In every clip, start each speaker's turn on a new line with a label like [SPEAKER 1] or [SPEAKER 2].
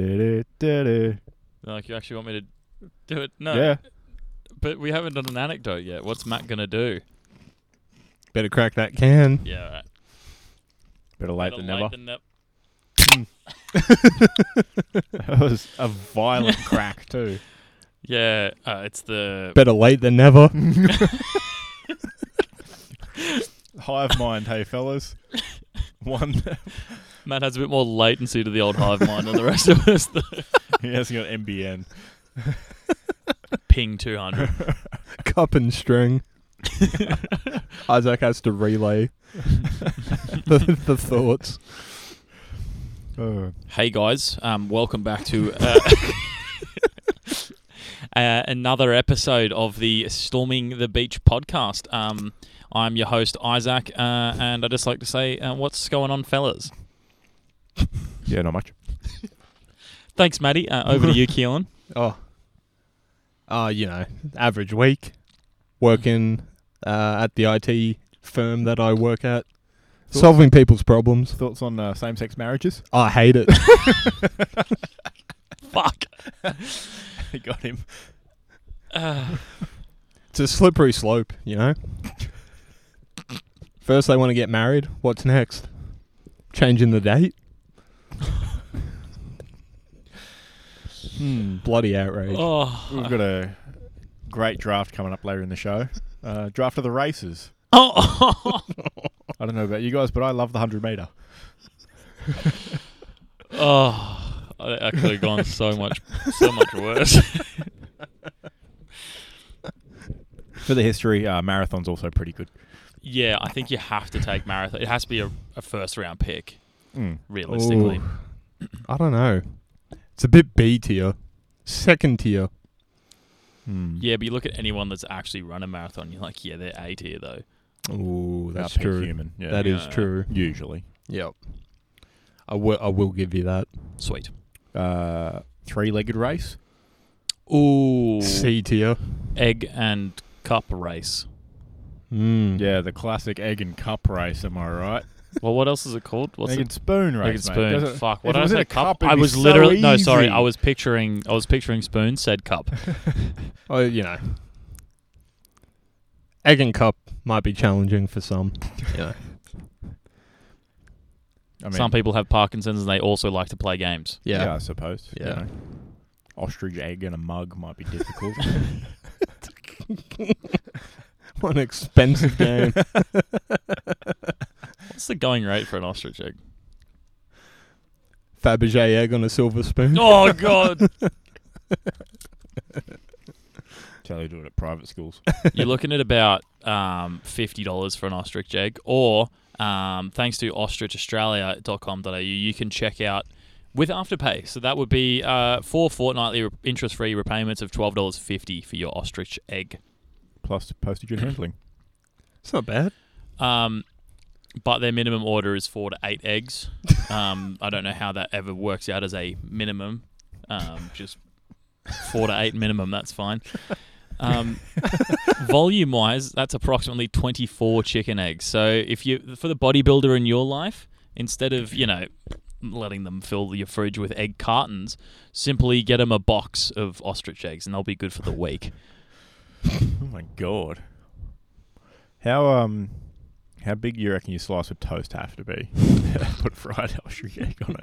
[SPEAKER 1] Yeah.
[SPEAKER 2] Like you actually want me to do it? No. But we haven't done an anecdote yet. What's Matt gonna do?
[SPEAKER 3] Better crack that can.
[SPEAKER 2] Yeah. All right.
[SPEAKER 1] Better late
[SPEAKER 2] Better
[SPEAKER 1] than never.
[SPEAKER 2] than nev-
[SPEAKER 1] That was a violent crack too.
[SPEAKER 2] yeah. Uh, it's the
[SPEAKER 3] Better late than never.
[SPEAKER 1] Hive mind, hey fellas. One
[SPEAKER 2] Matt has a bit more latency to the old hive mind than the rest of us. The
[SPEAKER 1] he hasn't got MBN.
[SPEAKER 2] ping two hundred.
[SPEAKER 3] Cup and string. Isaac has to relay the, the thoughts.
[SPEAKER 1] Oh.
[SPEAKER 2] Hey guys, um, welcome back to uh, uh, another episode of the Storming the Beach podcast. Um, I'm your host Isaac, uh, and I would just like to say, uh, what's going on, fellas?
[SPEAKER 1] Yeah, not much.
[SPEAKER 2] Thanks, Maddie. Uh, over to you, Keelan.
[SPEAKER 3] Oh. Uh, you know, average week. Working uh, at the IT firm that I work at.
[SPEAKER 1] Thoughts?
[SPEAKER 3] Solving people's problems.
[SPEAKER 1] Thoughts on uh, same-sex marriages?
[SPEAKER 3] I hate it.
[SPEAKER 2] Fuck.
[SPEAKER 1] got him.
[SPEAKER 2] Uh,
[SPEAKER 3] it's a slippery slope, you know? First they want to get married. What's next? Changing the date?
[SPEAKER 1] Hmm.
[SPEAKER 3] Bloody outrage.
[SPEAKER 2] oh.
[SPEAKER 1] We've got a great draft coming up later in the show. Uh, draft of the races.
[SPEAKER 2] Oh.
[SPEAKER 1] I don't know about you guys, but I love the hundred meter.
[SPEAKER 2] Oh, I, I could have gone so much, so much worse.
[SPEAKER 1] For the history, uh, marathon's also pretty good.
[SPEAKER 2] yeah, I think you have to take marathon. It has to be a, a first round pick,
[SPEAKER 1] Mm.
[SPEAKER 2] realistically.
[SPEAKER 3] Ooh. I don't know. It's a bit B tier. Second tier.
[SPEAKER 1] Mm.
[SPEAKER 2] Yeah, but you look at anyone that's actually run a marathon, you're like, yeah, they're A tier though.
[SPEAKER 3] Ooh,
[SPEAKER 1] That's Human. Yeah.
[SPEAKER 3] That is
[SPEAKER 2] Yeah.
[SPEAKER 3] true.
[SPEAKER 1] usually
[SPEAKER 3] Yep. I will, I will give you that.
[SPEAKER 2] Sweet.
[SPEAKER 1] uh, three-legged race.
[SPEAKER 2] Ooh,
[SPEAKER 3] C tier.
[SPEAKER 2] egg and cup race.
[SPEAKER 3] Mm.
[SPEAKER 1] Yeah, the classic egg and cup race. Am I right?
[SPEAKER 2] Well, what else is it called? What's
[SPEAKER 1] egg
[SPEAKER 2] it?
[SPEAKER 1] and spoon race.
[SPEAKER 2] Egg and
[SPEAKER 1] mate.
[SPEAKER 2] spoon.
[SPEAKER 1] Doesn't-
[SPEAKER 2] Fuck.
[SPEAKER 1] if
[SPEAKER 2] What
[SPEAKER 1] it
[SPEAKER 2] I
[SPEAKER 1] was in
[SPEAKER 2] say
[SPEAKER 1] a cup, it'd
[SPEAKER 2] I
[SPEAKER 1] be
[SPEAKER 2] was
[SPEAKER 1] so
[SPEAKER 2] literally no. Sorry,
[SPEAKER 1] easy.
[SPEAKER 2] I was picturing. I was picturing spoon. Said cup.
[SPEAKER 3] Oh, you know. Egg and cup might be challenging for some. Yeah.
[SPEAKER 1] I mean,
[SPEAKER 2] Some people have Parkinson's and they also like to play games.
[SPEAKER 1] Yeah,
[SPEAKER 3] Yeah.
[SPEAKER 1] I suppose. you
[SPEAKER 3] Yeah.
[SPEAKER 1] know. Ostrich egg and a mug might be difficult.
[SPEAKER 3] What an expensive game.
[SPEAKER 2] What's the going rate for an ostrich egg?
[SPEAKER 3] Fabergé egg on a silver spoon.
[SPEAKER 2] Oh God!
[SPEAKER 1] so they do it at private schools.
[SPEAKER 2] You're looking at about um, fifty dollars for an ostrich egg, or um, thanks to ostrichaustralia.com.au, you can check out with afterpay. So that would be uh, four fortnightly re- interest-free repayments of twelve dollars fifty for your ostrich egg.
[SPEAKER 1] Plus postage and handling.
[SPEAKER 3] It's not bad.
[SPEAKER 2] Um, but their minimum order is four to eight eggs. Um, I don't know how that ever works out as a minimum. Um, just four to eight minimum. That's fine. Um, volume wise, that's approximately twenty four chicken eggs. So if you for the bodybuilder in your life, instead of you know letting them fill your fridge with egg cartons, simply get them a box of ostrich eggs, and they'll be good for the week.
[SPEAKER 1] Oh my god. How um how big you reckon your slice of toast have to be? Put fried ostrich egg on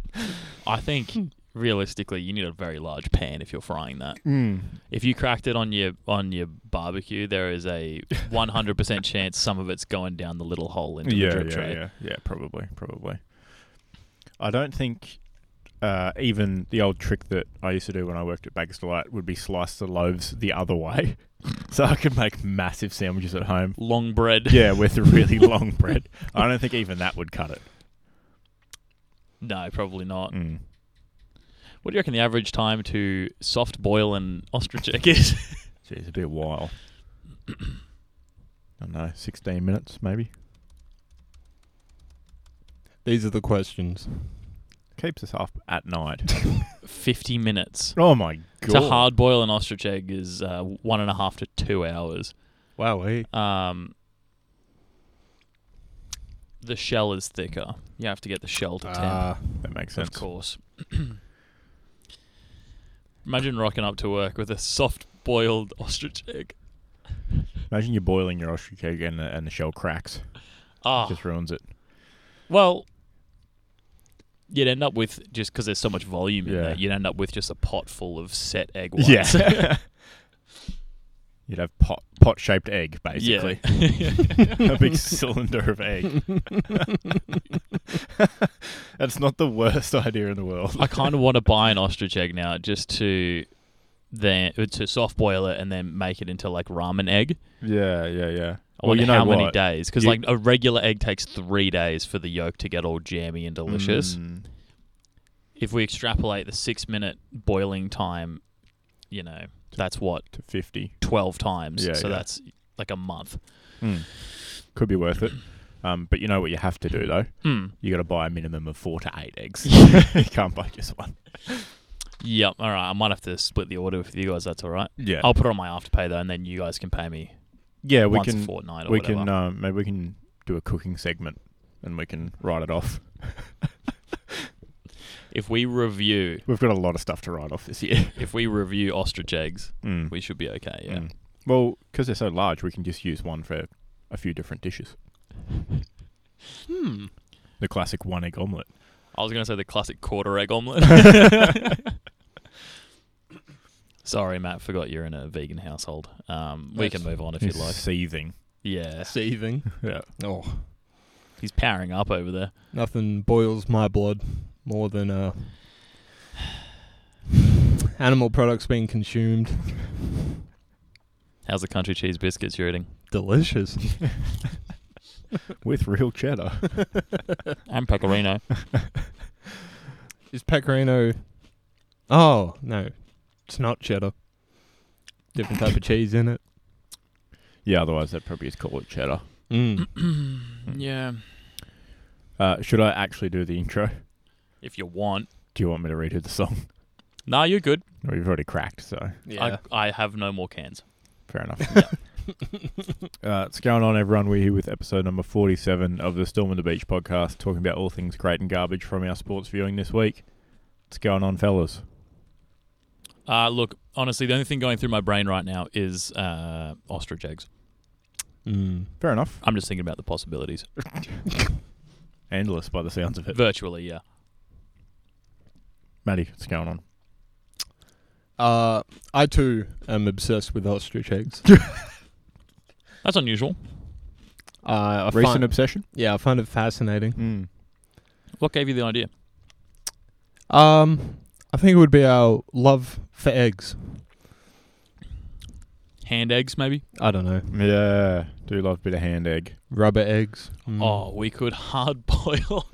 [SPEAKER 1] it.
[SPEAKER 2] I think realistically, you need a very large pan if you're frying that.
[SPEAKER 1] Mm.
[SPEAKER 2] If you cracked it on your on your barbecue, there is a 100% chance some of it's going down the little hole into
[SPEAKER 1] Yeah,
[SPEAKER 2] the
[SPEAKER 1] yeah,
[SPEAKER 2] drip tray.
[SPEAKER 1] yeah, yeah. Probably, probably. I don't think uh, even the old trick that I used to do when I worked at Baker's Delight would be slice the loaves the other way, so I could make massive sandwiches at home.
[SPEAKER 2] Long bread.
[SPEAKER 1] Yeah, with really long bread. I don't think even that would cut it.
[SPEAKER 2] No, probably not.
[SPEAKER 1] Mm.
[SPEAKER 2] What do you reckon the average time to soft boil an ostrich egg is?
[SPEAKER 1] Jeez, a bit while. I don't know, sixteen minutes maybe.
[SPEAKER 3] These are the questions.
[SPEAKER 1] Keeps us up at night.
[SPEAKER 2] 50 minutes.
[SPEAKER 1] Oh my god!
[SPEAKER 2] To hard boil an ostrich egg is
[SPEAKER 3] eh?
[SPEAKER 2] uh, one and a half to two hours.
[SPEAKER 3] Wow.
[SPEAKER 2] Um, the shell is thicker. You have to get the shell to temp.
[SPEAKER 3] Ah,
[SPEAKER 1] That makes
[SPEAKER 2] Of
[SPEAKER 1] sense.
[SPEAKER 2] course. Imagine rocking up to work with a soft boiled ostrich egg.
[SPEAKER 1] Imagine you're boiling your ostrich egg and the, and the shell cracks.
[SPEAKER 2] Ah,
[SPEAKER 1] Just ruins it.
[SPEAKER 2] well, you'd end up with just because there's so much volume in
[SPEAKER 1] Yeah.
[SPEAKER 2] there, you'd end up with just a pot full of set egg whites.
[SPEAKER 1] Yes. You'd have pot pot shaped egg
[SPEAKER 2] Yeah.
[SPEAKER 1] basically, a big cylinder of egg. That's not the worst idea in the world.
[SPEAKER 2] I kind of want to buy an ostrich egg now just to then uh, to soft boil it and then make it into like ramen egg.
[SPEAKER 1] Yeah, yeah, yeah.
[SPEAKER 2] I
[SPEAKER 1] well,
[SPEAKER 2] wonder
[SPEAKER 1] you know
[SPEAKER 2] how many
[SPEAKER 1] what?
[SPEAKER 2] days because
[SPEAKER 1] You-
[SPEAKER 2] like a regular egg takes three days for the yolk to get all jammy and delicious.
[SPEAKER 1] Mm.
[SPEAKER 2] if we extrapolate the six minute boiling time, you know, that's what,
[SPEAKER 1] to fifty.
[SPEAKER 2] 12 times.
[SPEAKER 1] Yeah,
[SPEAKER 2] so
[SPEAKER 1] yeah.
[SPEAKER 2] that's like a month.
[SPEAKER 1] Mm. Could be worth it. Um, but you know what you have to do though?
[SPEAKER 2] Hmm.
[SPEAKER 1] You got to buy a minimum of four to eight eggs. you can't buy just one.
[SPEAKER 2] Yep. All right. I might have to split the order with you guys. That's all right.
[SPEAKER 1] Yeah.
[SPEAKER 2] I'll put it on my afterpay though, and then you guys can pay me
[SPEAKER 1] yeah, we
[SPEAKER 2] once a
[SPEAKER 1] can.
[SPEAKER 2] fortnight or
[SPEAKER 1] We
[SPEAKER 2] whatever.
[SPEAKER 1] can. Uh, maybe we can do a cooking segment, and we can write it off. uh,
[SPEAKER 2] if we review,
[SPEAKER 1] We've got a lot of stuff to write off this year.
[SPEAKER 2] if we review ostrich eggs,
[SPEAKER 1] Mm.
[SPEAKER 2] we should be okay. Yeah.
[SPEAKER 1] Mm. Well, because they're so large, we can just use one for a few different dishes.
[SPEAKER 2] Hmm.
[SPEAKER 1] The classic one egg omelette.
[SPEAKER 2] I was gonna say the classic quarter egg omelet. Sorry, Matt. Forgot you're in a vegan household. Um, we
[SPEAKER 3] That's-
[SPEAKER 2] can move on if you'd
[SPEAKER 1] It's
[SPEAKER 2] like.
[SPEAKER 1] seething.
[SPEAKER 2] Yeah.
[SPEAKER 3] Seething.
[SPEAKER 1] Yeah.
[SPEAKER 3] Oh,
[SPEAKER 2] He's powering up over there.
[SPEAKER 3] nothing boils my blood more than uh, animal products being consumed.
[SPEAKER 2] How's the country cheese biscuits you're eating?
[SPEAKER 3] Delicious.
[SPEAKER 1] With real cheddar.
[SPEAKER 2] And pecorino.
[SPEAKER 3] Is pecorino? Oh no, it's not cheddar. Different type of cheese in it.
[SPEAKER 1] yeah. Otherwise, they'd probably just call it cheddar.
[SPEAKER 3] Mm.
[SPEAKER 2] yeah.
[SPEAKER 1] Uh, should I actually do the intro?
[SPEAKER 2] If you want.
[SPEAKER 1] Do you want me to redo the song?
[SPEAKER 2] Nah, you're good.
[SPEAKER 1] Well, We've already cracked, so
[SPEAKER 2] I, I have no more cans.
[SPEAKER 1] fair enough. uh, what's going on, everyone? We're here with episode number 47 of the Storm on the Beach podcast, talking about all things great and garbage from our sports viewing this week. What's going on, fellas?
[SPEAKER 2] Uh, look, honestly, the only thing going through my brain right now is uh, ostrich eggs.
[SPEAKER 3] Mm.
[SPEAKER 1] Fair enough.
[SPEAKER 2] I'm just thinking about the possibilities.
[SPEAKER 1] Endless by the sounds of it.
[SPEAKER 2] Virtually, yeah.
[SPEAKER 1] Maddie, what's going on?
[SPEAKER 3] Uh, I too am obsessed with ostrich eggs.
[SPEAKER 2] That's unusual.
[SPEAKER 3] Uh, I
[SPEAKER 1] Recent
[SPEAKER 3] find,
[SPEAKER 1] obsession?
[SPEAKER 3] yeah, I find it fascinating.
[SPEAKER 1] Mm.
[SPEAKER 2] What gave you the idea?
[SPEAKER 3] Um, I think it would be our love for eggs.
[SPEAKER 2] Hand eggs, maybe?
[SPEAKER 3] I don't know,
[SPEAKER 1] Yeah, do love a bit of hand egg.
[SPEAKER 3] rubber eggs. Mm.
[SPEAKER 2] Oh, we could hard boil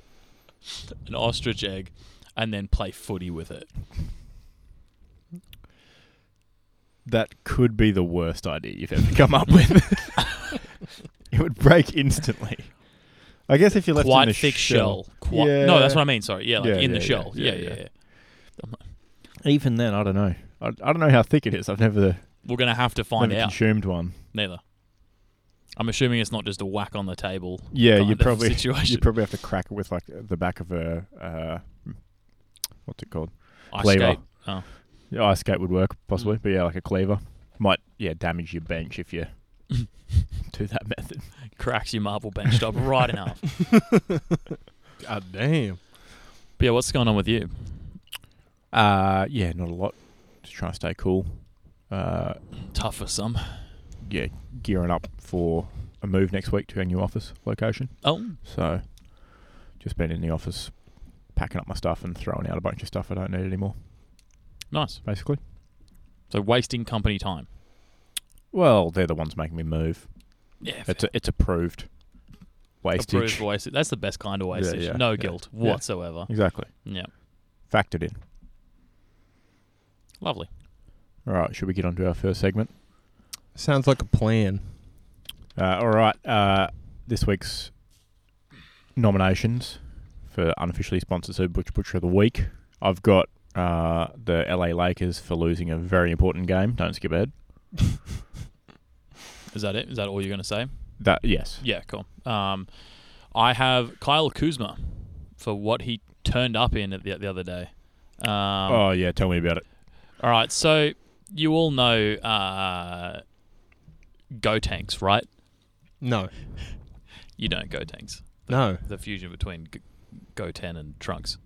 [SPEAKER 2] an ostrich egg and then play footy with it.
[SPEAKER 1] That could be the worst idea you've ever come up with. it would break instantly. I guess if you left
[SPEAKER 2] quite
[SPEAKER 1] it in the
[SPEAKER 2] thick shell. Quite, No,
[SPEAKER 1] Yeah.
[SPEAKER 2] that's what I mean. Sorry, yeah, like
[SPEAKER 1] Yeah,
[SPEAKER 2] in
[SPEAKER 1] yeah,
[SPEAKER 2] the
[SPEAKER 1] yeah,
[SPEAKER 2] shell. Yeah,
[SPEAKER 1] yeah,
[SPEAKER 2] yeah, yeah.
[SPEAKER 1] yeah. Even then, I don't know. I, I don't know how thick it is. I've never,
[SPEAKER 2] We're gonna have to find
[SPEAKER 1] never
[SPEAKER 2] out.
[SPEAKER 1] consumed one.
[SPEAKER 2] Neither. I'm assuming it's not just a whack on the table.
[SPEAKER 1] Yeah,
[SPEAKER 2] kind
[SPEAKER 1] you
[SPEAKER 2] of
[SPEAKER 1] probably
[SPEAKER 2] situation.
[SPEAKER 1] you probably have to crack it with like the back of a uh, what's it called?
[SPEAKER 2] Ice
[SPEAKER 1] cleaver.
[SPEAKER 2] skate. Oh.
[SPEAKER 1] Yeah, ice skate would work possibly,
[SPEAKER 2] Mm.
[SPEAKER 1] but yeah, like a cleaver might yeah damage your bench if you do that method.
[SPEAKER 2] cracks your marble bench top right in half.
[SPEAKER 3] God damn.
[SPEAKER 2] But yeah, what's going on with you?
[SPEAKER 1] Uh yeah, not a lot. Just trying to stay cool. Uh,
[SPEAKER 2] Tough for some.
[SPEAKER 1] yeah, gearing up for a move next week to our new office location.
[SPEAKER 2] Oh,
[SPEAKER 1] So, just been in the office, packing up my stuff and throwing out a bunch of stuff I don't need anymore.
[SPEAKER 2] nice.
[SPEAKER 1] Basically.
[SPEAKER 2] So wasting company time.
[SPEAKER 1] Well, they're the ones making me move.
[SPEAKER 2] Yeah,
[SPEAKER 1] It's a, it's approved. Wastage.
[SPEAKER 2] approved wastage. That's the best kind of wastage.
[SPEAKER 1] yeah,
[SPEAKER 2] no
[SPEAKER 1] yeah,
[SPEAKER 2] guilt
[SPEAKER 1] yeah.
[SPEAKER 2] whatsoever.
[SPEAKER 1] Exactly.
[SPEAKER 2] Yeah,
[SPEAKER 1] Factored in.
[SPEAKER 2] lovely.
[SPEAKER 1] All right, should we get on to our first segment?
[SPEAKER 3] Sounds like a plan.
[SPEAKER 1] Uh, all right, uh, this week's nominations for unofficially sponsored Super Butcher Butcher of the Week. I've got uh, the LA Lakers for losing a very important game. Don't skip ahead.
[SPEAKER 2] Is that it? Is that all you're gonna say?
[SPEAKER 1] That yes,
[SPEAKER 2] Yeah, cool. Um, I have Kyle Kuzma for what he turned up in at the, the other day. Um,
[SPEAKER 1] oh yeah, tell me about it.
[SPEAKER 2] All right, so you all know uh, Go Tanks, right?
[SPEAKER 3] No,
[SPEAKER 2] You don't Go Tanks.
[SPEAKER 3] no.
[SPEAKER 2] The fusion between G- Go Ten and Trunks.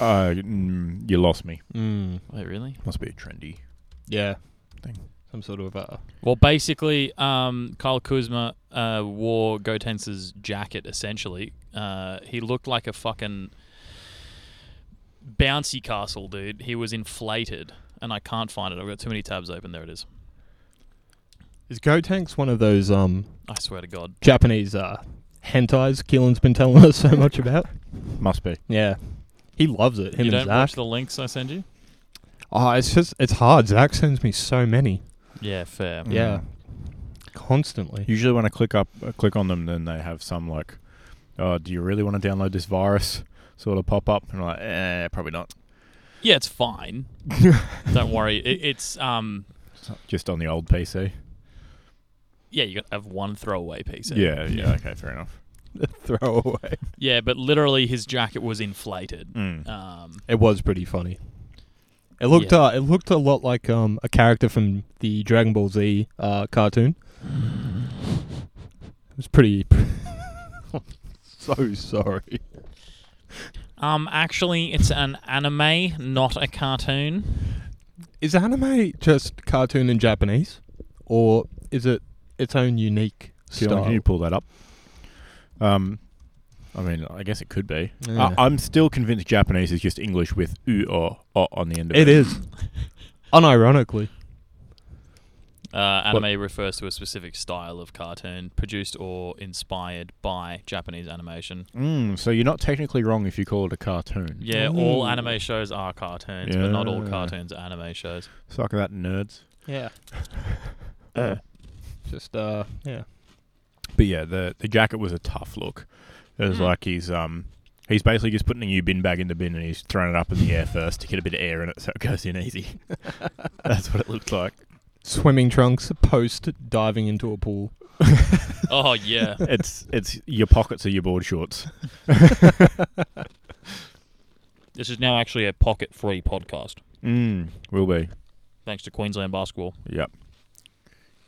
[SPEAKER 1] Uh, mm, you lost me.
[SPEAKER 3] Mm.
[SPEAKER 2] Wait, really?
[SPEAKER 1] Must be a trendy.
[SPEAKER 3] Yeah.
[SPEAKER 1] Thing.
[SPEAKER 3] Some sort of uh,
[SPEAKER 2] Well, basically, um, Kyle Kuzma uh, wore Gotenks' jacket. Essentially, uh, he looked like a fucking bouncy castle, dude. He was inflated, and I can't find it. I've got too many tabs open. There it is.
[SPEAKER 3] is Go Tanks one of those um
[SPEAKER 2] I swear to God.
[SPEAKER 3] Japanese uh hentais Keelan's been telling us so much about?
[SPEAKER 1] Must be.
[SPEAKER 3] Yeah. He loves it. Him and
[SPEAKER 2] you don't
[SPEAKER 3] Zach.
[SPEAKER 2] watch the links I send you?
[SPEAKER 3] oh, it's just it's hard. Zach sends me so many.
[SPEAKER 2] Yeah, fair.
[SPEAKER 1] Mm.
[SPEAKER 3] Yeah. Constantly.
[SPEAKER 1] Usually, when I click up, uh, click on them, then they have some like, "Oh, do you really want to download this virus?" sort of pop up, and I'm like, "Eh, probably not."
[SPEAKER 2] Yeah, it's fine. Don't worry. It, it's um.
[SPEAKER 1] Just on the old PC.
[SPEAKER 2] Yeah, you got to have one throwaway piece. eh?
[SPEAKER 1] Yeah, yeah. Okay, fair enough.
[SPEAKER 3] Throw away.
[SPEAKER 2] Yeah, but literally his jacket was inflated.
[SPEAKER 1] Mm.
[SPEAKER 2] Um,
[SPEAKER 3] It was pretty funny. It looked
[SPEAKER 2] Yeah.
[SPEAKER 3] uh, it looked a lot like um a character from the Dragon Ball Z uh cartoon. It was pretty So sorry.
[SPEAKER 2] um, actually, it's an anime, not a cartoon.
[SPEAKER 3] Is anime just cartoon in Japanese, or is it its own unique
[SPEAKER 1] Keelan,
[SPEAKER 3] style?
[SPEAKER 1] can you pull that up? Um, I mean, I guess it could be.
[SPEAKER 3] Yeah.
[SPEAKER 1] I, I'm still convinced Japanese is just English with u or o on the end of it.
[SPEAKER 3] it is, unironically.
[SPEAKER 2] Uh, anime refers to a specific style of cartoon produced or inspired by Japanese animation.
[SPEAKER 1] Mm, so you're not technically wrong if you call it a cartoon.
[SPEAKER 2] Yeah, all
[SPEAKER 3] Ooh.
[SPEAKER 2] anime shows are cartoons, but not all
[SPEAKER 1] Yeah.
[SPEAKER 2] cartoons are anime shows.
[SPEAKER 1] Suck at that, nerds.
[SPEAKER 3] Yeah. Just uh, yeah.
[SPEAKER 1] But yeah, the the jacket was a tough look. It was
[SPEAKER 2] Mm.
[SPEAKER 1] like he's um he's basically just putting a new bin bag in the bin and he's throwing it up in the air first to get a bit of air in it so it goes in easy. That's what it looked like.
[SPEAKER 3] Swimming trunks post diving into a pool.
[SPEAKER 2] oh yeah,
[SPEAKER 1] It's it's your pockets are your board shorts.
[SPEAKER 2] this is now actually a pocket-free podcast,
[SPEAKER 1] Mm, will be.
[SPEAKER 2] thanks to Queensland Basketball.
[SPEAKER 1] Yep.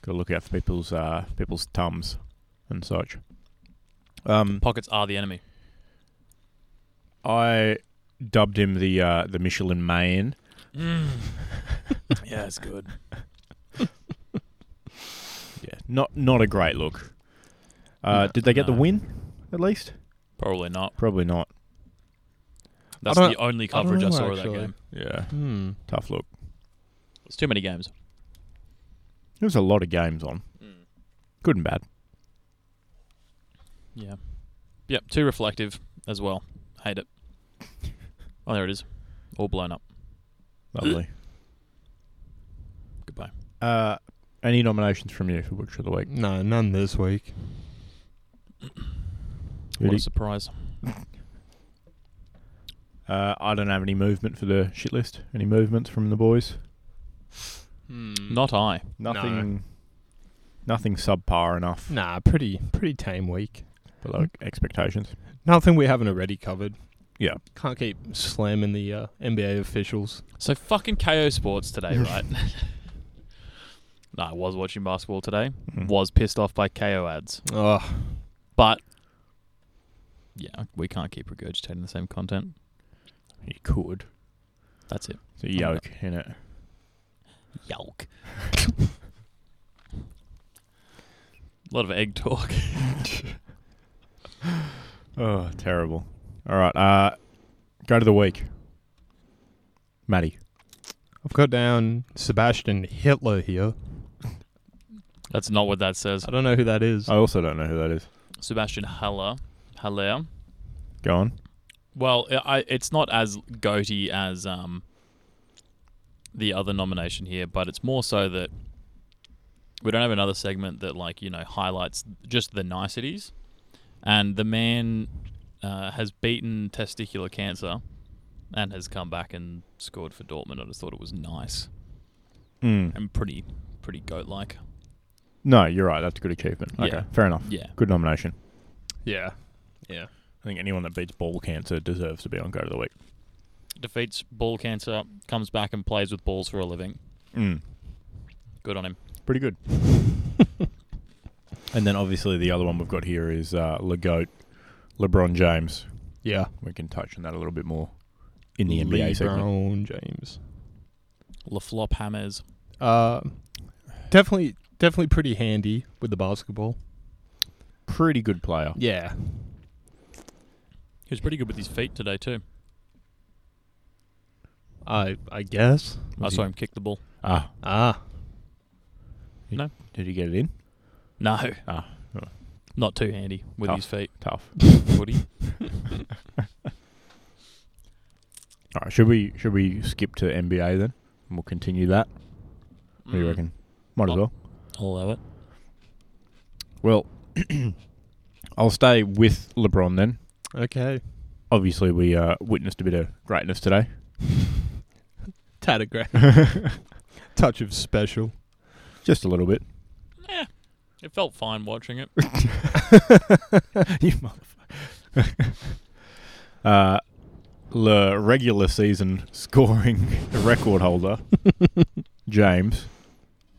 [SPEAKER 1] Gotta look out for people's uh people's tums and such. Um
[SPEAKER 2] Pockets are the enemy.
[SPEAKER 1] I dubbed him the uh the Michelin Man.
[SPEAKER 2] yeah, it's good.
[SPEAKER 1] Yeah. Not not a great look. Uh
[SPEAKER 3] No,
[SPEAKER 1] did they get the
[SPEAKER 2] no.
[SPEAKER 1] win at least?
[SPEAKER 2] Probably not.
[SPEAKER 1] Probably not.
[SPEAKER 2] That's
[SPEAKER 3] don't-
[SPEAKER 2] the only
[SPEAKER 3] don't
[SPEAKER 2] coverage I,
[SPEAKER 3] know,
[SPEAKER 2] saw of
[SPEAKER 3] actually.
[SPEAKER 2] that game.
[SPEAKER 1] Yeah.
[SPEAKER 3] Hmm.
[SPEAKER 1] Tough look.
[SPEAKER 2] It's too many games.
[SPEAKER 1] There was a lot of games on, good and bad.
[SPEAKER 2] Yeah. Yep. Too reflective as well. Hate it. Oh, there it is. All blown up.
[SPEAKER 1] Lovely.
[SPEAKER 2] Goodbye.
[SPEAKER 1] uh, any nominations from you for Butcher of the Week?
[SPEAKER 3] No, none this week.
[SPEAKER 2] What
[SPEAKER 1] Really?
[SPEAKER 2] a surprise.
[SPEAKER 1] Uh, I don't have any movement for the shit list. Any movements from the boys?
[SPEAKER 3] Hmm.
[SPEAKER 2] Not I.
[SPEAKER 1] Nothing. Nothing subpar enough
[SPEAKER 3] Nah, pretty pretty tame week.
[SPEAKER 1] below expectations.
[SPEAKER 3] Nothing we haven't already covered.
[SPEAKER 1] Yeah.
[SPEAKER 3] Can't keep slamming the uh, NBA officials.
[SPEAKER 2] So fucking KO Sports today, right? no, I was watching basketball today.
[SPEAKER 1] Mm.
[SPEAKER 2] Was pissed off by KO ads.
[SPEAKER 3] Ugh.
[SPEAKER 2] But yeah, we can't keep regurgitating the same content.
[SPEAKER 1] You could.
[SPEAKER 2] That's it.
[SPEAKER 1] It's a yoke in it.
[SPEAKER 2] Yolk. a lot of egg talk.
[SPEAKER 1] Oh, terrible. All right. Uh, go to the week. Maddie.
[SPEAKER 3] I've got down Sebastian Hitler here.
[SPEAKER 2] That's not what that says.
[SPEAKER 3] I don't know who that is.
[SPEAKER 1] I also don't know who that is.
[SPEAKER 2] Sebastian Haller. Haller.
[SPEAKER 1] Go on.
[SPEAKER 2] Well, I, I- it's not as goaty as um, the other nomination here, but it's more so that we don't have another segment that, like, you know, highlights just the niceties. And the man uh, has beaten testicular cancer and has come back and scored for Dortmund. I just thought it was nice
[SPEAKER 1] Mm.
[SPEAKER 2] and pretty, pretty goat like.
[SPEAKER 1] No, you're right. That's a good achievement. Okay,
[SPEAKER 2] Yeah.
[SPEAKER 1] fair enough.
[SPEAKER 2] Yeah.
[SPEAKER 1] Good nomination.
[SPEAKER 3] Yeah. Yeah.
[SPEAKER 1] I think anyone that beats ball cancer deserves to be on Goat of the Week.
[SPEAKER 2] Defeats ball cancer, comes back and plays with balls for a living.
[SPEAKER 1] Mm.
[SPEAKER 2] Good on him.
[SPEAKER 1] Pretty good. and then obviously the other one we've got here is uh, LeGoat, LeBron James.
[SPEAKER 3] Yeah.
[SPEAKER 1] We can touch on that a little bit more in the NBA segment.
[SPEAKER 3] LeBron James.
[SPEAKER 2] LaFlop Hammers.
[SPEAKER 3] Uh, definitely, definitely pretty handy with the basketball.
[SPEAKER 1] Pretty good player.
[SPEAKER 3] Yeah.
[SPEAKER 2] He was pretty good with his feet today too.
[SPEAKER 3] I I guess.
[SPEAKER 2] I
[SPEAKER 1] Was
[SPEAKER 2] saw
[SPEAKER 1] he-
[SPEAKER 2] him kick the ball.
[SPEAKER 1] Ah,
[SPEAKER 3] Ah.
[SPEAKER 1] did he get it in?
[SPEAKER 2] No.
[SPEAKER 1] Ah.
[SPEAKER 2] Not too handy with
[SPEAKER 1] Tough.
[SPEAKER 2] his feet,
[SPEAKER 1] Tough.
[SPEAKER 2] would he?
[SPEAKER 1] All right, should we should we skip to NBA then? And we'll continue that. What do you
[SPEAKER 2] Mm.
[SPEAKER 1] reckon? Might
[SPEAKER 2] Oh.
[SPEAKER 1] as well.
[SPEAKER 2] I'll allow it.
[SPEAKER 1] Well, I'll stay with LeBron then.
[SPEAKER 3] Okay. Oh.
[SPEAKER 1] Obviously, we uh, witnessed a bit of greatness today.
[SPEAKER 3] Tatagraph. Touch of special.
[SPEAKER 1] Just a little bit.
[SPEAKER 2] It felt fine watching it.
[SPEAKER 1] you motherfucker. uh, the regular season scoring record holder, James,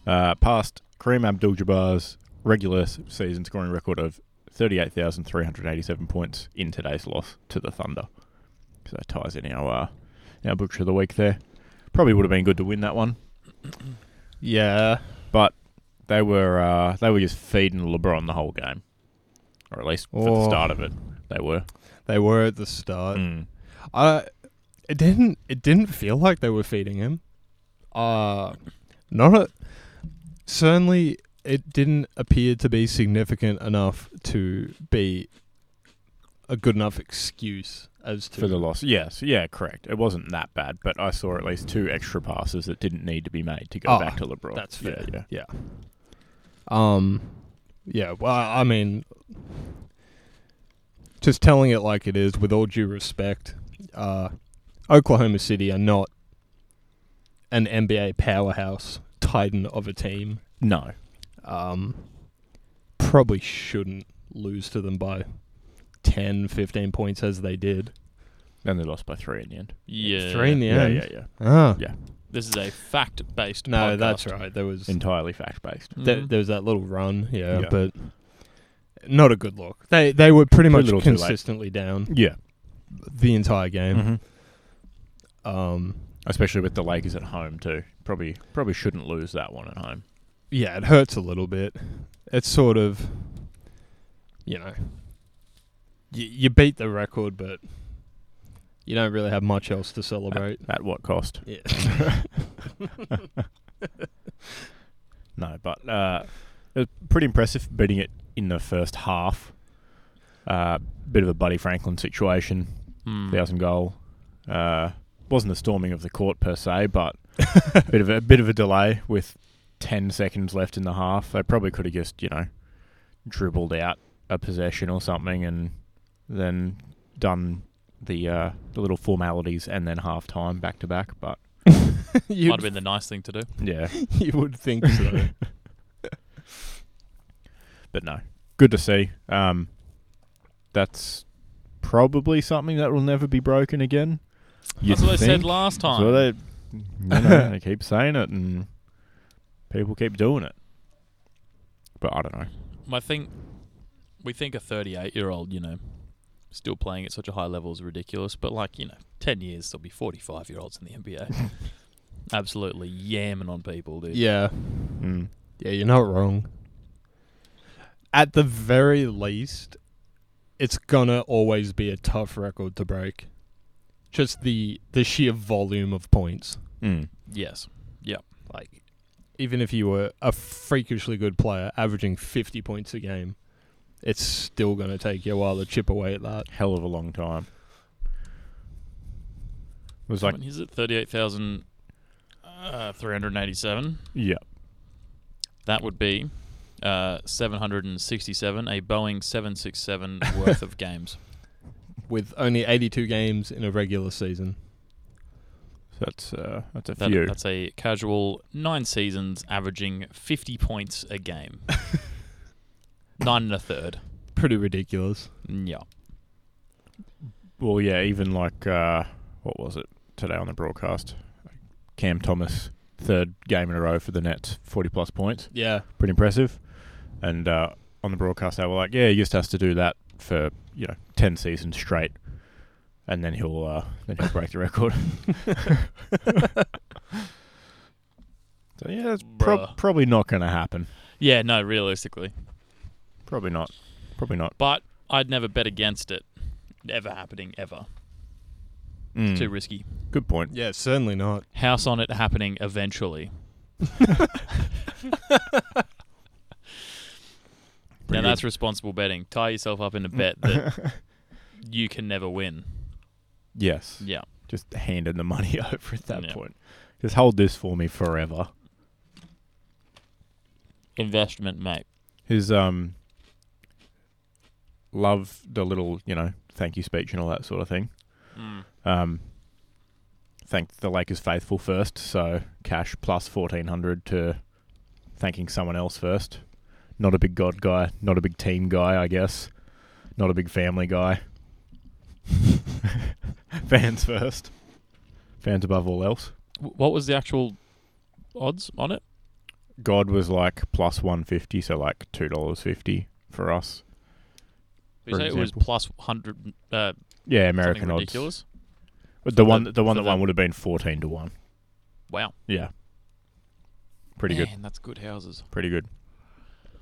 [SPEAKER 1] uh, passed Kareem Abdul Jabbar's regular s- season scoring record of 38,387 points in today's loss to the Thunder. So that ties in our, uh, our books of the week there. Probably would have been good to win that one,
[SPEAKER 3] Yeah.
[SPEAKER 1] but they were uh, they were just feeding LeBron the whole game, or at least for the
[SPEAKER 3] Oh.
[SPEAKER 1] start of it, they were.
[SPEAKER 3] They were at the start.
[SPEAKER 1] Mm.
[SPEAKER 3] I it didn't it didn't feel like they were feeding him. Uh not a certainly it didn't appear to be significant enough to be a good enough excuse as to
[SPEAKER 1] for the loss. Yes, yeah, correct. It wasn't that bad, but I saw at least two extra passes that didn't need to be made to go
[SPEAKER 3] Ah,
[SPEAKER 1] back to LeBron.
[SPEAKER 3] that's
[SPEAKER 1] Yeah,
[SPEAKER 3] fair.
[SPEAKER 1] Yeah,
[SPEAKER 3] um yeah, well I mean just telling it like it is with all due respect, uh Oklahoma City are not an NBA powerhouse titan of a team.
[SPEAKER 1] No,
[SPEAKER 3] um, probably shouldn't lose to them by 10, 15 points as they did.
[SPEAKER 1] and they lost by three in the end.
[SPEAKER 2] Yeah.
[SPEAKER 3] Three in the end.
[SPEAKER 1] yeah, yeah.
[SPEAKER 3] Ah.
[SPEAKER 1] Yeah.
[SPEAKER 2] This is a fact based
[SPEAKER 3] No, that's right. There was
[SPEAKER 1] Entirely fact based.
[SPEAKER 2] Mm.
[SPEAKER 3] th- there was that little run, yeah,
[SPEAKER 1] Yeah.
[SPEAKER 3] but not a good look. They they were pretty
[SPEAKER 1] Too
[SPEAKER 3] much
[SPEAKER 1] little, too late.
[SPEAKER 3] consistently down
[SPEAKER 1] Yeah,
[SPEAKER 3] the entire game.
[SPEAKER 1] Mhm.
[SPEAKER 3] Um,
[SPEAKER 1] especially with the Lakers at home too. Probably, probably shouldn't lose that one at home.
[SPEAKER 3] yeah, it hurts a little bit. It's sort of, you know, you, you beat the record, but you don't really have much else to celebrate.
[SPEAKER 1] At what cost?
[SPEAKER 3] Yeah.
[SPEAKER 1] No, but uh, it was pretty impressive beating it in the first half. Uh, bit of a Buddy Franklin situation.
[SPEAKER 2] Mm.
[SPEAKER 1] thousand goal. Uh, wasn't the storming of the court per se, but a bit of a, bit of a delay with ten seconds left in the half. They probably could have just you know dribbled out a possession or something, and then done the uh, the little formalities and then half time back to back. But
[SPEAKER 3] You'd
[SPEAKER 2] Might have been the nice thing to do.
[SPEAKER 1] yeah,
[SPEAKER 3] you would think so.
[SPEAKER 1] but no, good to see. Um, that's probably something that will never be broken again.
[SPEAKER 2] That's
[SPEAKER 1] You'd
[SPEAKER 2] what they said
[SPEAKER 1] think.
[SPEAKER 2] last time.
[SPEAKER 1] So they, you know, they keep saying it, and people keep doing it. But I don't know.
[SPEAKER 2] I think we think a 38 year old, you know, still playing at such a high level is ridiculous. But like, you know, 10 years there'll be 45 year olds in the NBA, absolutely yamming on people, dude.
[SPEAKER 3] yeah.
[SPEAKER 1] Mm.
[SPEAKER 3] Yeah, you're not wrong. At the very least, it's gonna always be a tough record to break. Just the the sheer volume of points.
[SPEAKER 1] Mm.
[SPEAKER 2] Yes.
[SPEAKER 3] Like even if you were a freakishly good player averaging 50 points a game, it's still going to take you a while to chip away at that.
[SPEAKER 1] Hell of a long time. It was
[SPEAKER 2] I
[SPEAKER 1] like,
[SPEAKER 2] mean, he's at uh, 38,387.
[SPEAKER 1] yeah,
[SPEAKER 2] That would be uh, 767, a Boeing 767 worth of games.
[SPEAKER 3] With only 82 games in a regular season.
[SPEAKER 1] so that's uh, that's a
[SPEAKER 2] That,
[SPEAKER 1] few.
[SPEAKER 2] that's a casual nine seasons averaging 50 points a game. nine and a third.
[SPEAKER 3] pretty ridiculous.
[SPEAKER 2] Yeah.
[SPEAKER 1] Well, yeah, even like uh, what was it today on the broadcast? Cam Thomas, third game in a row for the Nets, forty plus points,
[SPEAKER 3] Yeah.
[SPEAKER 1] pretty impressive. And uh, on the broadcast, they were like, "Yeah, he just has to do that for you know ten seasons straight, and then he'll uh, then he'll break the record." so yeah, that's prob
[SPEAKER 2] Bruh.
[SPEAKER 1] probably not going to happen.
[SPEAKER 2] Yeah, no, realistically.
[SPEAKER 1] Probably not. Probably not.
[SPEAKER 2] But I'd never bet against it ever happening ever.
[SPEAKER 1] Mm.
[SPEAKER 2] Too risky.
[SPEAKER 1] Good point.
[SPEAKER 3] Yeah, certainly not.
[SPEAKER 2] House on it happening eventually. now
[SPEAKER 1] Pretty
[SPEAKER 2] that's
[SPEAKER 1] good.
[SPEAKER 2] responsible betting. Tie yourself up in a bet that you can never win.
[SPEAKER 1] yes.
[SPEAKER 2] Yeah.
[SPEAKER 1] just handing the money over at that
[SPEAKER 2] Yeah.
[SPEAKER 1] point. Just hold this for me forever.
[SPEAKER 2] Investment, mate.
[SPEAKER 1] His um love the little, you know, thank you speech and all that sort of thing.
[SPEAKER 2] Mm.
[SPEAKER 1] Um thank the Lakers faithful first, so cash plus fourteen hundred to thanking someone else first. Not a big god guy, not a big team guy, I guess. Not a big family guy. Fans first. Fans above all else.
[SPEAKER 2] W- What was the actual odds on it?
[SPEAKER 1] God was like plus one fifty, so like two dollars fifty for us.
[SPEAKER 2] Did you
[SPEAKER 1] For
[SPEAKER 2] say it was
[SPEAKER 1] example.
[SPEAKER 2] plus 100 uh,
[SPEAKER 1] Yeah,
[SPEAKER 2] something
[SPEAKER 1] American odds.
[SPEAKER 2] ridiculous?
[SPEAKER 1] But the
[SPEAKER 2] For
[SPEAKER 1] one,
[SPEAKER 2] the-
[SPEAKER 1] the one
[SPEAKER 2] for
[SPEAKER 1] that
[SPEAKER 2] the-
[SPEAKER 1] won would have been fourteen to one.
[SPEAKER 2] Wow.
[SPEAKER 1] Yeah, pretty good,
[SPEAKER 2] Man, that's good houses.
[SPEAKER 1] pretty good.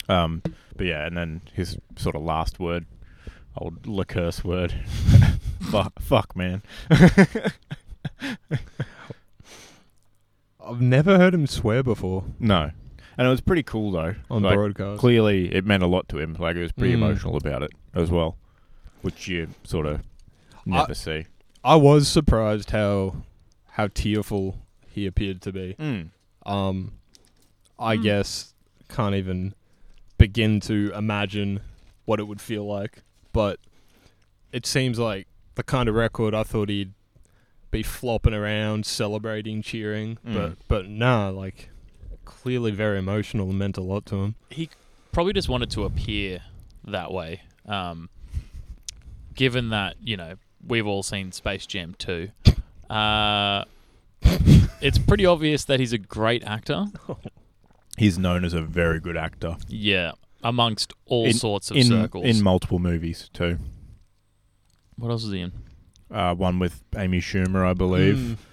[SPEAKER 1] Um, but yeah, and then his sort of last word, old la curse word, fuck, fuck, man.
[SPEAKER 3] I've never heard him swear before
[SPEAKER 1] No, and it was pretty cool though.
[SPEAKER 3] on
[SPEAKER 1] like,
[SPEAKER 3] broadcast.
[SPEAKER 1] clearly, it meant a lot to him. Like he was pretty
[SPEAKER 3] Mm.
[SPEAKER 1] emotional about it as well, which you sort of never see.
[SPEAKER 3] I was surprised how how tearful he appeared to be.
[SPEAKER 1] Mm.
[SPEAKER 3] Um, I
[SPEAKER 2] Hmm.
[SPEAKER 3] guess can't even begin to imagine what it would feel like, but it seems like the kind of record I thought he'd be flopping around, celebrating, cheering,
[SPEAKER 1] Hmm.
[SPEAKER 3] but but nah, like clearly very emotional and meant a lot to him.
[SPEAKER 2] he probably just wanted to appear that way. Um, given that you know we've all seen Space Jam 2, uh, it's pretty obvious that he's a great actor.
[SPEAKER 1] He's known as a very good actor
[SPEAKER 2] Yeah, amongst all
[SPEAKER 1] In-
[SPEAKER 2] sorts of
[SPEAKER 1] in
[SPEAKER 2] circles.
[SPEAKER 1] in multiple movies too.
[SPEAKER 2] what else is he in?
[SPEAKER 1] Uh, one with Amy Schumer, I
[SPEAKER 3] Hmm.
[SPEAKER 2] Mm.
[SPEAKER 1] believe.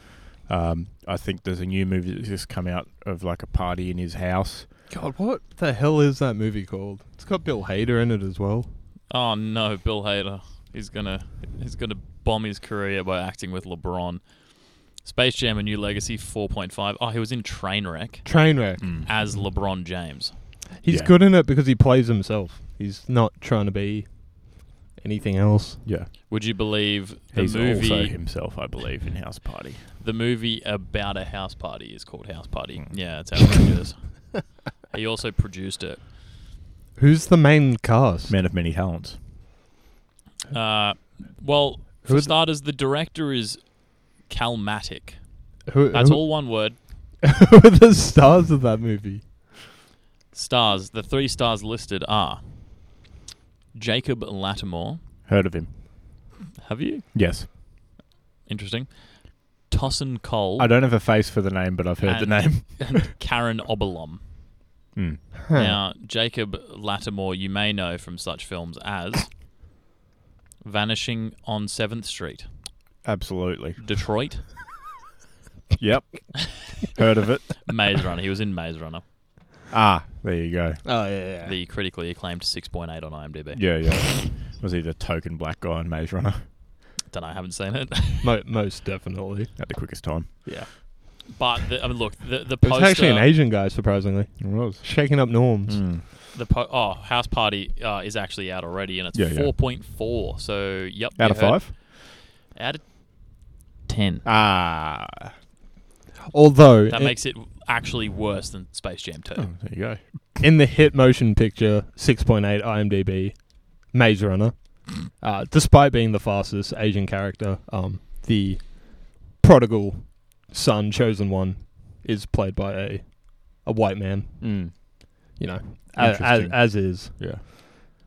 [SPEAKER 1] Um, I think there's a new movie that's just come out of like a party in his house.
[SPEAKER 3] God, what the hell is that movie called? It's got Bill Hader in it as well.
[SPEAKER 2] Oh no, Bill Hader. He's gonna he's gonna bomb his career by acting with LeBron. Space Jam: A New Legacy 4.5. Oh, he was in Trainwreck
[SPEAKER 3] Trainwreck.
[SPEAKER 1] Hmm.
[SPEAKER 2] as LeBron James.
[SPEAKER 3] He's
[SPEAKER 1] Yeah.
[SPEAKER 3] good in it because he plays himself. He's not trying to be anything else.
[SPEAKER 1] Yeah,
[SPEAKER 2] Would you believe the
[SPEAKER 1] he's
[SPEAKER 2] movie
[SPEAKER 1] also himself, I believe, in House Party.
[SPEAKER 2] The movie about a house party is called House Party.
[SPEAKER 1] Hmm.
[SPEAKER 2] Yeah, it's outrageous. he also produced it.
[SPEAKER 3] Who's the main cast?
[SPEAKER 1] Man of many talents.
[SPEAKER 2] Uh, well,
[SPEAKER 3] Who
[SPEAKER 2] for
[SPEAKER 3] is-
[SPEAKER 2] starters, the director is Calmatic.
[SPEAKER 3] Who,
[SPEAKER 2] That's
[SPEAKER 3] who-
[SPEAKER 2] all one word.
[SPEAKER 3] who are the stars of that movie?
[SPEAKER 2] Stars. The three stars listed are Jacob Lattimore.
[SPEAKER 1] Heard of him?
[SPEAKER 2] Have you?
[SPEAKER 1] Yes.
[SPEAKER 2] Interesting. Tossin Cole
[SPEAKER 1] I don't have a face for the name, but I've heard the name.
[SPEAKER 2] and Karen Obalom.
[SPEAKER 1] Mm.
[SPEAKER 3] Huh.
[SPEAKER 2] Now, Jacob Lattimore, you may know from such films as Vanishing on 7th Street,
[SPEAKER 1] Absolutely.
[SPEAKER 2] Detroit,
[SPEAKER 1] Yep. heard of it?
[SPEAKER 2] Maze Runner. He was in Maze Runner,
[SPEAKER 1] Ah, there you go.
[SPEAKER 3] Oh yeah,
[SPEAKER 2] the critically acclaimed 6.8 on IMDb.
[SPEAKER 1] Yeah, yeah. Was he the token black guy in Maze Runner
[SPEAKER 2] Don't know, I haven't seen it.
[SPEAKER 3] Mo- most definitely.
[SPEAKER 1] at the quickest time?
[SPEAKER 3] Yeah,
[SPEAKER 2] but, the, I mean, look, the, the
[SPEAKER 3] it was
[SPEAKER 2] poster. Hmm.
[SPEAKER 3] actually an Asian guy, surprisingly,
[SPEAKER 1] It was.
[SPEAKER 3] shaking up norms.
[SPEAKER 1] Mm.
[SPEAKER 2] the po- oh, House Party uh, is actually out already, and it's
[SPEAKER 1] Yeah, yeah.
[SPEAKER 2] 4.4. So, yep.
[SPEAKER 1] Out
[SPEAKER 2] you
[SPEAKER 1] of
[SPEAKER 2] heard-
[SPEAKER 1] five? Uh,
[SPEAKER 2] Out of 10.
[SPEAKER 1] Ah.
[SPEAKER 3] Although
[SPEAKER 2] That
[SPEAKER 3] i-
[SPEAKER 2] makes it actually worse than Space Jam 2.
[SPEAKER 1] Oh, there you go.
[SPEAKER 3] in the hit motion picture, six point eight IMDb, Maze Runner. Uh, despite being the fastest Asian character, um, the prodigal son, chosen one, is played by a a white man.
[SPEAKER 1] Mm.
[SPEAKER 3] You know, as, as,
[SPEAKER 1] Interesting.
[SPEAKER 3] as is
[SPEAKER 1] Yeah.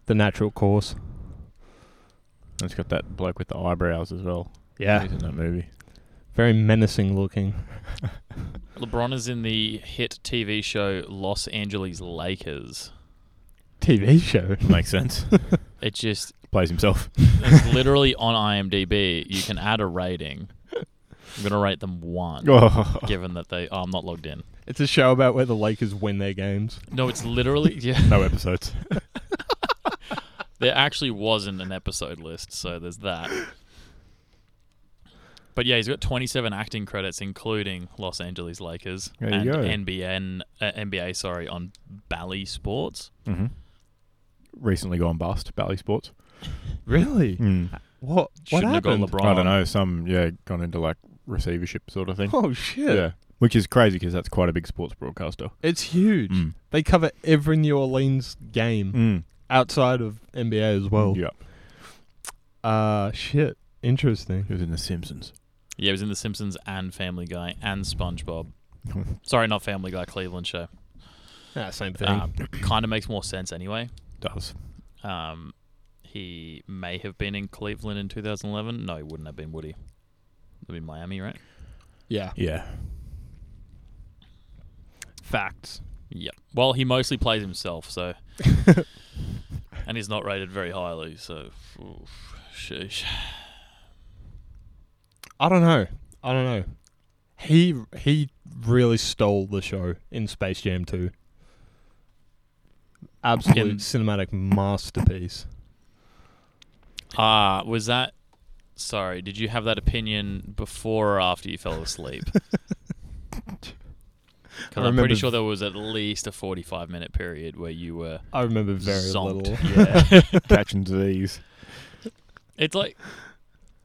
[SPEAKER 3] the natural course.
[SPEAKER 1] And it's got that bloke with the eyebrows as well.
[SPEAKER 3] Yeah,
[SPEAKER 1] He's in that movie.
[SPEAKER 3] very menacing looking.
[SPEAKER 2] LeBron is in the hit TV show Los Angeles Lakers.
[SPEAKER 3] TV show.
[SPEAKER 1] Makes sense.
[SPEAKER 2] It just
[SPEAKER 1] Plays himself.
[SPEAKER 2] it's literally on IMDb. You can add a rating. I'm gonna rate them one,
[SPEAKER 1] Oh.
[SPEAKER 2] given that they. Oh, I'm not logged in.
[SPEAKER 3] It's a show about where the Lakers win their games.
[SPEAKER 2] No, it's literally yeah.
[SPEAKER 1] No episodes.
[SPEAKER 2] There actually wasn't an episode list, so there's that. But yeah, he's got 27 acting credits, including Los Angeles Lakers
[SPEAKER 1] There
[SPEAKER 2] and
[SPEAKER 1] you go.
[SPEAKER 2] NBN, uh, NBA, sorry, on Bally Sports.
[SPEAKER 1] hmm Recently gone bust, Bally Sports.
[SPEAKER 3] Really? What? What
[SPEAKER 2] Shouldn't have gone
[SPEAKER 3] happened?
[SPEAKER 2] LeBron.
[SPEAKER 1] I don't know. Some, yeah, gone into like receivership sort of thing.
[SPEAKER 3] Oh shit!
[SPEAKER 1] Which is crazy because that's quite a big sports broadcaster.
[SPEAKER 3] It's huge.
[SPEAKER 1] Mm.
[SPEAKER 3] They cover every New Orleans game
[SPEAKER 1] Mm.
[SPEAKER 3] outside of NBA as well.
[SPEAKER 1] Yeah.
[SPEAKER 3] Uh shit. Interesting.
[SPEAKER 1] He was in The Simpsons.
[SPEAKER 2] Yeah, he was in The Simpsons and Family Guy and SpongeBob. Sorry, not Family Guy, Cleveland Show.
[SPEAKER 3] Ah, same thing.
[SPEAKER 2] Um, kind of makes more sense anyway.
[SPEAKER 1] Does.
[SPEAKER 2] Um, he may have been in Cleveland in 2011. No, he wouldn't have been, would he? Would be Miami, right?
[SPEAKER 3] yeah.
[SPEAKER 1] Yeah.
[SPEAKER 3] Facts.
[SPEAKER 2] Yep. Well, he mostly plays himself, so. and he's not rated very highly, so. oof, sheesh.
[SPEAKER 3] I don't know. I don't know. He he really stole the show in Space Jam 2. Absolute
[SPEAKER 2] In-
[SPEAKER 3] cinematic masterpiece.
[SPEAKER 2] Ah, was that. Sorry, did you have that opinion before or after you fell asleep? Because I'm
[SPEAKER 3] remember-
[SPEAKER 2] pretty sure there was at least a 45 minute period where you were
[SPEAKER 3] I remember very
[SPEAKER 2] zonked.
[SPEAKER 3] little.
[SPEAKER 2] Yeah.
[SPEAKER 1] Catching disease.
[SPEAKER 2] it's like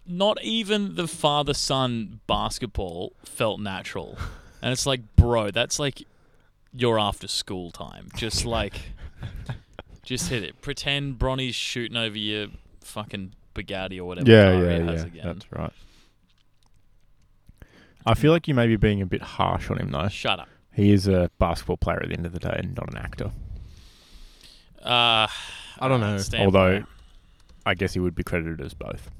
[SPEAKER 2] not even the father son basketball felt natural. And it's like, bro, that's like your after school time. Just like just hit it. Pretend Bronny's shooting over your fucking Bugatti or whatever
[SPEAKER 1] yeah,
[SPEAKER 2] car
[SPEAKER 1] yeah,
[SPEAKER 2] it
[SPEAKER 1] yeah.
[SPEAKER 2] has again.
[SPEAKER 1] That's right. I feel like you may be being a bit harsh on him, though.
[SPEAKER 2] Shut up.
[SPEAKER 1] He is a basketball player at the end of the day and not an actor.
[SPEAKER 2] Uh
[SPEAKER 3] I don't know.
[SPEAKER 2] stand
[SPEAKER 1] Although,
[SPEAKER 2] by
[SPEAKER 1] I guess he would be credited as both.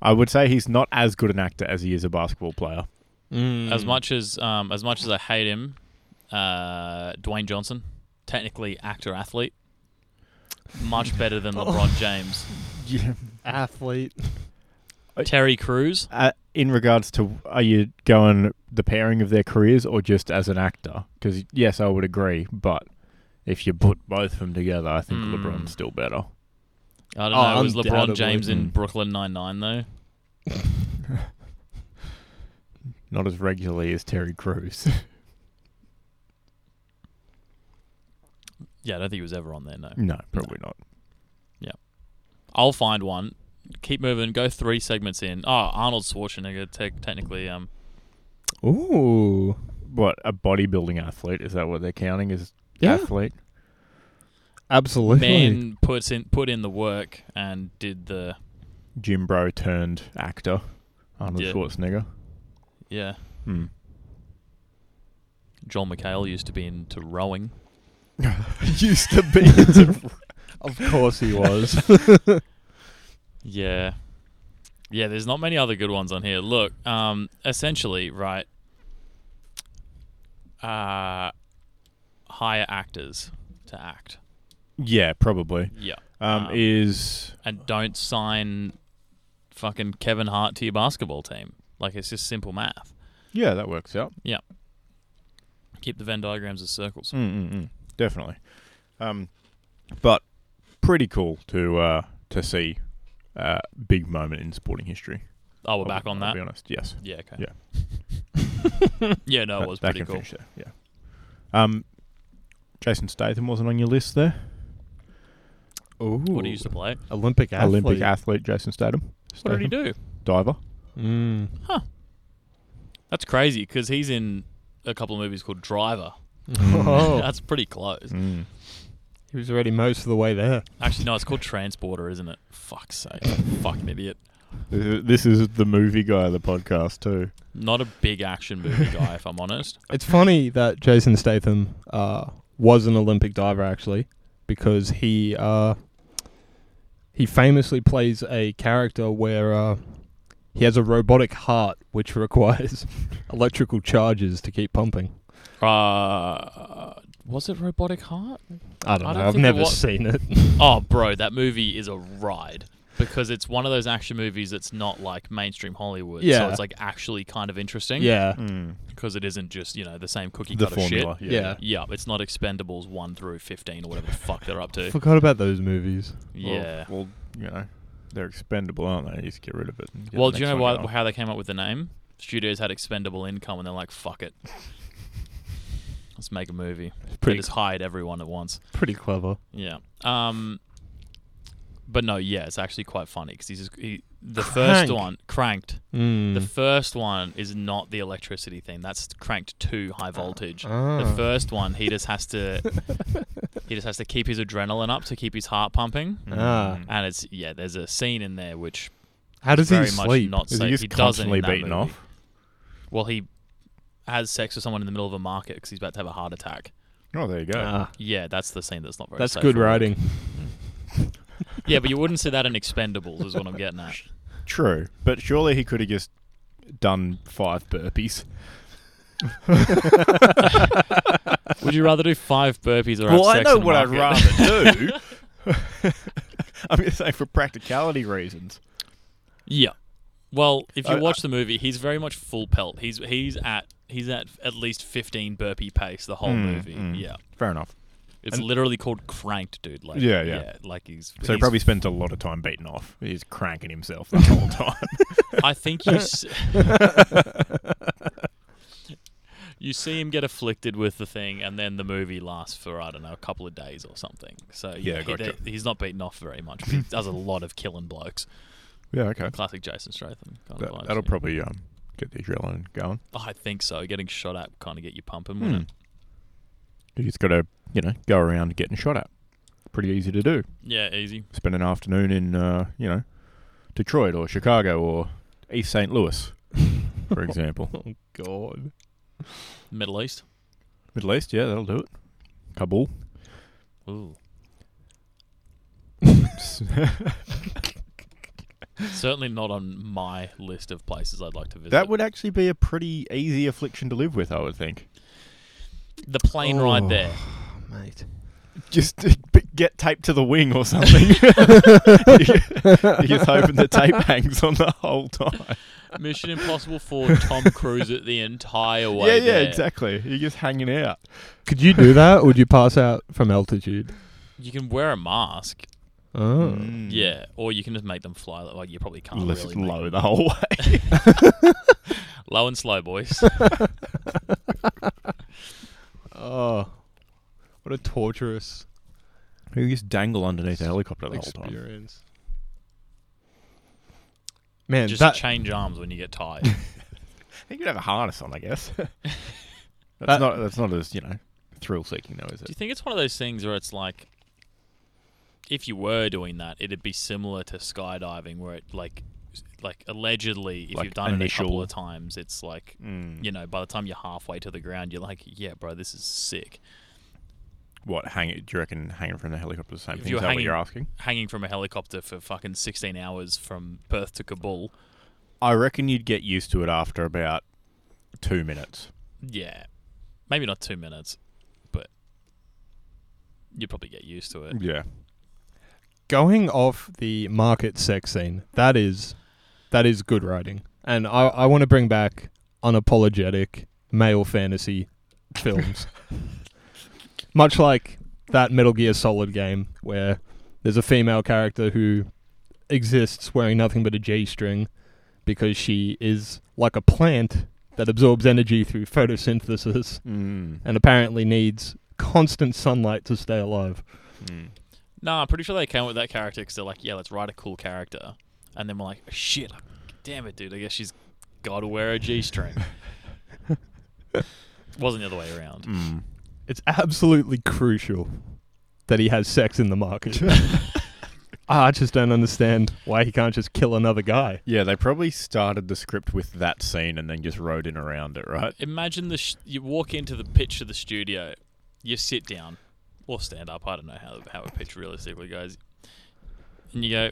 [SPEAKER 1] I would say he's not as good an actor as he is a basketball player.
[SPEAKER 3] Mm.
[SPEAKER 2] it. as much as um as much as I hate him, uh Dwayne Johnson, technically actor athlete. Much better than LeBron James.
[SPEAKER 1] Yeah.
[SPEAKER 3] athlete.
[SPEAKER 2] Terry Crews.
[SPEAKER 1] Uh, in regards to, are you going the pairing of their careers or just as an actor? Because yes, I would agree, but if you put both of them together, I think
[SPEAKER 2] Hmm.
[SPEAKER 1] LeBron's still better.
[SPEAKER 2] I don't
[SPEAKER 3] Oh,
[SPEAKER 2] know. Was LeBron
[SPEAKER 3] undoubtedly.
[SPEAKER 2] James in
[SPEAKER 1] Mm.
[SPEAKER 2] Brooklyn Nine Nine though?
[SPEAKER 1] Not as regularly as Terry Crews.
[SPEAKER 2] Yeah, I don't think he was ever on there. No,
[SPEAKER 1] no, probably not.
[SPEAKER 2] I'll find one. Keep moving. Go three segments in. Oh, Arnold Schwarzenegger. Te- technically, um,
[SPEAKER 3] Ooh.
[SPEAKER 1] What a bodybuilding athlete is that? What they're counting as
[SPEAKER 3] Yeah.
[SPEAKER 1] athlete?
[SPEAKER 3] Absolutely.
[SPEAKER 2] man puts in put in the work and did the
[SPEAKER 1] Jim Bro turned actor Arnold
[SPEAKER 2] Yeah.
[SPEAKER 1] Schwarzenegger.
[SPEAKER 2] yeah.
[SPEAKER 1] Hmm.
[SPEAKER 2] Joel McHale used to be into rowing.
[SPEAKER 1] Used to be. into-
[SPEAKER 3] Of course he was.
[SPEAKER 2] Yeah. Yeah, there's not many other good ones on here. Look, um, essentially, right, uh, hire actors to act.
[SPEAKER 1] yeah, probably.
[SPEAKER 2] Yeah.
[SPEAKER 1] Um,
[SPEAKER 2] Um,
[SPEAKER 1] is
[SPEAKER 2] and don't sign fucking Kevin Hart to your basketball team. Like it's just simple math.
[SPEAKER 1] yeah, that works out.
[SPEAKER 2] Keep the Venn diagrams as circles.
[SPEAKER 1] Mm, mm, mm. Definitely. Um, but pretty cool to uh, to see a big moment in sporting history.
[SPEAKER 2] Oh, we're
[SPEAKER 1] I'll-
[SPEAKER 2] back on
[SPEAKER 1] I'll
[SPEAKER 2] that.
[SPEAKER 1] Be honest. Yes.
[SPEAKER 2] Yeah, okay. Yeah. no, it was
[SPEAKER 1] That
[SPEAKER 2] pretty
[SPEAKER 1] can
[SPEAKER 2] cool.
[SPEAKER 1] finish there, Yeah. Um, Jason Statham wasn't on your list there.
[SPEAKER 3] Ooh.
[SPEAKER 2] What he used to play.
[SPEAKER 3] Olympic athlete.
[SPEAKER 1] Olympic athlete Jason Statham.
[SPEAKER 2] What did he do?
[SPEAKER 1] Diver.
[SPEAKER 3] Mm.
[SPEAKER 2] That's crazy because he's in a couple of movies called Driver.
[SPEAKER 3] Oh,
[SPEAKER 2] That's pretty close.
[SPEAKER 1] Mm.
[SPEAKER 3] he was already most of the way there.
[SPEAKER 2] Actually, no, it's called Transporter, isn't it? Fuck's sake. Fucking idiot.
[SPEAKER 1] This is the movie guy of the podcast too.
[SPEAKER 2] Not a big action movie guy, if I'm honest.
[SPEAKER 3] It's funny that Jason Statham uh, was an Olympic diver, actually. because he uh, he famously plays a character where uh, he has a robotic heart which requires electrical charges to keep pumping.
[SPEAKER 2] Uh, was it Robotic Heart?
[SPEAKER 3] I don't
[SPEAKER 2] I
[SPEAKER 3] know.
[SPEAKER 2] don't
[SPEAKER 3] I've
[SPEAKER 2] think it
[SPEAKER 3] never
[SPEAKER 2] wa-
[SPEAKER 3] seen it.
[SPEAKER 2] Oh, bro, that movie is a ride because it's one of those action movies that's not like mainstream Hollywood.
[SPEAKER 3] Yeah.
[SPEAKER 2] So it's like actually kind of interesting.
[SPEAKER 3] yeah.
[SPEAKER 1] Mm.
[SPEAKER 2] Because it isn't just, you know, the same cookie
[SPEAKER 1] The
[SPEAKER 2] cutter
[SPEAKER 1] formula.
[SPEAKER 2] shit.
[SPEAKER 1] Yeah.
[SPEAKER 3] Yeah.
[SPEAKER 2] Yeah, it's not Expendables 1 through 15 or whatever the fuck they're up to.
[SPEAKER 3] Forgot about those movies.
[SPEAKER 2] yeah.
[SPEAKER 1] Well, well, you know, they're expendable, aren't they? You just get rid of it. and get
[SPEAKER 2] Well,
[SPEAKER 1] the
[SPEAKER 2] do you know
[SPEAKER 1] next
[SPEAKER 2] why,
[SPEAKER 1] one
[SPEAKER 2] how they came up with the name? Studios had expendable income and they're like, fuck it. Let's make a movie. they
[SPEAKER 3] pretty
[SPEAKER 2] just hired everyone at once.
[SPEAKER 3] Pretty clever.
[SPEAKER 2] Yeah. Um. But no, yeah, it's actually quite funny because he's just, he, the
[SPEAKER 1] Crank. Hmm.
[SPEAKER 2] first one cranked. The
[SPEAKER 3] Mm.
[SPEAKER 2] first one is not the electricity thing. That's cranked to high voltage. The
[SPEAKER 3] Ah.
[SPEAKER 2] first one, he just has to he just has to keep his adrenaline up to keep his heart pumping.
[SPEAKER 1] on.
[SPEAKER 3] Ah.
[SPEAKER 1] Mm.
[SPEAKER 2] And it's yeah, there's a scene in there which
[SPEAKER 3] How does he
[SPEAKER 2] very much
[SPEAKER 3] sleep?
[SPEAKER 2] not
[SPEAKER 1] Is
[SPEAKER 2] safe.
[SPEAKER 1] he just
[SPEAKER 2] doesn't
[SPEAKER 1] constantly
[SPEAKER 2] in that
[SPEAKER 1] beaten
[SPEAKER 2] movie.
[SPEAKER 1] off?
[SPEAKER 2] Well, he has sex with someone in the middle of a market because he's about to have a heart attack.
[SPEAKER 1] Oh, there you go.
[SPEAKER 3] Ah,
[SPEAKER 2] Yeah, that's the scene that's not very.
[SPEAKER 3] that's
[SPEAKER 2] safe
[SPEAKER 3] good
[SPEAKER 2] for work.
[SPEAKER 3] writing.
[SPEAKER 2] Yeah, but you wouldn't see that in Expendables, is what I'm getting at.
[SPEAKER 1] True, Ah. but surely he could have just done five burpees.
[SPEAKER 2] Would you rather do five burpees or
[SPEAKER 1] well,
[SPEAKER 2] have
[SPEAKER 1] I
[SPEAKER 2] sex
[SPEAKER 1] know
[SPEAKER 2] in a
[SPEAKER 1] what I'd
[SPEAKER 2] market?
[SPEAKER 1] rather do. I'm going to say for practicality reasons.
[SPEAKER 2] yeah. Well, if you
[SPEAKER 1] I-
[SPEAKER 2] watch the movie, he's very much full pelt. He's he's at he's at at least 15 burpee pace the whole
[SPEAKER 1] Mm,
[SPEAKER 2] movie.
[SPEAKER 1] mm.
[SPEAKER 2] Yeah.
[SPEAKER 1] Fair enough.
[SPEAKER 2] It's literally called cranked, dude. Like
[SPEAKER 1] Yeah, yeah.
[SPEAKER 2] like he's
[SPEAKER 1] So he
[SPEAKER 2] he's-
[SPEAKER 1] probably spends a lot of time beaten off. He's cranking himself the whole time.
[SPEAKER 2] I think you s- You see him get afflicted with the thing, and then the movie lasts for I don't know a couple of days or something. So
[SPEAKER 1] Yeah,
[SPEAKER 2] he-
[SPEAKER 1] gotcha.
[SPEAKER 2] they- he's not beaten off very much. But he does a lot of killing blokes.
[SPEAKER 1] yeah, okay.
[SPEAKER 2] Classic Jason Statham. Kind
[SPEAKER 1] That,
[SPEAKER 2] of vibes,
[SPEAKER 1] that'll
[SPEAKER 2] yeah.
[SPEAKER 1] probably um, get the adrenaline going.
[SPEAKER 2] I think so. Getting shot at kind of get you pumping.
[SPEAKER 1] Hmm.
[SPEAKER 2] wouldn't it?
[SPEAKER 1] You just got to, you know, go around getting shot at. Pretty easy to do.
[SPEAKER 2] Yeah, easy.
[SPEAKER 1] Spend an afternoon in, uh, you know, Detroit or Chicago or East St. Louis, for example.
[SPEAKER 3] Oh God.
[SPEAKER 2] Middle East.
[SPEAKER 1] Middle East, yeah, that'll do it. Kabul.
[SPEAKER 2] Ooh. Certainly not on my list of places I'd like to visit.
[SPEAKER 1] That would actually be a pretty easy affliction to live with, I would think.
[SPEAKER 2] the plane ride
[SPEAKER 3] Oh.
[SPEAKER 2] there.
[SPEAKER 3] mate.
[SPEAKER 1] Just to b- get taped to the wing or something. You're just hoping the tape hangs on the whole time.
[SPEAKER 2] Mission Impossible for Tom Cruise it the entire way.
[SPEAKER 1] yeah, yeah,
[SPEAKER 2] there.
[SPEAKER 1] exactly. You're just hanging out.
[SPEAKER 3] Could you do that? or Would you pass out from altitude?
[SPEAKER 2] You can wear a mask.
[SPEAKER 3] Oh.
[SPEAKER 1] Mm.
[SPEAKER 2] Yeah, or you can just make them fly. Like you probably can't
[SPEAKER 1] Unless
[SPEAKER 2] really
[SPEAKER 1] it's
[SPEAKER 2] make-
[SPEAKER 1] low the whole way.
[SPEAKER 2] low and slow, boys.
[SPEAKER 3] Oh. What a torturous
[SPEAKER 1] You just dangle underneath a helicopter the whole time.
[SPEAKER 3] experience. Man,
[SPEAKER 2] just
[SPEAKER 3] that,
[SPEAKER 2] change arms when you get tired.
[SPEAKER 1] I think you'd have a harness on, I guess. that's
[SPEAKER 3] That-
[SPEAKER 1] not. That's not as you know, thrill seeking though, is
[SPEAKER 2] Do you
[SPEAKER 1] it?
[SPEAKER 2] think it's one of those things where it's like, if you were doing that, it'd be similar to skydiving, where it like, like allegedly, if
[SPEAKER 1] Like
[SPEAKER 2] you've done it a couple
[SPEAKER 1] initial-
[SPEAKER 2] of times, it's like,
[SPEAKER 1] Mm.
[SPEAKER 2] you know, by the time you're halfway to the ground, you're like, yeah, bro, this is sick.
[SPEAKER 1] What hang? Do you reckon hanging from the helicopter is the same
[SPEAKER 2] If
[SPEAKER 1] thing?
[SPEAKER 2] you're
[SPEAKER 1] Is that what
[SPEAKER 2] hanging-
[SPEAKER 1] you're asking?
[SPEAKER 2] Hanging from a helicopter for fucking 16 hours from Perth to Kabul.
[SPEAKER 1] I reckon you'd get used to it after about two minutes.
[SPEAKER 2] Yeah, maybe not two minutes, but you'd probably get used to it.
[SPEAKER 1] Yeah.
[SPEAKER 3] going off the market sex scene, that is that is good writing. And I, I want to bring back unapologetic male fantasy films. Much like that Metal Gear Solid game where there's a female character who exists wearing nothing but a G string because she is like a plant that absorbs energy through photosynthesis
[SPEAKER 1] Mm.
[SPEAKER 3] and apparently needs constant sunlight to stay alive.
[SPEAKER 1] Mm.
[SPEAKER 2] No, I'm pretty sure they came up with that character because they're like, yeah, let's write a cool character. And then we're like, oh, shit, damn it, dude. I guess she's got to wear a G string. Wasn't the other way around.
[SPEAKER 1] Mm.
[SPEAKER 3] It's absolutely crucial that he has sex in the market. I just don't understand why he can't just kill another guy.
[SPEAKER 1] Yeah, they probably started the script with that scene and then just rode in around it, right?
[SPEAKER 2] Imagine the sh- you walk into the pitch of the studio, you sit down, or stand up. I don't know how how a pitch realistically goes. And you go,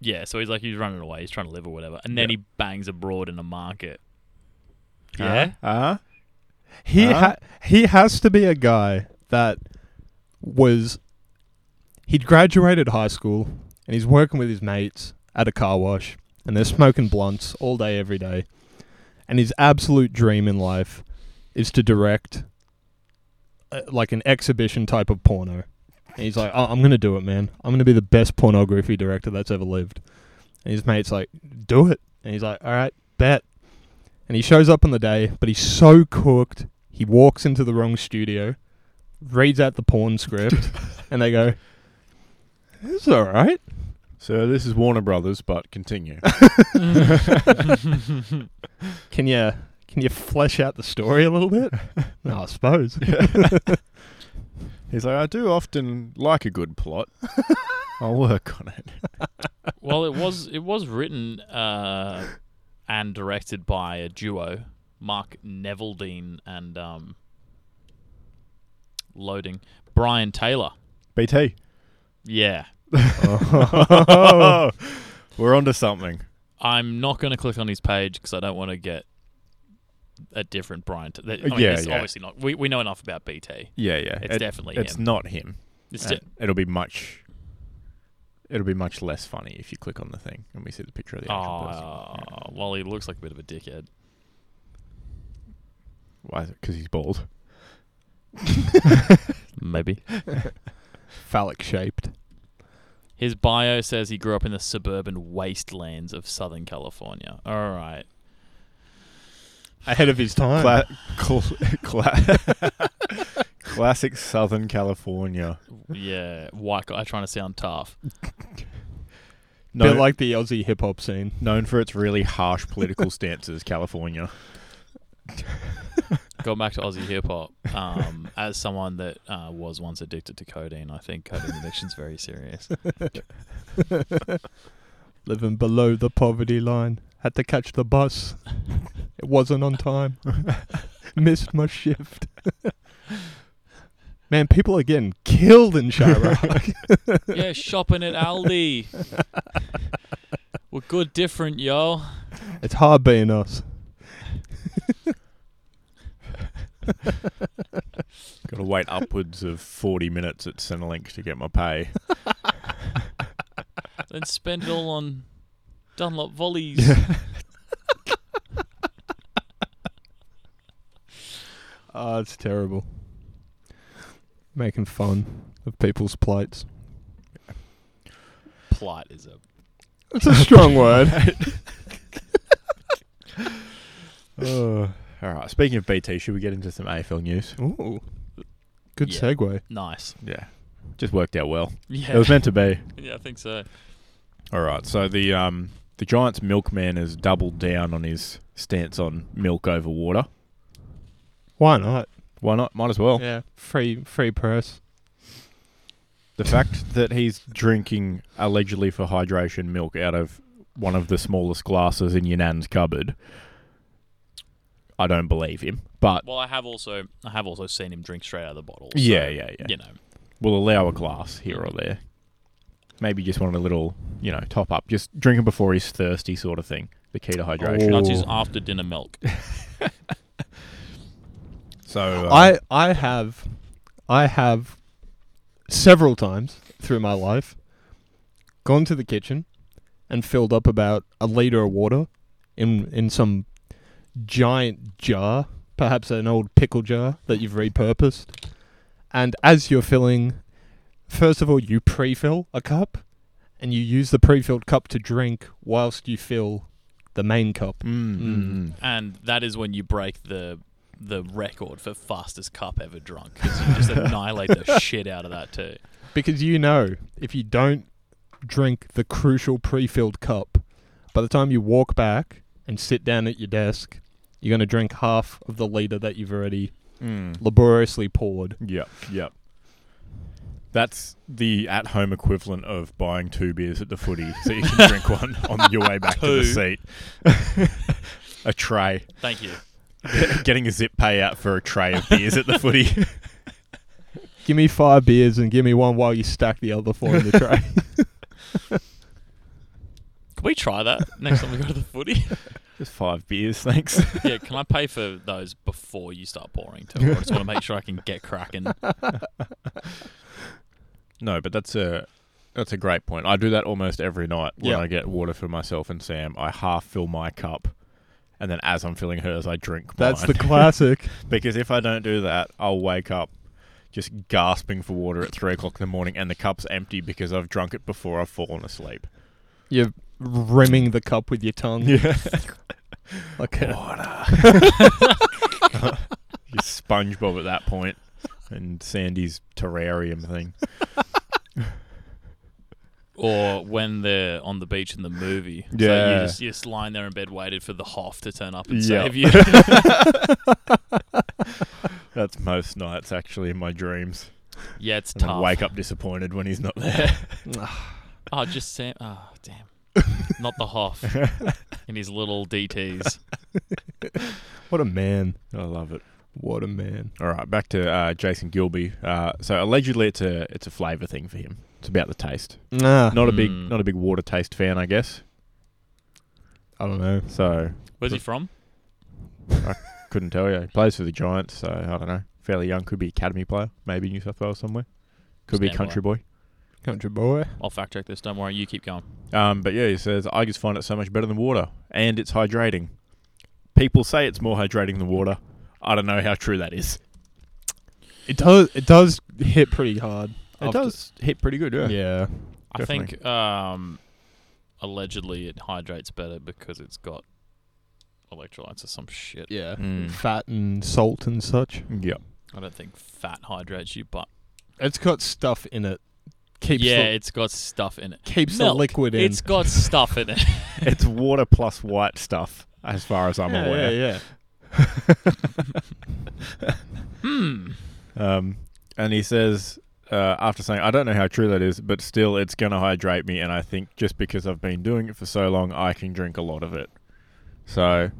[SPEAKER 2] yeah. So he's like, he's running away. He's trying to live or whatever. And then
[SPEAKER 1] Yeah.
[SPEAKER 2] he bangs abroad in a market.
[SPEAKER 3] Yeah.
[SPEAKER 1] Uh-huh.
[SPEAKER 3] He
[SPEAKER 1] Huh?
[SPEAKER 3] ha- he has to be a guy that was he'd graduated high school and he's working with his mates at a car wash and they're smoking blunts all day every day. And his absolute dream in life is to direct uh, like an exhibition type of porno. And he's like, oh, "I'm going to do it, man. I'm going to be the best pornography director that's ever lived." And his mate's like, "Do it." And he's like, "All right, bet." and he shows up on the day, but he's so cooked. He walks into the wrong studio, reads out the porn script, and they go, "It's all right."
[SPEAKER 1] So this is Warner Brothers, but continue.
[SPEAKER 3] Can you can you flesh out the story a little bit? no, I suppose.
[SPEAKER 1] He's like, I do often like a good plot. I'll work on it.
[SPEAKER 2] Uh, well, it was it was written uh, and directed by a duo, Mark Neveldine and um, loading Brian Taylor.
[SPEAKER 1] BT.
[SPEAKER 2] Yeah,
[SPEAKER 1] Oh. We're onto something.
[SPEAKER 2] I'm not going to click on his page because I don't want to get a different Brian. Ta- that- I mean,
[SPEAKER 1] Yeah,
[SPEAKER 2] it's
[SPEAKER 1] yeah.
[SPEAKER 2] obviously not. We we know enough about BT.
[SPEAKER 1] Yeah, yeah.
[SPEAKER 2] It's definitely
[SPEAKER 1] it's
[SPEAKER 2] him.
[SPEAKER 1] not him.
[SPEAKER 2] It's
[SPEAKER 1] And it'll be much. It'll be much less funny if you click on the thing and we see the picture of
[SPEAKER 2] de-
[SPEAKER 1] the actual
[SPEAKER 2] oh,
[SPEAKER 1] person. Yeah.
[SPEAKER 2] well, he looks like a bit of a dickhead.
[SPEAKER 1] Why? Is it? Because he's bald.
[SPEAKER 2] Maybe
[SPEAKER 3] Phallic shaped.
[SPEAKER 2] his bio says he grew up in the suburban wastelands of Southern California. All right.
[SPEAKER 3] Ahead of his time.
[SPEAKER 1] Cla- cl- cla- classic Southern California.
[SPEAKER 2] Yeah, white guy trying to sound tough.
[SPEAKER 1] No,
[SPEAKER 3] Bit like the Aussie hip hop scene.
[SPEAKER 1] known for its really harsh political stances, California.
[SPEAKER 2] Going back to Aussie hip hop, um, as someone that uh, was once addicted to codeine, I think codeine addiction's very serious.
[SPEAKER 3] Living below the poverty line. Had to catch the bus. It wasn't on time. Missed my shift. Man, people are getting killed in Chirac.
[SPEAKER 2] yeah, shopping at Aldi. We're good, different, yo.
[SPEAKER 3] it's hard being us.
[SPEAKER 1] Got to wait upwards of 40 minutes at Centrelink to get my pay.
[SPEAKER 2] Then spend it all on Dunlop volleys.
[SPEAKER 3] Oh, it's terrible. Making fun of people's plights.
[SPEAKER 2] Plight is a
[SPEAKER 3] It's a strong word.
[SPEAKER 1] All right. Speaking of BT, should we get into some AFL news?
[SPEAKER 3] Uh, Ooh. Good
[SPEAKER 2] Yeah.
[SPEAKER 3] segue.
[SPEAKER 2] nice.
[SPEAKER 1] Yeah. Just worked out well. It
[SPEAKER 2] Yeah,
[SPEAKER 1] was meant to be.
[SPEAKER 2] yeah, I think so.
[SPEAKER 1] All right. So the um the Giants milkman has doubled down on his stance on milk over water.
[SPEAKER 3] Why not?
[SPEAKER 1] Why not? Might as well.
[SPEAKER 3] Yeah. Free free press.
[SPEAKER 1] The fact that he's drinking allegedly for hydration milk out of one of the smallest glasses in your nan's cupboard, I don't believe him. But
[SPEAKER 2] Well, I have also I have also seen him drink straight out of the bottle. so,
[SPEAKER 1] yeah, yeah, yeah.
[SPEAKER 2] You know,
[SPEAKER 1] We'll allow a glass here or there. Maybe just want a little, you know, top up. Just drink it before he's thirsty, sort of thing. The key to hydration.
[SPEAKER 2] not his
[SPEAKER 3] Ooh.
[SPEAKER 2] after dinner milk.
[SPEAKER 1] So uh,
[SPEAKER 3] I I have I have several times through my life gone to the kitchen and filled up about a liter of water in in some giant jar, perhaps an old pickle jar that you've repurposed. And as you're filling first of all you pre-fill a cup and you use the pre-filled cup to drink whilst you fill the main cup.
[SPEAKER 1] Mm, mm, mm.
[SPEAKER 2] and that is when you break the the record for fastest cup ever drunk 'cause you just annihilate the shit out of that too.
[SPEAKER 3] Because you know, if you don't drink the crucial pre filled cup, by the time you walk back and sit down at your desk, you're going to drink half of the litre that you've already
[SPEAKER 1] Mm.
[SPEAKER 3] laboriously poured.
[SPEAKER 1] Yep, yep. That's the at home equivalent of buying two beers at the footy so you can drink one on your way back to the
[SPEAKER 2] Two.
[SPEAKER 1] seat. a tray.
[SPEAKER 2] Thank you.
[SPEAKER 1] Getting a zip pay out for a tray of beers at the footy.
[SPEAKER 3] Give me five beers and give me one while you stack the other four in the tray.
[SPEAKER 2] Can we try that next time we go to the footy?
[SPEAKER 1] Just five beers, thanks.
[SPEAKER 2] yeah, can I pay for those before you start pouring too? I just want to make sure I can get cracking.
[SPEAKER 1] No, but that's a that's a great point. I do that almost every night when
[SPEAKER 3] Yeah.
[SPEAKER 1] I get water for myself and Sam. I half fill my cup, and then as I'm filling hers, I drink.
[SPEAKER 3] That's
[SPEAKER 1] mine.
[SPEAKER 3] the classic.
[SPEAKER 1] because if I don't do that, I'll wake up just gasping for water at three o'clock in the morning, and the cup's empty because I've drunk it before I've fallen asleep.
[SPEAKER 3] You're rimming the cup with your tongue.
[SPEAKER 1] Yeah,
[SPEAKER 3] Like uh, a-
[SPEAKER 1] Just SpongeBob at that point, and Sandy's terrarium thing.
[SPEAKER 2] Or when they're on the beach in the movie. So
[SPEAKER 1] Yeah.
[SPEAKER 2] you just, you just lying there in bed, waited for the Hoff to turn up and
[SPEAKER 1] Yeah.
[SPEAKER 2] save you.
[SPEAKER 1] That's most nights actually in my dreams.
[SPEAKER 2] yeah, it's
[SPEAKER 1] And then
[SPEAKER 2] tough.
[SPEAKER 1] wake up disappointed when he's not there.
[SPEAKER 2] Oh, just Sam. Oh, damn. Not the Hoff in his little DTs.
[SPEAKER 3] what a man.
[SPEAKER 1] I love it.
[SPEAKER 3] What a man.
[SPEAKER 1] All right, back to uh, Jason Gilby. Uh, so allegedly, it's a it's a flavour thing for him. It's about the taste.
[SPEAKER 3] Nah.
[SPEAKER 1] Not a big
[SPEAKER 2] Mm.
[SPEAKER 1] not a big water taste fan, I guess.
[SPEAKER 3] I don't know.
[SPEAKER 1] So
[SPEAKER 2] Where's he from?
[SPEAKER 1] couldn't tell you. He plays for the Giants, so I don't know. Fairly young, could be academy player, maybe New South Wales somewhere. Could be a
[SPEAKER 2] Standby.
[SPEAKER 1] country boy.
[SPEAKER 3] Country boy.
[SPEAKER 2] I'll fact check this. Don't worry. You keep going.
[SPEAKER 1] Um, but yeah, he says I just find it so much better than water, and it's hydrating. People say it's more hydrating than water. I don't know how true that is.
[SPEAKER 3] It does it does hit pretty hard. after-
[SPEAKER 1] hit pretty good,
[SPEAKER 3] Yeah.
[SPEAKER 2] I think um, allegedly it hydrates better because it's got electrolytes or some shit.
[SPEAKER 3] Yeah.
[SPEAKER 1] Mm.
[SPEAKER 3] Fat and salt and such.
[SPEAKER 1] Yep.
[SPEAKER 2] I don't think fat hydrates you, but
[SPEAKER 3] It's got stuff in it. Keeps
[SPEAKER 2] yeah,
[SPEAKER 3] the,
[SPEAKER 2] it's got stuff in it.
[SPEAKER 3] keeps
[SPEAKER 2] Milk.
[SPEAKER 3] the liquid in.
[SPEAKER 2] It's got stuff in it.
[SPEAKER 1] it's water plus white stuff, as far as I'm
[SPEAKER 3] yeah,
[SPEAKER 1] aware.
[SPEAKER 3] Yeah, yeah.
[SPEAKER 2] Hmm.
[SPEAKER 1] Um, and he says, uh, after saying, I don't know how true that is, but still, it's going to hydrate me. And I think just because I've been doing it for so long, I can drink a lot of it. So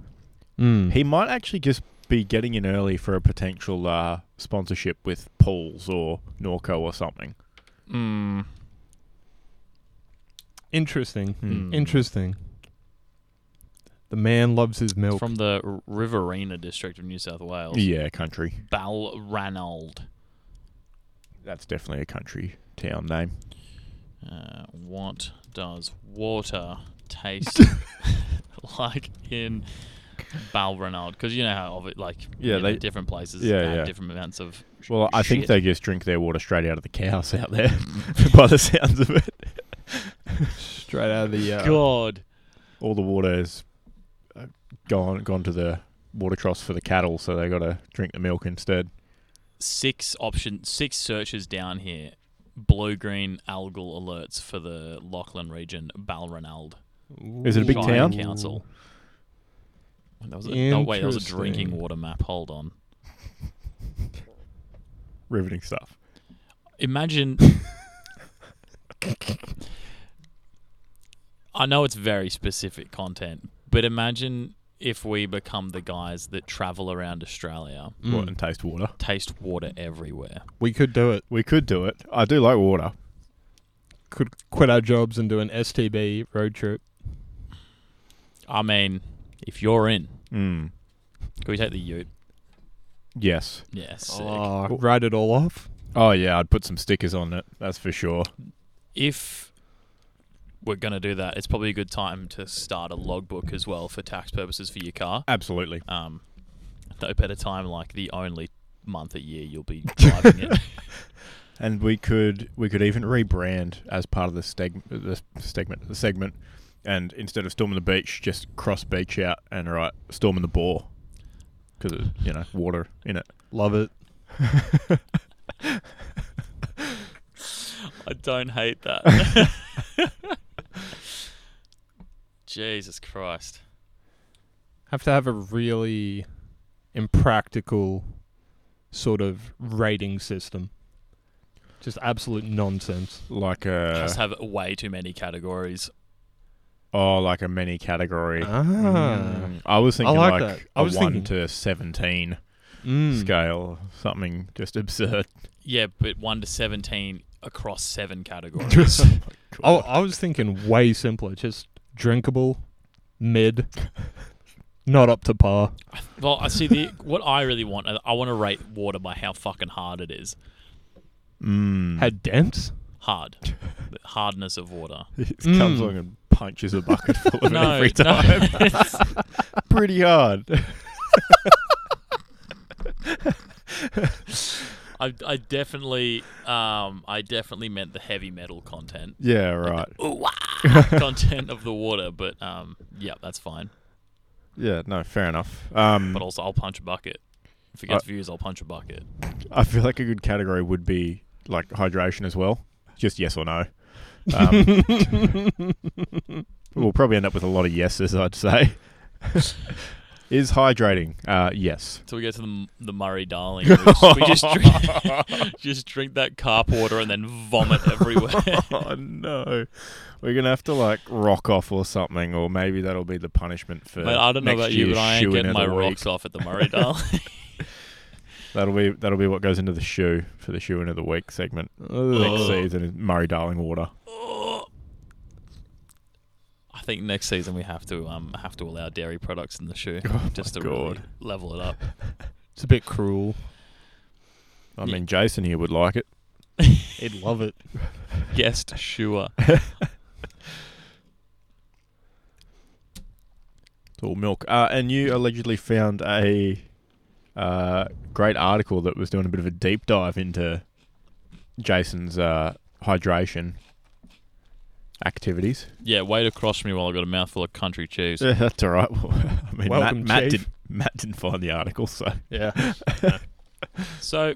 [SPEAKER 3] Mm.
[SPEAKER 1] he might actually just be getting in early for a potential uh, sponsorship with Paul's or Norco or something.
[SPEAKER 2] Hmm.
[SPEAKER 3] Interesting.
[SPEAKER 2] Hmm.
[SPEAKER 3] Interesting. The man loves his milk.
[SPEAKER 2] From the R- Riverina district of New South Wales.
[SPEAKER 1] Yeah, country.
[SPEAKER 2] Balranald.
[SPEAKER 1] That's definitely a country town name.
[SPEAKER 2] Uh, what does water taste like in Balranald? Because you know how of it, like
[SPEAKER 1] Yeah,
[SPEAKER 2] you know,
[SPEAKER 1] they-
[SPEAKER 2] different places
[SPEAKER 1] Yeah,
[SPEAKER 2] have
[SPEAKER 1] yeah.
[SPEAKER 2] different amounts of. sh-
[SPEAKER 1] Well, I think
[SPEAKER 2] shit.
[SPEAKER 1] they just drink their water straight out of the cows out there, by the sounds of it.
[SPEAKER 3] Straight out of the uh,
[SPEAKER 2] God.
[SPEAKER 1] all the water has uh, gone gone to the water troughs for the cattle, so they got to drink the milk instead.
[SPEAKER 2] six option six searches down here. Blue green algal alerts for the Lachlan region, Balranald.
[SPEAKER 1] Is it a big
[SPEAKER 2] Shire
[SPEAKER 1] town?
[SPEAKER 2] Council. That was a, no, wait, that was a drinking
[SPEAKER 3] Interesting.
[SPEAKER 2] water map. Hold on.
[SPEAKER 1] Riveting stuff.
[SPEAKER 2] Imagine. I know it's very specific content, but imagine if we become the guys that travel around Australia,
[SPEAKER 3] Mm.
[SPEAKER 1] Well, and taste water.
[SPEAKER 2] taste water everywhere.
[SPEAKER 3] We could do it.
[SPEAKER 1] We could do it. I do like water.
[SPEAKER 3] Could quit our jobs and do an STB road trip.
[SPEAKER 2] I mean, if you're in,
[SPEAKER 1] Mm.
[SPEAKER 2] can we take the ute?
[SPEAKER 1] Yes.
[SPEAKER 2] Yes.
[SPEAKER 3] Oh, write it all off.
[SPEAKER 1] Oh yeah, I'd put some stickers on it. That's for sure.
[SPEAKER 2] if we're going to do that, it's probably a good time to start a logbook as well for tax purposes for your car.
[SPEAKER 1] Absolutely.
[SPEAKER 2] Um, no better time, like the only month a year you'll be driving it.
[SPEAKER 1] And we could we could even rebrand as part of the steg the segment the segment, and instead of storming the beach, just cross beach out and write storming the bore, because you know water in it.
[SPEAKER 3] Love it.
[SPEAKER 2] I don't hate that. Jesus Christ.
[SPEAKER 3] Have to have a really impractical sort of rating system. Just absolute nonsense.
[SPEAKER 1] Like a
[SPEAKER 2] Just have way too many categories.
[SPEAKER 1] Oh, like a mini category.
[SPEAKER 3] Ah.
[SPEAKER 1] Mm. I was thinking
[SPEAKER 3] like
[SPEAKER 1] like,
[SPEAKER 3] that. I
[SPEAKER 1] a
[SPEAKER 3] was
[SPEAKER 1] one
[SPEAKER 3] thinking-
[SPEAKER 1] to seventeen.
[SPEAKER 3] Mm.
[SPEAKER 1] scale, something just absurd.
[SPEAKER 2] Yeah, but one to seventeen across seven categories.
[SPEAKER 3] Oh, I was thinking way simpler, just drinkable, mid, not up to par.
[SPEAKER 2] well, I see the what I really want. I want to rate water by how fucking hard it is.
[SPEAKER 1] Mm.
[SPEAKER 3] Had dents.
[SPEAKER 2] Hard, the hardness of water.
[SPEAKER 1] It
[SPEAKER 3] Mm.
[SPEAKER 1] comes along and punches a bucket full of
[SPEAKER 2] No,
[SPEAKER 1] it every
[SPEAKER 2] no.
[SPEAKER 1] time. Pretty hard.
[SPEAKER 2] I, I definitely, um, I definitely meant the heavy metal content,
[SPEAKER 1] Yeah, right.
[SPEAKER 2] content of the water. But um, yeah, that's fine.
[SPEAKER 1] Yeah, no, fair enough. Um,
[SPEAKER 2] But also, I'll punch a bucket. If it gets
[SPEAKER 1] Uh,
[SPEAKER 2] views, I'll punch a bucket.
[SPEAKER 1] I feel like a good category would be like hydration as well. Just yes or no. Um, we'll probably end up with a lot of yeses, I'd say. Is hydrating? Uh, yes.
[SPEAKER 2] Till we get to the, the Murray Darling, we just, we just drink, just drink that carp water and then vomit everywhere.
[SPEAKER 1] oh no, we're gonna have to like rock off or something, or maybe that'll be the punishment for.
[SPEAKER 2] Mate, I don't know
[SPEAKER 1] next
[SPEAKER 2] about you,
[SPEAKER 1] year's
[SPEAKER 2] but I
[SPEAKER 1] shoe
[SPEAKER 2] ain't getting
[SPEAKER 1] in
[SPEAKER 2] my
[SPEAKER 1] of the
[SPEAKER 2] rocks
[SPEAKER 1] week.
[SPEAKER 2] off at the Murray Darling.
[SPEAKER 1] That'll be that'll be what goes into the shoe for the shoe in of the week segment next
[SPEAKER 2] Ugh.
[SPEAKER 1] season. Is Murray Darling water?
[SPEAKER 2] I think next season we have to um have to allow dairy products in the shoe just to really
[SPEAKER 1] God.
[SPEAKER 2] level it up.
[SPEAKER 3] It's a bit cruel.
[SPEAKER 1] I
[SPEAKER 2] Yeah.
[SPEAKER 1] mean, Jason here would like it.
[SPEAKER 3] I'd love it.
[SPEAKER 2] Guest shoer.
[SPEAKER 1] It's all milk. Uh, and you allegedly found a uh, great article that was doing a bit of a deep dive into Jason's uh, hydration activities.
[SPEAKER 2] Yeah, wait across from me while I got a mouthful of country cheese.
[SPEAKER 1] Yeah, that's all right. Well, I mean,
[SPEAKER 3] Welcome,
[SPEAKER 1] Matt, Matt,
[SPEAKER 3] Chief.
[SPEAKER 1] did, Matt didn't find the article, so
[SPEAKER 3] Yeah.
[SPEAKER 2] So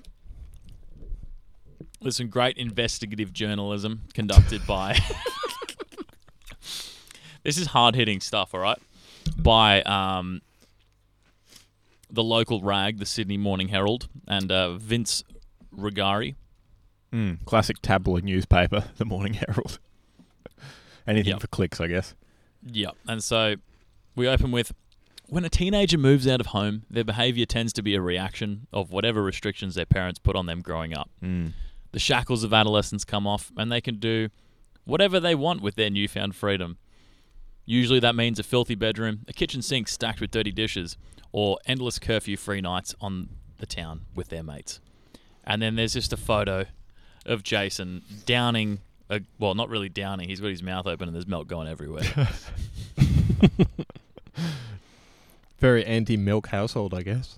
[SPEAKER 2] there's some great investigative journalism conducted by This is hard hitting stuff, all right? By um the local rag, the Sydney Morning Herald, and uh, Vince Rigari.
[SPEAKER 1] mm, classic tabloid newspaper, the Morning Herald. Anything
[SPEAKER 2] Yep.
[SPEAKER 1] for clicks, I guess.
[SPEAKER 2] Yeah. And so we open with when a teenager moves out of home, their behavior tends to be a reaction of whatever restrictions their parents put on them growing up.
[SPEAKER 1] Mm.
[SPEAKER 2] The shackles of adolescence come off and they can do whatever they want with their newfound freedom. Usually that means a filthy bedroom, a kitchen sink stacked with dirty dishes, or endless curfew free nights on the town with their mates. And then there's just a photo of Jason downing a, well, not really downing, he's got his mouth open and there's milk going everywhere.
[SPEAKER 3] Very anti-milk household, I guess.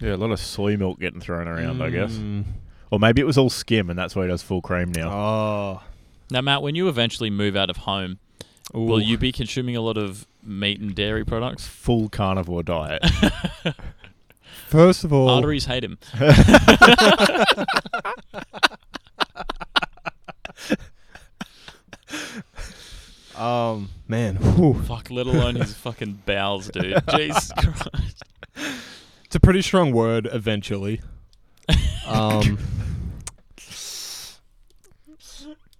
[SPEAKER 1] Yeah, a lot of soy milk getting thrown around, I guess.
[SPEAKER 3] Mm.
[SPEAKER 1] Or maybe it was all skim, and that's why he does full cream now.
[SPEAKER 3] Oh.
[SPEAKER 2] Now, Matt, when you eventually move out of home, will
[SPEAKER 3] Ooh.
[SPEAKER 2] you be consuming a lot of meat and dairy products?
[SPEAKER 1] Full carnivore diet.
[SPEAKER 3] First of all,
[SPEAKER 2] Arteries hate him.
[SPEAKER 3] um, man, whew,
[SPEAKER 2] Fuck, let alone his fucking bowels, dude. Jesus Christ.
[SPEAKER 3] it's a pretty strong word. Eventually, um,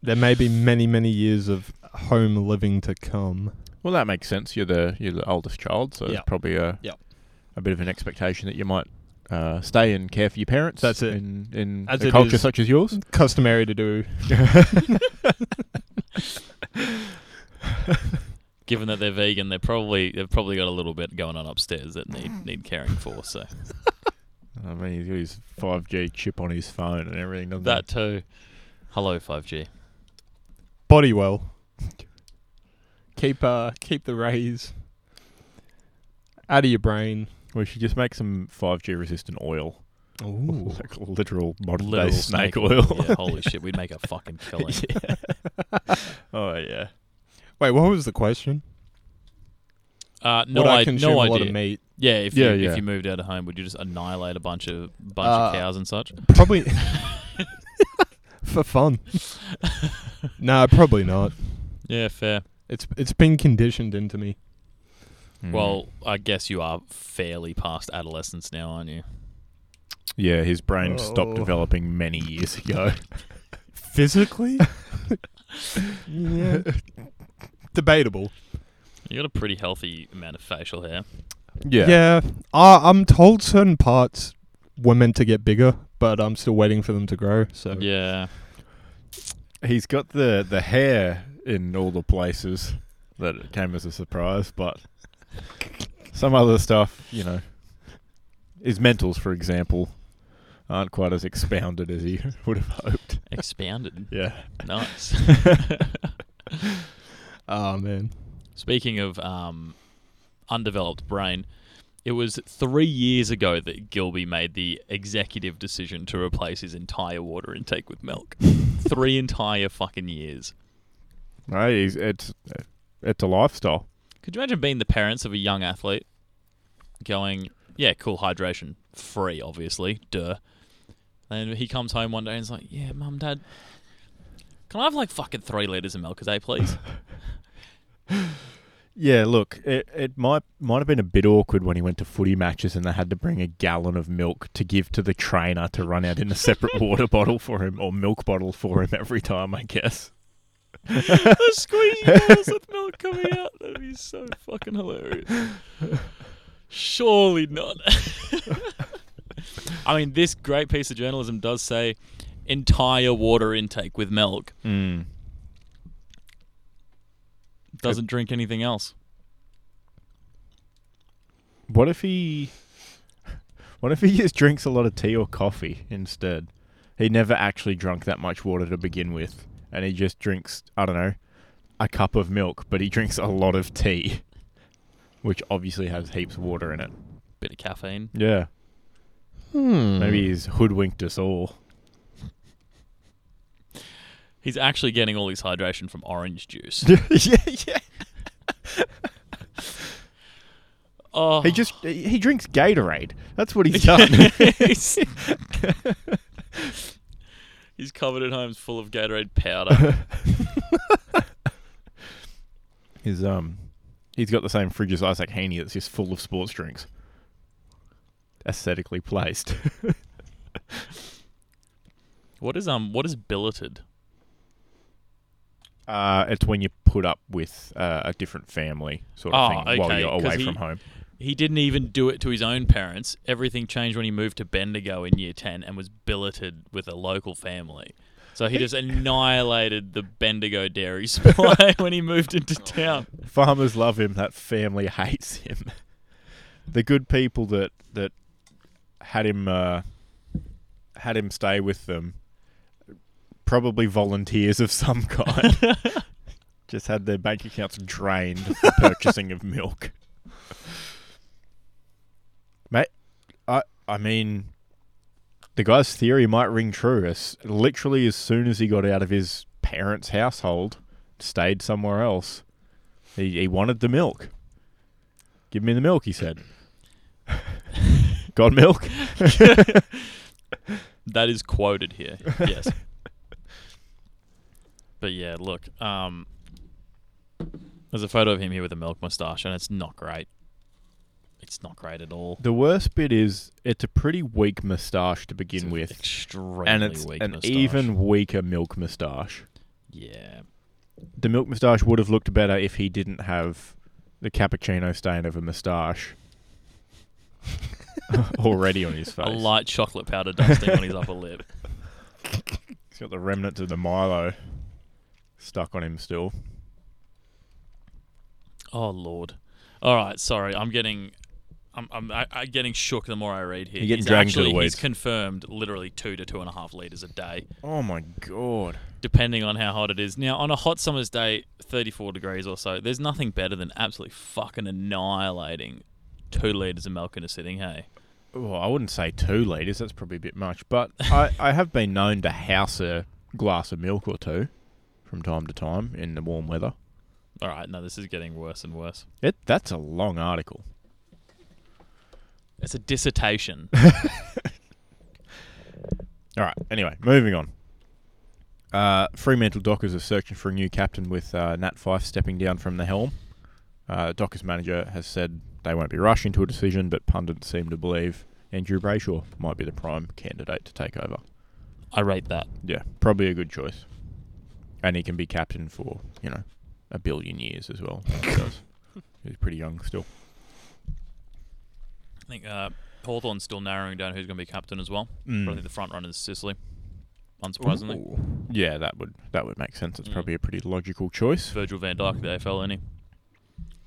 [SPEAKER 3] there may be many, many years of home living to come.
[SPEAKER 1] Well, that makes sense. You're the you're the oldest child, so
[SPEAKER 3] Yeah.
[SPEAKER 1] it's probably a
[SPEAKER 3] Yeah.
[SPEAKER 1] a bit of an expectation that you might uh, stay and care for your parents.
[SPEAKER 3] That's it.
[SPEAKER 1] In in
[SPEAKER 3] As
[SPEAKER 1] a
[SPEAKER 3] it
[SPEAKER 1] culture
[SPEAKER 3] is.
[SPEAKER 1] such as yours,
[SPEAKER 3] Customary to do.
[SPEAKER 2] Given that they're vegan, they're probably they've probably got a little bit going on upstairs that need need caring for. So
[SPEAKER 3] Mm.
[SPEAKER 1] I mean, he's got his five G chip on his phone and everything. Doesn't
[SPEAKER 2] that too. Hello, 5G.
[SPEAKER 3] Body well. Keep uh, keep the rays out of your brain.
[SPEAKER 1] he? we should just make some five G resistant oil,
[SPEAKER 3] Ooh.
[SPEAKER 1] like literal modern
[SPEAKER 2] Literal
[SPEAKER 1] day snake, oil.
[SPEAKER 2] Yeah, holy shit, we'd make a fucking killing.
[SPEAKER 1] oh yeah,
[SPEAKER 3] Wait, what was the question?
[SPEAKER 2] Uh, no,
[SPEAKER 3] Would I,
[SPEAKER 2] I,
[SPEAKER 3] consume
[SPEAKER 2] no
[SPEAKER 3] a
[SPEAKER 2] idea.
[SPEAKER 3] lot of meat?
[SPEAKER 2] Yeah, if
[SPEAKER 1] Yeah,
[SPEAKER 2] you
[SPEAKER 1] yeah.
[SPEAKER 2] if you moved out of home, would you just annihilate a bunch of bunch of
[SPEAKER 3] Uh,
[SPEAKER 2] cows and such?
[SPEAKER 3] Probably for fun. no, probably not.
[SPEAKER 2] Yeah, fair.
[SPEAKER 3] It's it's been conditioned into me.
[SPEAKER 1] Mm.
[SPEAKER 2] Well, I guess you are fairly past adolescence now, aren't you?
[SPEAKER 1] yeah, his brain
[SPEAKER 3] Oh.
[SPEAKER 1] stopped developing many years ago.
[SPEAKER 3] Physically? yeah. Debatable.
[SPEAKER 2] You got a pretty healthy amount of facial hair.
[SPEAKER 1] Yeah.
[SPEAKER 3] Yeah. Uh, I'm told certain parts were meant to get bigger, but I'm still waiting for them to grow. So
[SPEAKER 2] Yeah.
[SPEAKER 1] He's got the, the hair in all the places that it came as a surprise, but some other stuff, you know. His mentals, for example, aren't quite as expounded as he would have hoped.
[SPEAKER 2] Expounded.
[SPEAKER 1] Yeah.
[SPEAKER 2] Nice.
[SPEAKER 3] Oh man.
[SPEAKER 2] Speaking of um, undeveloped brain, it was three years ago that Gilby made the executive decision to replace his entire water intake with milk. three entire fucking years.
[SPEAKER 1] Right, he's, it's it's a lifestyle.
[SPEAKER 2] Could you imagine being the parents of a young athlete going, yeah, cool, hydration, free, obviously, duh. And he comes home one day and is like, yeah, mum, dad, can I have like fucking three litres of milk a day, please?
[SPEAKER 1] Yeah, look, it, it might might have been a bit awkward when he went to footy matches and they had to bring a gallon of milk to give to the trainer to run out in a separate water bottle for him or milk bottle for him every time, I guess.
[SPEAKER 2] the squeegee balls with milk coming out. That'd be so fucking hilarious. Surely not. I mean, this great piece of journalism does say entire water intake with milk.
[SPEAKER 1] Mm.
[SPEAKER 2] Doesn't drink anything else.
[SPEAKER 1] What if he What if he just drinks a lot of tea or coffee instead? He never actually drank that much water to begin with, and he just drinks, I don't know, a cup of milk, but he drinks a lot of tea, which obviously has heaps of water in it.
[SPEAKER 2] Bit of caffeine.
[SPEAKER 1] Yeah.
[SPEAKER 3] Hmm.
[SPEAKER 1] Maybe he's hoodwinked us all.
[SPEAKER 2] He's actually getting all his hydration from orange juice.
[SPEAKER 1] yeah, yeah.
[SPEAKER 2] Oh,
[SPEAKER 1] He just he he drinks Gatorade. That's what he's done.
[SPEAKER 2] he's, he's covered at home full of Gatorade powder.
[SPEAKER 1] His um, he's got the same fridge as Isaac Haney. That's just full of sports drinks, aesthetically placed.
[SPEAKER 2] what is um? What is billeted?
[SPEAKER 1] Uh, it's when you put up with uh, a different family sort of
[SPEAKER 2] Oh,
[SPEAKER 1] thing while
[SPEAKER 2] okay,
[SPEAKER 1] you're
[SPEAKER 2] 'cause
[SPEAKER 1] away
[SPEAKER 2] he-
[SPEAKER 1] from home.
[SPEAKER 2] He didn't even do it to his own parents. Everything changed when he moved to Bendigo in year 10 and was billeted with a local family. So he just annihilated the Bendigo dairy supply when he moved into
[SPEAKER 1] Oh.
[SPEAKER 2] town.
[SPEAKER 1] Farmers love him. That family hates him. The good people that that had him uh, had him stay with them, probably volunteers of some kind, just had their bank accounts drained for purchasing of milk. Mate, I I mean, the guy's theory might ring true. As, literally, as soon as he got out of his parents' household, stayed somewhere else. He, he wanted the milk. Give me the milk, he said. Got milk?
[SPEAKER 2] That is quoted here. Yes. but yeah, look, um, there's a photo of him here with a milk mustache, and it's not great. It's not great at all.
[SPEAKER 1] The worst bit is it's a pretty weak moustache to begin with,
[SPEAKER 2] extremely
[SPEAKER 1] and it's
[SPEAKER 2] weak
[SPEAKER 1] an
[SPEAKER 2] moustache.
[SPEAKER 1] even weaker milk moustache.
[SPEAKER 2] yeah.
[SPEAKER 1] The milk moustache would have looked better if he didn't have the cappuccino stain of a moustache already on his face.
[SPEAKER 2] A light chocolate powder dusting on his upper lip.
[SPEAKER 1] He's got the remnants of the Milo stuck on him still.
[SPEAKER 2] Oh lord. All right, sorry. I'm getting, I'm, I'm, I, I'm getting shook the more I read here.
[SPEAKER 1] You're getting
[SPEAKER 2] he's
[SPEAKER 1] dragged into the
[SPEAKER 2] actually,
[SPEAKER 1] weeds.
[SPEAKER 2] he's confirmed literally two to two and a half liters a day,
[SPEAKER 1] Oh my god!
[SPEAKER 2] depending on how hot it is. Now, on a hot summer's day, 34 degrees or so, there's nothing better than absolutely fucking annihilating two liters of milk in a sitting. Hey,
[SPEAKER 1] Well, I wouldn't say two litres. That's probably a bit much. But I, I have been known to house a glass of milk or two from time to time in the warm weather.
[SPEAKER 2] all right. No, this is getting worse and worse.
[SPEAKER 1] It, that's a long article.
[SPEAKER 2] It's a dissertation.
[SPEAKER 1] All right. Anyway, moving on. Uh, Fremantle Dockers are searching for a new captain with uh, Nat Fife stepping down from the helm. Uh, Dockers manager has said they won't be rushing to a decision, but pundits seem to believe Andrew Brayshaw might be the prime candidate to take over.
[SPEAKER 2] I rate that.
[SPEAKER 1] Yeah, probably a good choice. And he can be captain for, you know, a billion years as well. He does. He's pretty young still.
[SPEAKER 2] think uh, Hawthorne's still narrowing down who's going to be captain as well. But I think the front runner is Sicily, unsurprisingly.
[SPEAKER 3] Ooh.
[SPEAKER 1] Yeah, that would that would make sense. It's
[SPEAKER 2] Mm.
[SPEAKER 1] probably a pretty logical choice.
[SPEAKER 2] Virgil van Dijk, the AFL, isn't he?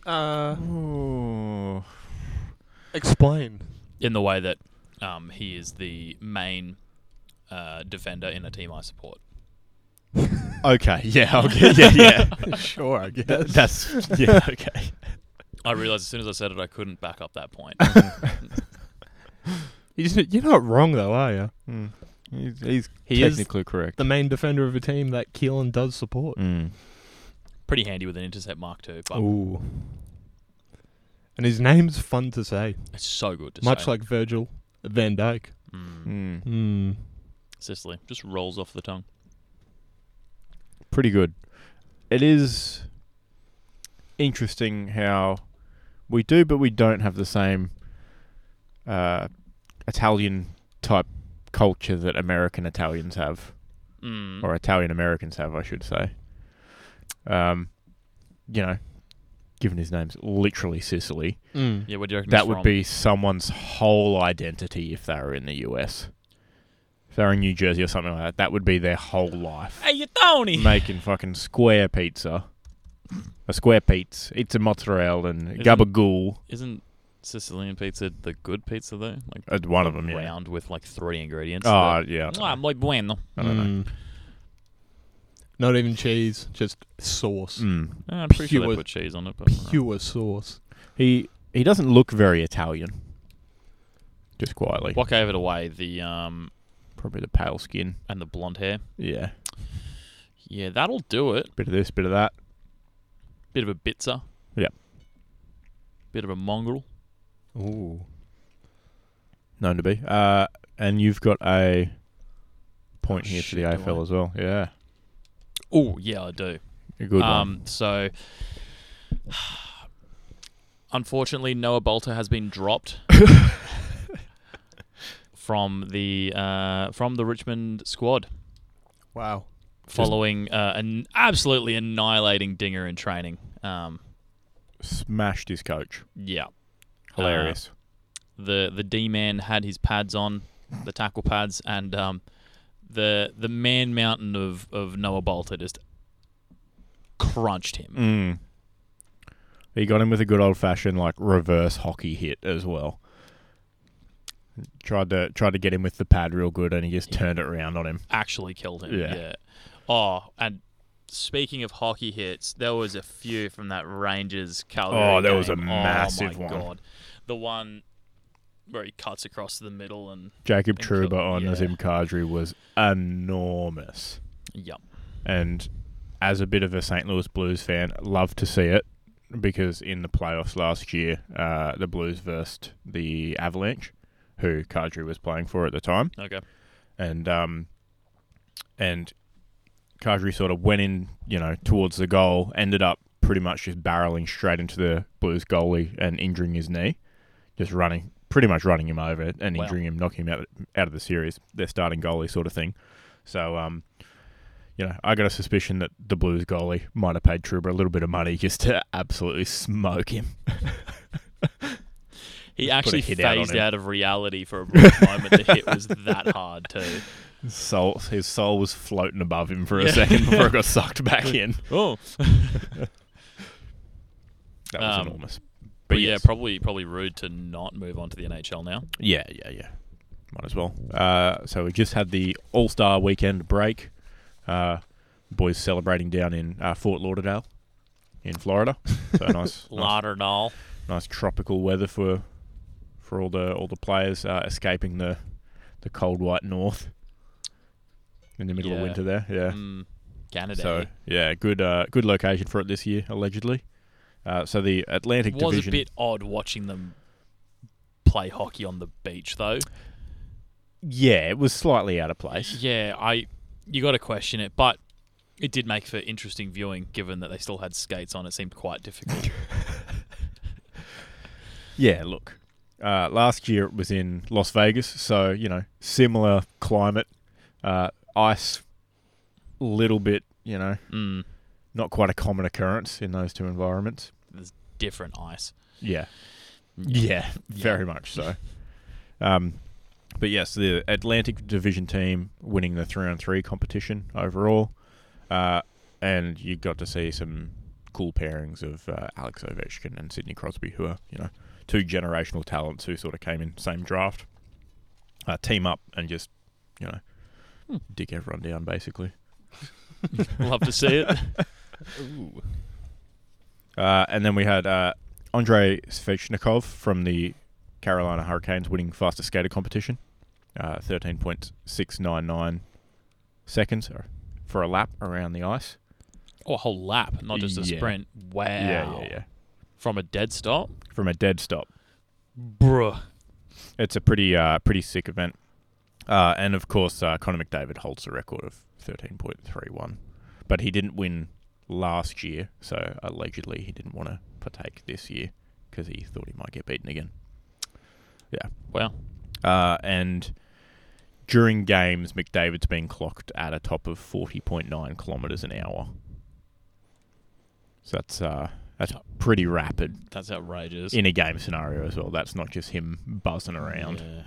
[SPEAKER 3] Uh,
[SPEAKER 1] Ooh.
[SPEAKER 3] explain.
[SPEAKER 2] In the way that um, he is the main uh, defender in a team I support.
[SPEAKER 1] Okay. Yeah. I'll get, yeah. Yeah.
[SPEAKER 3] Sure, I guess.
[SPEAKER 1] That- that's yeah. Okay.
[SPEAKER 2] I realised as soon as I said it, I couldn't back up that point.
[SPEAKER 3] He's, you're not wrong though, are you?
[SPEAKER 1] Mm. He's, he's
[SPEAKER 3] He is
[SPEAKER 1] technically correct.
[SPEAKER 3] The main defender of a team that Keelan does support.
[SPEAKER 1] Mm.
[SPEAKER 2] Pretty handy with an intercept mark too, but
[SPEAKER 3] Ooh. And his name's fun to say,
[SPEAKER 2] it's so good to
[SPEAKER 3] much
[SPEAKER 2] say.
[SPEAKER 3] like Virgil Van Dyke.
[SPEAKER 2] Mm.
[SPEAKER 1] Mm.
[SPEAKER 3] Hmm.
[SPEAKER 2] Sicily just rolls off the tongue.
[SPEAKER 1] pretty good. It is interesting how we do, but we don't have the same uh, Italian type culture that American Italians have,
[SPEAKER 2] Mm.
[SPEAKER 1] or Italian Americans have, I should say. Um, you know, given his name's literally Sicily,
[SPEAKER 3] Mm.
[SPEAKER 2] Yeah, what do you reckon?
[SPEAKER 1] that
[SPEAKER 2] he's
[SPEAKER 1] would
[SPEAKER 2] from?
[SPEAKER 1] be someone's whole identity if they were in the US. If they were in New Jersey or something like that, that would be their whole life
[SPEAKER 2] Hey, you Tony.
[SPEAKER 1] making fucking square pizza. A square pizza. It's a mozzarella and
[SPEAKER 2] Isn't-
[SPEAKER 1] gabagool.
[SPEAKER 2] Isn't Sicilian pizza the good pizza though? Like
[SPEAKER 1] At one of them, Oh, yeah.
[SPEAKER 2] round with like three ingredients.
[SPEAKER 1] Oh,
[SPEAKER 2] that-
[SPEAKER 1] yeah.
[SPEAKER 2] Ah, muy bueno.
[SPEAKER 1] I don't know.
[SPEAKER 3] Mm. Not even cheese, just sauce.
[SPEAKER 1] Mm.
[SPEAKER 2] Uh, I'm pretty sure
[SPEAKER 3] Pure-
[SPEAKER 2] they put cheese on it. But
[SPEAKER 3] Pure sauce.
[SPEAKER 1] He he doesn't look very Italian. Just quietly.
[SPEAKER 2] What gave it away? The um
[SPEAKER 1] Probably the pale skin.
[SPEAKER 2] and the blonde hair.
[SPEAKER 1] Yeah.
[SPEAKER 2] Yeah, that'll do it.
[SPEAKER 1] Bit of this, bit of that.
[SPEAKER 2] Bit of a bitzer.
[SPEAKER 1] Yep.
[SPEAKER 2] Bit of a mongrel.
[SPEAKER 3] Ooh.
[SPEAKER 1] Known to be. Uh, and you've got a point
[SPEAKER 2] Oh,
[SPEAKER 1] here
[SPEAKER 2] shit,
[SPEAKER 1] for
[SPEAKER 2] do
[SPEAKER 1] the AFL
[SPEAKER 2] I?
[SPEAKER 1] as well. Yeah.
[SPEAKER 2] Oh yeah, I do.
[SPEAKER 1] A good
[SPEAKER 2] um, So, unfortunately, Noah Bolter has been dropped from the uh, from the Richmond squad
[SPEAKER 3] Wow.
[SPEAKER 2] following uh, an absolutely annihilating dinger in training. Um,
[SPEAKER 1] one. Smashed his coach.
[SPEAKER 2] yeah, Uh,
[SPEAKER 1] Hilarious.
[SPEAKER 2] the the D man had his pads on, the tackle pads, and um, the the man mountain of of Noah Bolter just crunched him.
[SPEAKER 1] Mm. He got him with a good old fashioned like reverse hockey hit as well. Tried to tried to get him with the pad real good, and he just turned it around on him.
[SPEAKER 2] actually killed him.
[SPEAKER 1] Yeah.
[SPEAKER 2] Yeah. Oh, and speaking of hockey hits, there was a few from that Rangers Calgary.
[SPEAKER 1] Oh, there was a
[SPEAKER 2] game.
[SPEAKER 1] massive
[SPEAKER 2] oh, my
[SPEAKER 1] one.
[SPEAKER 2] God. The one where he cuts across to the middle and
[SPEAKER 1] Jacob
[SPEAKER 2] And killed-
[SPEAKER 1] Truba on
[SPEAKER 2] yeah.
[SPEAKER 1] Nazim Kadri was enormous,
[SPEAKER 2] yep.
[SPEAKER 1] and as a bit of a St. Louis Blues fan, love to see it because in the playoffs last year, uh, the Blues versed the Avalanche, who Kadri was playing for at the time.
[SPEAKER 2] Okay.
[SPEAKER 1] and um, and Kadri sort of went in, you know, towards the goal. Ended up pretty much just barreling straight into the Blues goalie and injuring his knee, just running, pretty much running him over and
[SPEAKER 2] Wow.
[SPEAKER 1] injuring him, knocking him out out of the series. Their starting goalie sort of thing. So um, you know, I got a suspicion that the Blues goalie might have paid Truber a little bit of money just to absolutely smoke him.
[SPEAKER 2] He
[SPEAKER 1] Put a
[SPEAKER 2] actually
[SPEAKER 1] hit
[SPEAKER 2] phased
[SPEAKER 1] out on
[SPEAKER 2] out,
[SPEAKER 1] him.
[SPEAKER 2] of reality for a brief moment. The hit was that hard too.
[SPEAKER 1] His soul, his soul was floating above him for a
[SPEAKER 2] Yeah.
[SPEAKER 1] second before it got sucked back in.
[SPEAKER 2] Oh,
[SPEAKER 1] That was
[SPEAKER 2] Um,
[SPEAKER 1] enormous.
[SPEAKER 2] but yeah,
[SPEAKER 1] yes.
[SPEAKER 2] probably probably rude to not move on to the NHL now.
[SPEAKER 1] Yeah, yeah, yeah. Might as well. Uh, so we just had the All Star weekend break. Uh, boys celebrating down in uh, Fort Lauderdale, in Florida. So nice, nice,
[SPEAKER 2] Lauderdale.
[SPEAKER 1] nice tropical weather for for all the all the players uh, escaping the the cold white north in the middle of
[SPEAKER 2] Yeah.
[SPEAKER 1] winter there. Yeah.
[SPEAKER 2] Mm, Canada.
[SPEAKER 1] So yeah, good uh, good location for it this year allegedly. Uh, so the Atlantic
[SPEAKER 2] It was a
[SPEAKER 1] Division
[SPEAKER 2] bit odd watching them play hockey on the beach though.
[SPEAKER 1] Yeah, it was slightly out of place.
[SPEAKER 2] Yeah, I you got to question it, but it did make for interesting viewing given that they still had skates on. It seemed quite difficult.
[SPEAKER 1] Yeah, look. Uh, last year it was in Las Vegas, so you know, similar climate, uh, ice, little bit, you know,
[SPEAKER 2] mm,
[SPEAKER 1] not quite a common occurrence in those two environments.
[SPEAKER 2] different ice.
[SPEAKER 1] Yeah,
[SPEAKER 2] Yeah.
[SPEAKER 1] Yeah, very much so. Um, but yes, the Atlantic Division team winning the three on three competition overall, uh, and you got to see some cool pairings of uh, Alex Ovechkin and Sidney Crosby, who are you know two generational talents who sort of came in same draft, uh, team up and just you know
[SPEAKER 2] Hmm.
[SPEAKER 1] dick everyone down basically.
[SPEAKER 2] Love to see it.
[SPEAKER 1] Uh, and then we had uh, Andre Svechnikov from the Carolina Hurricanes winning fastest skater competition, uh, 13.699 seconds or- for a lap around the ice.
[SPEAKER 2] Oh, a whole lap, not just a
[SPEAKER 1] Yeah.
[SPEAKER 2] sprint. Wow.
[SPEAKER 1] Yeah, yeah, yeah.
[SPEAKER 2] From a dead stop,
[SPEAKER 1] From a dead stop.
[SPEAKER 2] bruh.
[SPEAKER 1] It's a pretty, uh, pretty sick event. Uh, and of course, uh, Connor McDavid holds the record of 13.31, but he didn't win last year, so allegedly he didn't want to partake this year because he thought he might get beaten again.
[SPEAKER 2] Wow.
[SPEAKER 1] Uh, and during games, McDavid's been clocked at a top of 40.9 kilometres an hour. So that's uh, that's pretty rapid
[SPEAKER 2] That's outrageous.
[SPEAKER 1] in a game scenario as well. That's not just him buzzing around.
[SPEAKER 2] Yeah.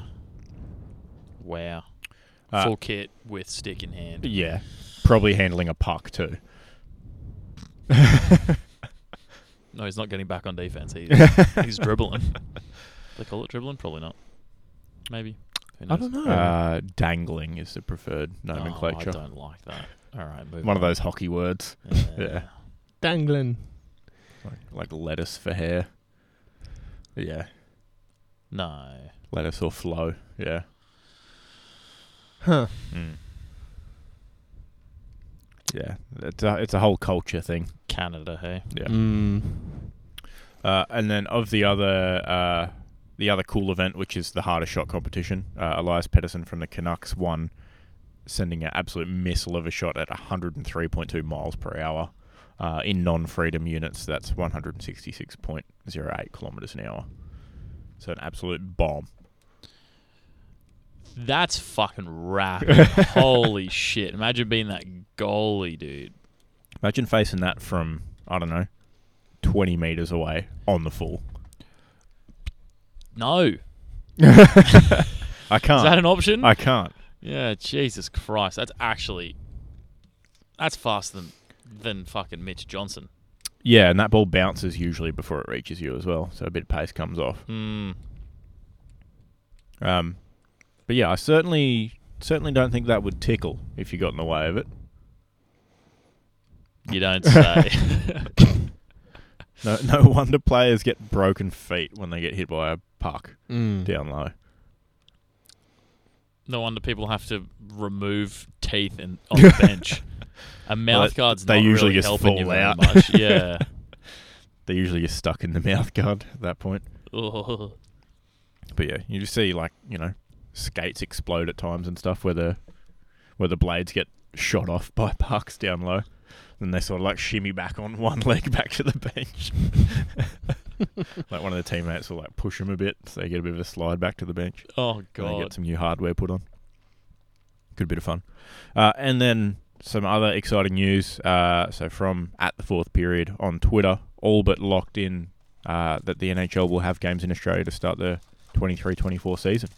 [SPEAKER 2] Wow.
[SPEAKER 1] Uh,
[SPEAKER 2] Full kit with stick in hand.
[SPEAKER 1] Yeah, probably handling a puck too.
[SPEAKER 2] No, he's not getting back on defense. He's, he's dribbling. they call it dribbling? Probably not. Maybe. Who
[SPEAKER 3] I
[SPEAKER 2] knows?
[SPEAKER 3] don't know.
[SPEAKER 1] Uh, dangling is the preferred
[SPEAKER 2] Oh,
[SPEAKER 1] nomenclature.
[SPEAKER 2] I don't like that. All right, move
[SPEAKER 1] One of
[SPEAKER 2] on.
[SPEAKER 1] those hockey words, yeah.
[SPEAKER 3] Dangling.
[SPEAKER 1] like, like lettuce for hair. Yeah,
[SPEAKER 2] No.
[SPEAKER 1] lettuce or flow. Yeah.
[SPEAKER 3] Huh.
[SPEAKER 1] Mm. Yeah, it's a, it's a whole culture thing.
[SPEAKER 2] Canada, hey.
[SPEAKER 1] Yeah.
[SPEAKER 3] Mm.
[SPEAKER 1] Uh, and then of the other uh, the other cool event, which is the hardest shot competition, uh, Elias Pedersen from the Canucks won, sending an absolute missile of a shot at 103.2 miles per hour. Uh, in non-freedom units, that's 166.08 kilometers an hour. So an absolute bomb.
[SPEAKER 2] That's fucking rapid. Holy shit. Imagine being that goalie, dude.
[SPEAKER 1] Imagine facing that from I don't know, 20 meters away on the full.
[SPEAKER 2] No.
[SPEAKER 1] I can't.
[SPEAKER 2] Is that an option?
[SPEAKER 1] I can't.
[SPEAKER 2] yeah, Jesus Christ. That's actually. That's faster than, than fucking Mitch Johnson.
[SPEAKER 1] Yeah, and that ball bounces usually before it reaches you as well, so a bit of pace comes off.
[SPEAKER 2] Hmm.
[SPEAKER 1] Um, but yeah, I certainly certainly don't think that would tickle if you got in the way of it.
[SPEAKER 2] You don't say.
[SPEAKER 1] No, no wonder players get broken feet when they get hit by a puck
[SPEAKER 3] Mm.
[SPEAKER 1] down low.
[SPEAKER 2] no wonder people have to remove teeth and on the bench. A mouth guard's
[SPEAKER 1] they
[SPEAKER 2] not
[SPEAKER 1] usually
[SPEAKER 2] really
[SPEAKER 1] just
[SPEAKER 2] helping
[SPEAKER 1] fall
[SPEAKER 2] you
[SPEAKER 1] out.
[SPEAKER 2] very much. Yeah.
[SPEAKER 1] They usually get stuck in the mouth guard at that point.
[SPEAKER 2] Ugh.
[SPEAKER 1] But yeah, you just see like you know skates explode at times and stuff where the where the blades get shot off by pucks down low. Then they sort of like shimmy back on one leg back to the bench. like one of the teammates will like push them a bit, so they get a bit of a slide back to the bench.
[SPEAKER 2] Oh
[SPEAKER 1] and they get
[SPEAKER 2] god.
[SPEAKER 1] some new hardware put on. Good bit of fun. Uh, and then some other exciting news. Uh, so from at the fourth period on Twitter, all but locked in uh, that the NHL will have games in Australia to start the 23-24 season.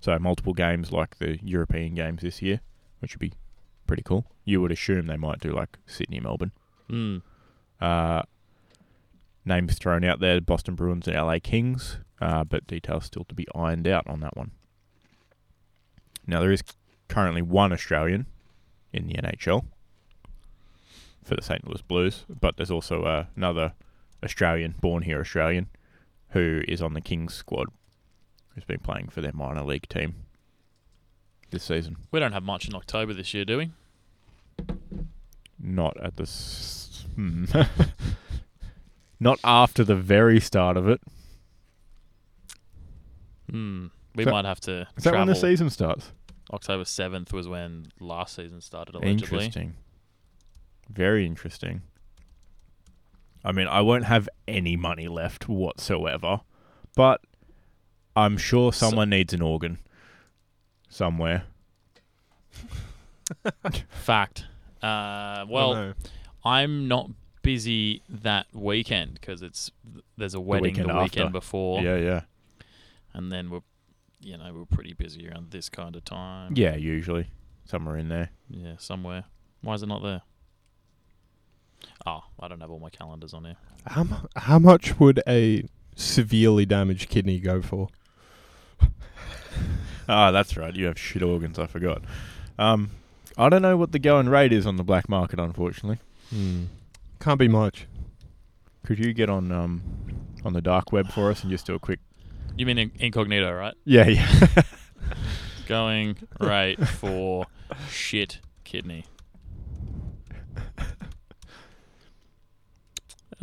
[SPEAKER 1] So multiple games like the European games this year, which would be pretty cool. You would assume they might do like Sydney, Melbourne.
[SPEAKER 2] Mm.
[SPEAKER 1] Uh, names thrown out there: Boston Bruins and LA Kings, uh, but details still to be ironed out on that one. Now there is currently one Australian in the NHL for the St. Louis Blues, but there's also uh, another Australian, born here Australian, who is on the Kings squad, who's been playing for their minor league team this season.
[SPEAKER 2] We don't have much in October this year, do we?
[SPEAKER 1] Not at the. S- hmm. Not after the very start of it.
[SPEAKER 2] Hmm. We
[SPEAKER 1] Is that-
[SPEAKER 2] might have to
[SPEAKER 1] Is that
[SPEAKER 2] travel.
[SPEAKER 1] when the season starts?
[SPEAKER 2] October seventh was when last season started allegedly.
[SPEAKER 1] Interesting. Very interesting. I mean, I won't have any money left whatsoever, but I'm sure
[SPEAKER 2] So-
[SPEAKER 1] someone needs an organ somewhere.
[SPEAKER 2] Fact. Uh, well,
[SPEAKER 3] I
[SPEAKER 2] I'm not busy that weekend because it's there's a wedding the
[SPEAKER 1] weekend
[SPEAKER 2] weekend,
[SPEAKER 1] after.
[SPEAKER 2] before,
[SPEAKER 1] Yeah, yeah.
[SPEAKER 2] and then we're you know we're pretty busy around this kind of time.
[SPEAKER 1] Yeah, usually. Somewhere in there.
[SPEAKER 2] yeah, somewhere. Why is it not there? Oh, I don't have all my calendars on here.
[SPEAKER 3] How, mu- how much would a severely damaged kidney go for?
[SPEAKER 1] Ah, that's right. You have shit organs. I forgot. Um, I don't know what the going rate is on the black market, unfortunately.
[SPEAKER 3] Hmm. Can't be much.
[SPEAKER 1] Could you get on um, on the dark web for us and just do a quick?
[SPEAKER 2] You mean in- incognito, right?
[SPEAKER 1] Yeah, yeah.
[SPEAKER 2] Going right for shit kidney.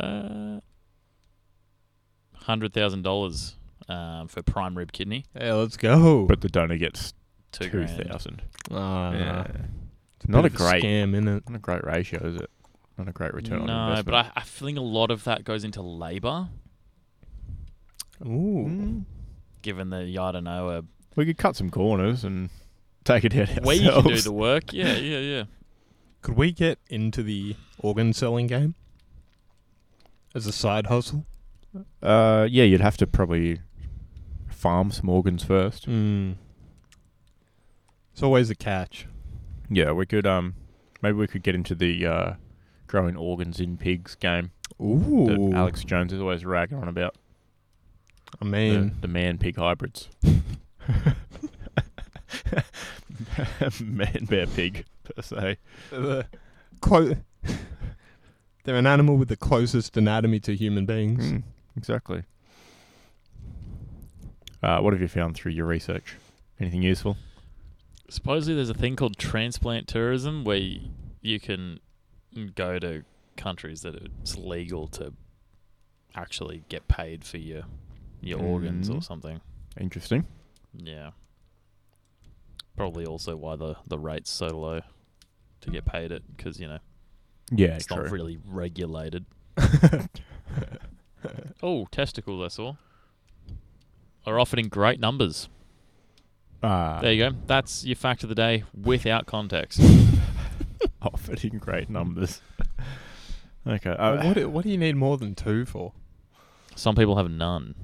[SPEAKER 2] Uh, hundred thousand dollars um, for prime rib kidney.
[SPEAKER 3] Hey, let's go.
[SPEAKER 1] But the donor gets
[SPEAKER 2] Two,
[SPEAKER 1] two
[SPEAKER 2] grand.
[SPEAKER 1] thousand.
[SPEAKER 3] Ah,
[SPEAKER 1] Yeah.
[SPEAKER 3] it's
[SPEAKER 1] Not
[SPEAKER 3] bit of
[SPEAKER 1] a great-
[SPEAKER 3] scam, isn't it?
[SPEAKER 1] Not a great ratio, is it? Not a great return on
[SPEAKER 2] no,
[SPEAKER 1] investment.
[SPEAKER 2] but I, I think a lot of that goes into labour,
[SPEAKER 3] Ooh,
[SPEAKER 1] Mm.
[SPEAKER 2] given the yeah, I don't know uh, a
[SPEAKER 1] we could cut some corners and take it out ourselves.
[SPEAKER 2] we can do the work. Yeah, yeah, yeah.
[SPEAKER 3] could we get into the organ selling game as a side hustle?
[SPEAKER 1] Uh, yeah, you'd have to probably farm some organs first.
[SPEAKER 3] Mm. It's always a catch.
[SPEAKER 1] Yeah, we could. Um, maybe we could get into the uh, growing organs in pigs game
[SPEAKER 3] Ooh,
[SPEAKER 1] that Alex Jones is always ragging on about.
[SPEAKER 3] I
[SPEAKER 1] The,
[SPEAKER 3] mean,
[SPEAKER 1] the man pig hybrids. man bear pig per se.
[SPEAKER 3] the clo- they're an animal with the closest anatomy to human beings.
[SPEAKER 1] Mm, exactly. Uh, what have you found through your research? Anything useful?
[SPEAKER 2] Supposedly, there's a thing called transplant tourism where you, you can go to countries that it's legal to actually get paid for your your organs or
[SPEAKER 1] Mm.
[SPEAKER 2] something.
[SPEAKER 1] Interesting.
[SPEAKER 2] Yeah. Probably also why the the rate's so low to get paid it because you know
[SPEAKER 1] Yeah,
[SPEAKER 2] it's
[SPEAKER 1] true.
[SPEAKER 2] not really regulated. oh, testicles! I saw are offered in great numbers.
[SPEAKER 1] Ah,
[SPEAKER 2] There you go. That's your fact of the day without context.
[SPEAKER 1] offered in oh, great numbers. okay.
[SPEAKER 3] Uh,
[SPEAKER 1] Uh,
[SPEAKER 3] what, do- what do you need more than two for?
[SPEAKER 2] Some people have none.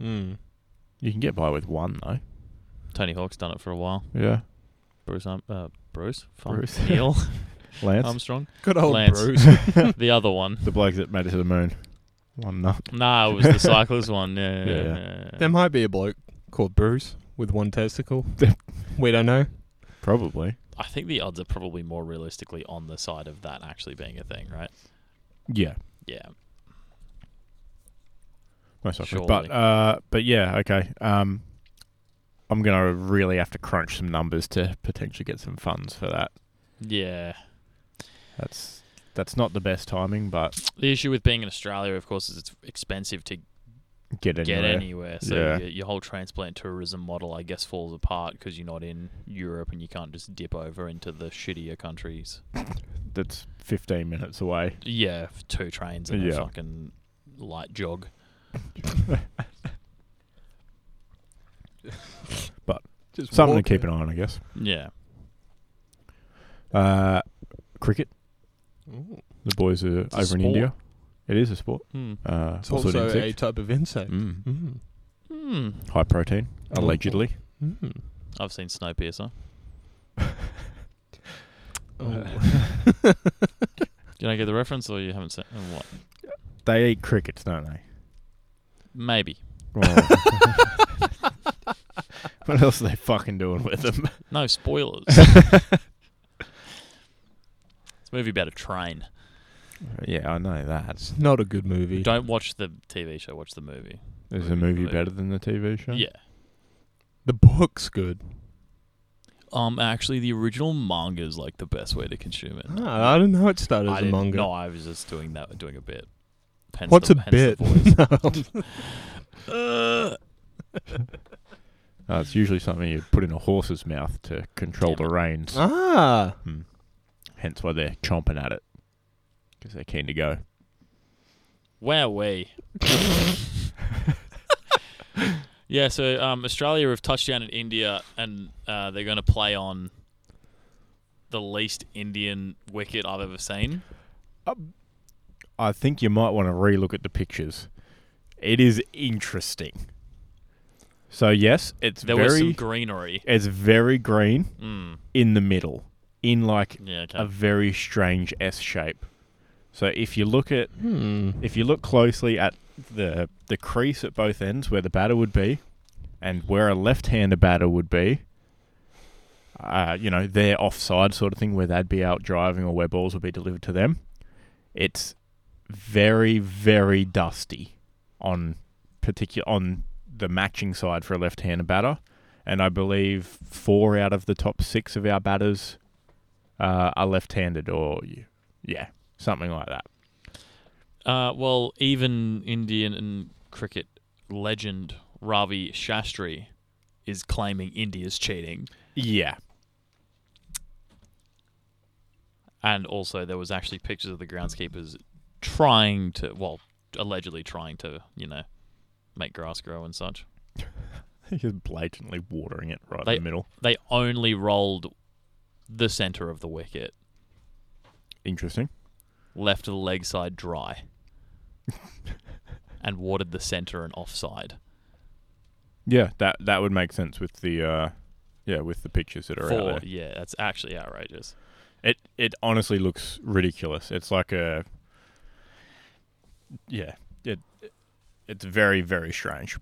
[SPEAKER 3] Mm.
[SPEAKER 1] you can get by with one though.
[SPEAKER 2] Tony Hawk's done it for a while.
[SPEAKER 1] Yeah.
[SPEAKER 2] Bruce, um, uh, Bruce, Fuck.
[SPEAKER 1] Bruce.
[SPEAKER 2] Neil
[SPEAKER 1] Lance,
[SPEAKER 2] Armstrong,
[SPEAKER 3] Good old
[SPEAKER 2] Lance.
[SPEAKER 3] Bruce.
[SPEAKER 2] the other one.
[SPEAKER 1] the bloke that made it to the moon. One nut.
[SPEAKER 2] Nah, it was the cyclist one. Yeah, yeah,
[SPEAKER 1] Yeah, yeah.
[SPEAKER 2] yeah, yeah.
[SPEAKER 3] There might be a bloke called Bruce with one testicle. we don't know.
[SPEAKER 1] Probably.
[SPEAKER 2] I think the odds are probably more realistically on the side of that actually being a thing, right?
[SPEAKER 1] Yeah.
[SPEAKER 2] Yeah,
[SPEAKER 1] Most likely.
[SPEAKER 2] Surely.
[SPEAKER 1] But uh, but yeah, okay. Um, I'm gonna really have to crunch some numbers to potentially get some funds for that.
[SPEAKER 2] yeah.
[SPEAKER 1] That's that's not the best timing, but
[SPEAKER 2] The issue with being in Australia, of course, is it's expensive to
[SPEAKER 1] get anywhere.
[SPEAKER 2] get anywhere. So
[SPEAKER 1] Yeah.
[SPEAKER 2] your, your whole transplant tourism model, I guess, falls apart because you're not in Europe and you can't just dip over into the shittier countries.
[SPEAKER 1] That's 15 minutes away.
[SPEAKER 2] Yeah, f- two trains and a
[SPEAKER 1] Yeah.
[SPEAKER 2] fucking light jog.
[SPEAKER 3] Just
[SPEAKER 1] Something to keep an eye on, I guess.
[SPEAKER 2] Yeah.
[SPEAKER 1] Uh, cricket.
[SPEAKER 3] on.
[SPEAKER 1] The boys are
[SPEAKER 2] a
[SPEAKER 1] over
[SPEAKER 2] sport.
[SPEAKER 1] in India. It is a sport.
[SPEAKER 2] Hmm.
[SPEAKER 1] Uh,
[SPEAKER 3] It's
[SPEAKER 1] also an
[SPEAKER 3] also a
[SPEAKER 1] insect.
[SPEAKER 3] type of insect.
[SPEAKER 1] Mm.
[SPEAKER 3] Mm.
[SPEAKER 2] Hmm.
[SPEAKER 1] High protein,
[SPEAKER 3] Oh.
[SPEAKER 1] allegedly.
[SPEAKER 3] Mm.
[SPEAKER 2] I've seen Snowpiercer.
[SPEAKER 3] Oh.
[SPEAKER 2] Do you not get the reference, or you haven't seen? oh, What?
[SPEAKER 1] They eat crickets, don't they?
[SPEAKER 2] Maybe.
[SPEAKER 1] what else are they fucking doing with them?
[SPEAKER 2] No spoilers. it's a movie about a train.
[SPEAKER 1] Yeah, I know that.
[SPEAKER 3] It's not a good movie.
[SPEAKER 2] Don't watch the TV show. Watch the movie.
[SPEAKER 1] Is the movie better than the TV show?
[SPEAKER 2] Yeah.
[SPEAKER 3] The book's good.
[SPEAKER 2] Um. Actually, the original manga is like the best way to consume it.
[SPEAKER 3] Ah, I didn't know it started
[SPEAKER 2] I
[SPEAKER 3] as a
[SPEAKER 2] didn't-
[SPEAKER 3] manga.
[SPEAKER 2] No, I was just doing that, doing a bit. Hence
[SPEAKER 3] What's
[SPEAKER 2] the-
[SPEAKER 3] a
[SPEAKER 2] hence the
[SPEAKER 3] bit?
[SPEAKER 2] voice.
[SPEAKER 3] No.
[SPEAKER 1] Uh, it's usually something you put in a horse's mouth to control
[SPEAKER 2] Damn
[SPEAKER 1] the reins.
[SPEAKER 3] ah.
[SPEAKER 1] Hmm. Hence why they're chomping at it. Because they're keen to go.
[SPEAKER 2] Where we? yeah, so um, Australia have touched down in India, and uh, they're going to play on the least Indian wicket I've ever seen.
[SPEAKER 1] I think you might want to relook at the pictures. It is interesting. So yes, it's
[SPEAKER 2] There was some
[SPEAKER 1] very
[SPEAKER 2] greenery.
[SPEAKER 1] it's very green
[SPEAKER 2] Mm.
[SPEAKER 1] in the middle, in like
[SPEAKER 2] Yeah, okay.
[SPEAKER 1] a very strange S shape. So if you look at
[SPEAKER 3] Hmm.
[SPEAKER 1] if you look closely at the the crease at both ends where the batter would be, and where a left-hander batter would be, uh, you know, their offside sort of thing where they'd be out driving or where balls would be delivered to them, it's very very dusty on particular on the matching side for a left-hander batter, and I believe four out of the top six of our batters uh, are left-handed or yeah, something like that.
[SPEAKER 2] Uh, well, even Indian and cricket legend Ravi Shastri is claiming India's cheating.
[SPEAKER 1] Yeah.
[SPEAKER 2] And also, there was actually pictures of the groundskeepers trying to, well, allegedly trying to, you know, make grass grow and such.
[SPEAKER 1] He's blatantly watering it right
[SPEAKER 2] They-
[SPEAKER 1] in the middle.
[SPEAKER 2] They only rolled the center of the wicket,
[SPEAKER 1] Interesting.
[SPEAKER 2] left the leg side dry, and watered the center and offside.
[SPEAKER 1] Yeah, that that would make sense with the uh, yeah with the pictures that are
[SPEAKER 2] For
[SPEAKER 1] out there.
[SPEAKER 2] yeah, that's actually outrageous.
[SPEAKER 1] It it honestly looks ridiculous. It's like a yeah. It it's very very strange.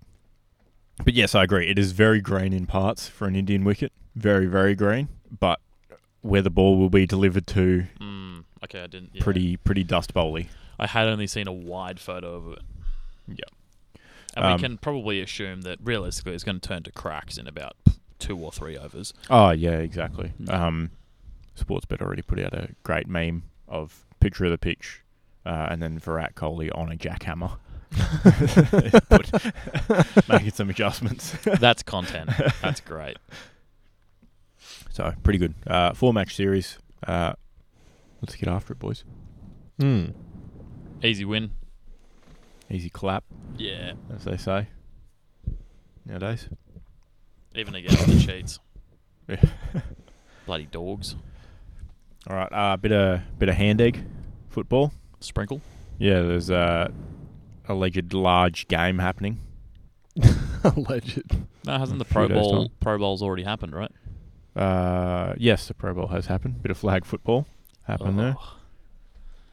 [SPEAKER 1] But yes, I agree. It is very green in parts for an Indian wicket. Very very green, but where the ball will be delivered to
[SPEAKER 2] Mm, okay, I didn't. yeah.
[SPEAKER 1] pretty pretty dust bowly.
[SPEAKER 2] I had only seen a wide photo of it.
[SPEAKER 1] Yeah.
[SPEAKER 2] And
[SPEAKER 1] Um,
[SPEAKER 2] we can probably assume that realistically it's going to turn to cracks in about two or three overs.
[SPEAKER 1] Oh yeah, exactly.
[SPEAKER 2] Yeah.
[SPEAKER 1] Um, Sportsbet already put out a great meme of picture of the pitch, uh, and then Virat Kohli on a jackhammer, Put- making some adjustments.
[SPEAKER 2] That's content. That's great.
[SPEAKER 1] So pretty good. Uh, four match series. Uh, let's get after it, boys.
[SPEAKER 3] Hmm.
[SPEAKER 2] Easy win.
[SPEAKER 1] Easy clap,
[SPEAKER 2] Yeah.
[SPEAKER 1] as they say nowadays.
[SPEAKER 2] Even against the cheats.
[SPEAKER 1] Yeah.
[SPEAKER 2] Bloody dogs.
[SPEAKER 1] All right, uh, bit of bit of hand egg football.
[SPEAKER 2] Sprinkle.
[SPEAKER 1] Yeah, there's a alleged large game happening.
[SPEAKER 3] Alleged.
[SPEAKER 2] No, hasn't the
[SPEAKER 1] Few
[SPEAKER 2] Pro
[SPEAKER 1] days
[SPEAKER 2] Bowl
[SPEAKER 1] time.
[SPEAKER 2] Pro Bowl's already happened, right?
[SPEAKER 1] Uh, yes, the Pro Bowl has happened. Bit of flag football happened there.
[SPEAKER 2] Oh.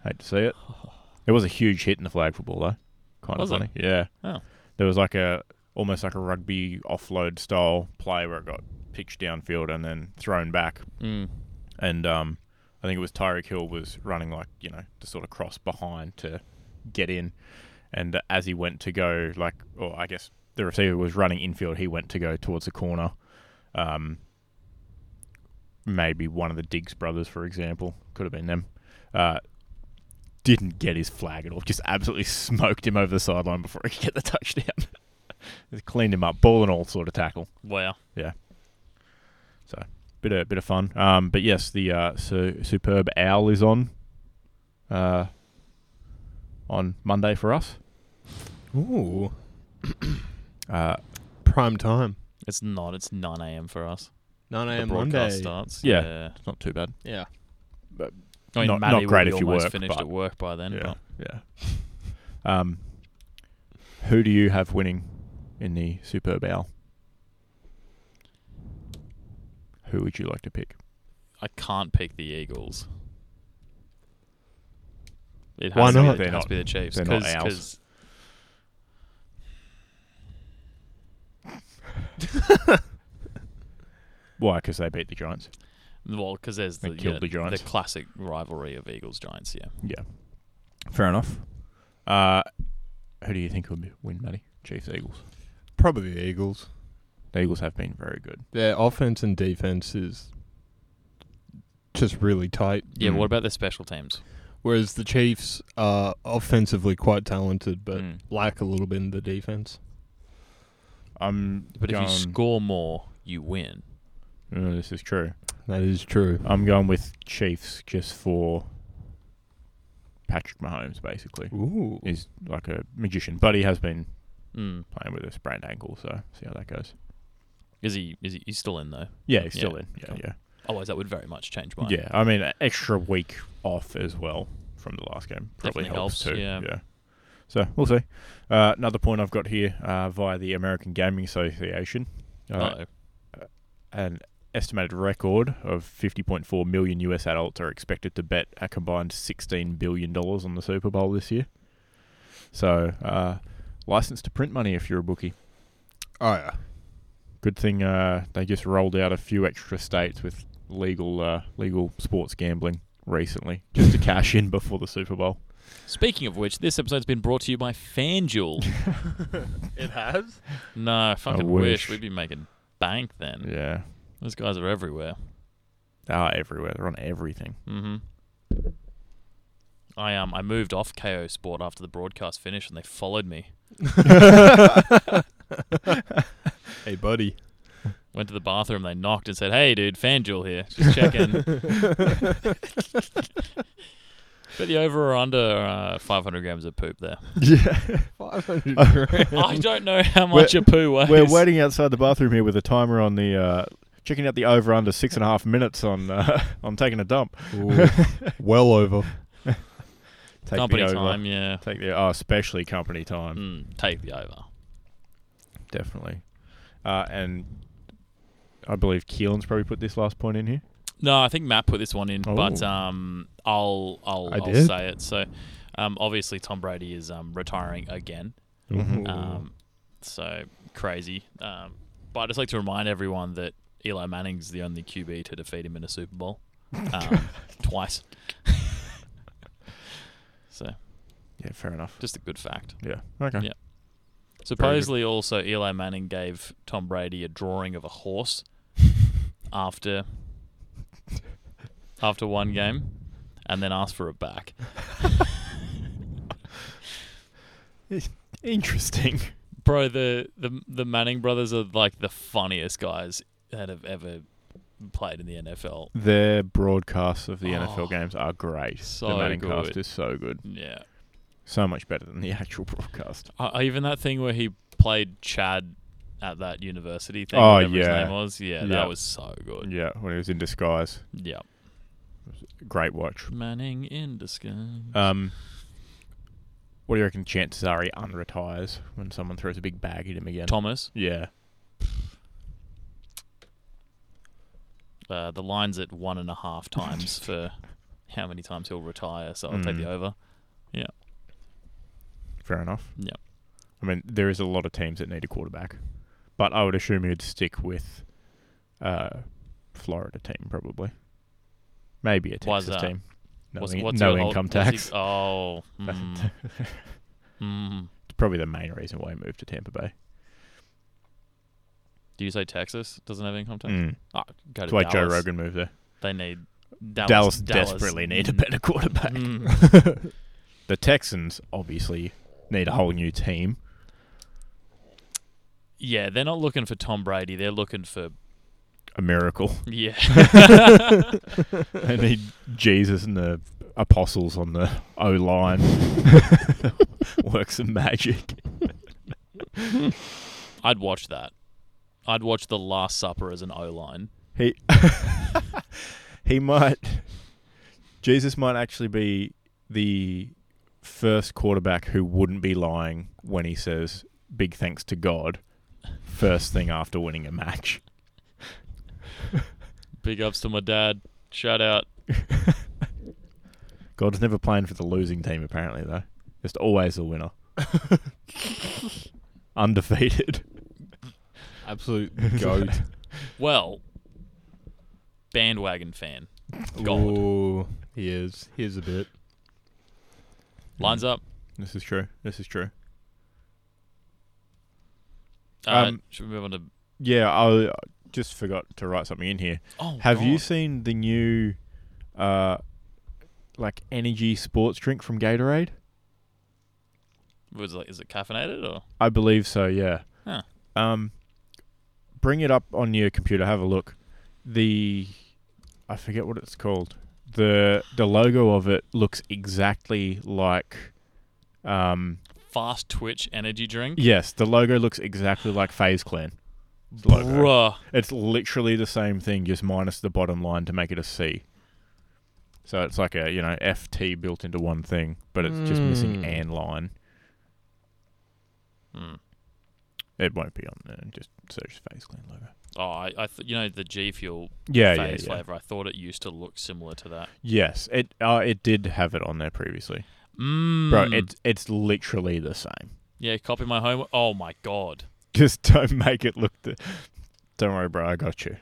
[SPEAKER 1] Hate to see it. It was a huge hit in the flag football though. Kind
[SPEAKER 2] Was it?
[SPEAKER 1] of funny. Yeah.
[SPEAKER 2] Oh.
[SPEAKER 1] There was like a almost like a rugby offload style play where it got pitched downfield and then thrown back.
[SPEAKER 2] Mm.
[SPEAKER 1] And um, I think it was Tyreek Hill was running like you know to sort of cross behind to get in, and uh, as he went to go like, or I guess the receiver was running infield, he went to go towards the corner. Um, maybe one of the Diggs brothers, for example, could have been them. Uh, didn't get his flag at all. Just absolutely smoked him over the sideline before he could get the touchdown. Just cleaned him up, ball and all sort of tackle.
[SPEAKER 2] Wow.
[SPEAKER 1] Bit of bit of fun. Um, but yes, the uh, su- superb owl is on. Uh, on Monday for us.
[SPEAKER 3] Ooh.
[SPEAKER 1] Uh,
[SPEAKER 3] Prime time.
[SPEAKER 2] It's not. It's 9 a.m. for us.
[SPEAKER 3] 9
[SPEAKER 2] The
[SPEAKER 3] a.m.
[SPEAKER 2] broadcast
[SPEAKER 3] Monday.
[SPEAKER 2] starts.
[SPEAKER 1] Yeah.
[SPEAKER 2] yeah.
[SPEAKER 1] it's not too bad.
[SPEAKER 3] Yeah.
[SPEAKER 2] I mean,
[SPEAKER 1] Not-
[SPEAKER 2] Maddie
[SPEAKER 1] not
[SPEAKER 2] will
[SPEAKER 1] great
[SPEAKER 2] be
[SPEAKER 1] if you
[SPEAKER 2] almost
[SPEAKER 1] work,
[SPEAKER 2] finished
[SPEAKER 1] but-
[SPEAKER 2] at work by then.
[SPEAKER 1] yeah,
[SPEAKER 2] But
[SPEAKER 1] yeah. Um, who do you have winning in the superb owl? Who would you like to pick?
[SPEAKER 2] I can't pick the Eagles. It has
[SPEAKER 3] Why
[SPEAKER 2] to
[SPEAKER 3] not?
[SPEAKER 2] Be the,
[SPEAKER 1] They're
[SPEAKER 2] it has to
[SPEAKER 1] not-
[SPEAKER 2] be the Chiefs.
[SPEAKER 1] they're not
[SPEAKER 2] 'cause-
[SPEAKER 1] ours.
[SPEAKER 2] 'cause-
[SPEAKER 1] Why? Because they beat the Giants.
[SPEAKER 2] well, because there's
[SPEAKER 1] They
[SPEAKER 2] the,
[SPEAKER 1] killed
[SPEAKER 2] yeah,
[SPEAKER 1] the Giants.
[SPEAKER 2] classic rivalry of Eagles Giants. Yeah,
[SPEAKER 1] Yeah. Fair enough. Uh, who do you think would win, Matty? Chiefs, Eagles.
[SPEAKER 3] Probably the Eagles.
[SPEAKER 1] The Eagles have been very good.
[SPEAKER 3] Their offense and defense is just really tight.
[SPEAKER 2] yeah.
[SPEAKER 1] Mm.
[SPEAKER 2] What about their special teams?
[SPEAKER 3] Whereas the Chiefs are offensively quite talented, but
[SPEAKER 1] Mm.
[SPEAKER 3] lack a little bit in the defense.
[SPEAKER 1] I'm
[SPEAKER 2] But if
[SPEAKER 1] going-
[SPEAKER 2] you score more, you win.
[SPEAKER 1] Uh, this is true.
[SPEAKER 3] That is true.
[SPEAKER 1] I'm going with Chiefs just for Patrick Mahomes, basically.
[SPEAKER 3] Ooh.
[SPEAKER 1] He's like a magician, but he has been
[SPEAKER 2] Mm.
[SPEAKER 1] playing with a sprained ankle, so see how that goes.
[SPEAKER 2] Is he? Is he? He's still in though.
[SPEAKER 1] Yeah, he's still
[SPEAKER 2] Yeah,
[SPEAKER 1] in. Yeah,
[SPEAKER 2] cool. Otherwise, that would very much change
[SPEAKER 1] yeah.
[SPEAKER 2] mine.
[SPEAKER 1] Yeah, I mean, an extra week off as well from the last game probably
[SPEAKER 2] Definitely
[SPEAKER 1] helps,
[SPEAKER 2] helps,
[SPEAKER 1] too.
[SPEAKER 2] yeah.
[SPEAKER 1] So we'll see. Uh, another point I've got here uh, via the American Gaming Association, uh,
[SPEAKER 2] Uh-oh.
[SPEAKER 1] an estimated record of 50.4 million US adults are expected to bet a combined 16 billion dollars on the Super Bowl this year. So uh, license to print money if you're a bookie.
[SPEAKER 3] Oh yeah.
[SPEAKER 1] Good thing uh, they just rolled out a few extra states with legal uh, legal sports gambling recently, just to cash in before the Super Bowl.
[SPEAKER 2] Speaking of which, this episode's been brought to you by FanDuel.
[SPEAKER 1] It has.
[SPEAKER 2] no, I fucking
[SPEAKER 1] wish.
[SPEAKER 2] wish. we'd be making bank then.
[SPEAKER 1] Yeah,
[SPEAKER 2] Those guys are everywhere.
[SPEAKER 1] they are everywhere. They're on everything.
[SPEAKER 2] Mm-hmm. I um I moved off KO Sport after the broadcast finished, and they followed me.
[SPEAKER 3] Hey buddy.
[SPEAKER 2] Went to the bathroom, they knocked and said, "Hey, dude, FanDuel here, just checking." but the over or under uh, 500 grams of poop there.
[SPEAKER 1] Yeah,
[SPEAKER 3] Five hundred
[SPEAKER 2] I
[SPEAKER 3] grand.
[SPEAKER 2] don't know how much a poo weighs.
[SPEAKER 1] we're waiting outside the bathroom here with a timer on the uh, checking out the over under six and a half minutes on uh, on taking a dump.
[SPEAKER 3] Ooh, well over.
[SPEAKER 1] Take
[SPEAKER 2] Company
[SPEAKER 1] the over. Um,
[SPEAKER 2] time, yeah.
[SPEAKER 1] Take the oh, especially company time.
[SPEAKER 2] Mm, take the over.
[SPEAKER 1] Definitely. Uh, and I believe Keelan's probably put this last point in here.
[SPEAKER 2] No, I think Matt put this one in, but
[SPEAKER 1] Oh.
[SPEAKER 2] um, I'll I'll,
[SPEAKER 3] I
[SPEAKER 2] I'll
[SPEAKER 3] did?
[SPEAKER 2] say it. So, um, obviously Tom Brady is um, retiring again.
[SPEAKER 1] Mhm.
[SPEAKER 2] Um, so crazy. Um, but I'd just like to remind everyone that Eli Manning's the only QB to defeat him in a Super Bowl um, twice. so
[SPEAKER 1] Yeah, fair enough.
[SPEAKER 2] just a good fact.
[SPEAKER 1] Yeah. Okay.
[SPEAKER 2] Yeah. Supposedly, also Eli Manning gave Tom Brady a drawing of a horse after after one game, and then asked for it back.
[SPEAKER 1] Interesting.
[SPEAKER 2] Bro, the, the the Manning brothers are like the funniest guys that have ever played in the NFL.
[SPEAKER 1] Their broadcasts of the NFL
[SPEAKER 2] Oh,
[SPEAKER 1] games are great.
[SPEAKER 2] so
[SPEAKER 1] the Manning cast
[SPEAKER 2] good.
[SPEAKER 1] is so good.
[SPEAKER 2] Yeah.
[SPEAKER 1] So much better than the actual broadcast.
[SPEAKER 2] Uh, even that thing where he played Chad at that university thing,
[SPEAKER 1] Oh,
[SPEAKER 2] whatever
[SPEAKER 1] yeah.
[SPEAKER 2] his name was. Yeah,
[SPEAKER 1] Yeah.
[SPEAKER 2] that was so good.
[SPEAKER 1] Yeah, when he was in disguise.
[SPEAKER 2] Yeah.
[SPEAKER 1] Great watch.
[SPEAKER 2] Manning in disguise.
[SPEAKER 1] Um, what do you reckon chances are he unretires when someone throws a big bag at him again?
[SPEAKER 2] Thomas.
[SPEAKER 1] Yeah.
[SPEAKER 2] Uh, the line's at one and a half times for how many times he'll retire, so I'll take
[SPEAKER 1] Mm.
[SPEAKER 2] the over.
[SPEAKER 1] Fair enough.
[SPEAKER 2] Yeah.
[SPEAKER 1] I mean, there is a lot of teams that need a quarterback, but I would assume he'd stick with uh, Florida team probably. Maybe a
[SPEAKER 2] Why's
[SPEAKER 1] Texas
[SPEAKER 2] that?
[SPEAKER 1] team. No,
[SPEAKER 2] What's-
[SPEAKER 1] in-
[SPEAKER 2] what's
[SPEAKER 1] no
[SPEAKER 2] your old-
[SPEAKER 1] income
[SPEAKER 2] what's your-
[SPEAKER 1] tax.
[SPEAKER 2] oh.
[SPEAKER 1] That's
[SPEAKER 2] mm, mm.
[SPEAKER 1] probably the main reason why he moved to Tampa Bay.
[SPEAKER 2] Do you say Texas doesn't have income tax?
[SPEAKER 1] Mm.
[SPEAKER 2] Oh, go
[SPEAKER 1] That's
[SPEAKER 2] to
[SPEAKER 1] why
[SPEAKER 2] Dallas.
[SPEAKER 1] Joe Rogan moved there.
[SPEAKER 2] They need Dallas.
[SPEAKER 1] Dallas, desperately need a
[SPEAKER 2] Mm.
[SPEAKER 1] better quarterback.
[SPEAKER 2] Mm.
[SPEAKER 1] The Texans obviously need a whole new team.
[SPEAKER 2] Yeah, they're not looking for Tom Brady. They're looking for
[SPEAKER 1] A miracle.
[SPEAKER 2] yeah.
[SPEAKER 1] they need Jesus and the apostles on the O line. Work some magic.
[SPEAKER 2] I'd watch that. I'd watch the Last Supper as an O line.
[SPEAKER 1] He he might Jesus might actually be the first quarterback who wouldn't be lying when he says big thanks to God first thing after winning a match.
[SPEAKER 2] Big ups to my dad. Shout out.
[SPEAKER 1] God's never playing for the losing team apparently though. Just always a winner. Undefeated.
[SPEAKER 3] Absolute goat.
[SPEAKER 2] Well, bandwagon fan. God.
[SPEAKER 3] Ooh, he is. He is a bit.
[SPEAKER 2] Lines up.
[SPEAKER 1] This is true. This is true.
[SPEAKER 2] Uh,
[SPEAKER 1] Um,
[SPEAKER 2] should we move on to?
[SPEAKER 1] Yeah, I I just forgot to write something in here.
[SPEAKER 2] Oh,
[SPEAKER 1] Have you
[SPEAKER 2] God.
[SPEAKER 1] seen the new, uh, like energy sports drink from Gatorade?
[SPEAKER 2] Was it, is it caffeinated or?
[SPEAKER 1] I believe so. Yeah.
[SPEAKER 2] Huh.
[SPEAKER 1] Um, bring it up on your computer. Have a look. The I forget what it's called. the The logo of it looks exactly like, um,
[SPEAKER 2] Fast twitch energy drink.
[SPEAKER 1] yes, the logo looks exactly like Phase Clan. logo.
[SPEAKER 2] Bruh.
[SPEAKER 1] It's literally the same thing, just minus the bottom line to make it a C. So it's like a you know FT built into one thing, but it's just
[SPEAKER 3] Mm.
[SPEAKER 1] missing an line.
[SPEAKER 2] Hmm.
[SPEAKER 1] It won't be on there. Just search phase clean logo.
[SPEAKER 2] Oh, I, I th- you know the G Fuel
[SPEAKER 1] Yeah, yeah,
[SPEAKER 2] phase
[SPEAKER 1] yeah.
[SPEAKER 2] flavor. I thought it used to look similar to that.
[SPEAKER 1] Yes, it uh, it did have it on there previously,
[SPEAKER 2] Mm.
[SPEAKER 1] bro. It's it's literally the same.
[SPEAKER 2] yeah. Copy my homework. Oh my god.
[SPEAKER 1] Just don't make it look the. Don't worry, bro. I got you.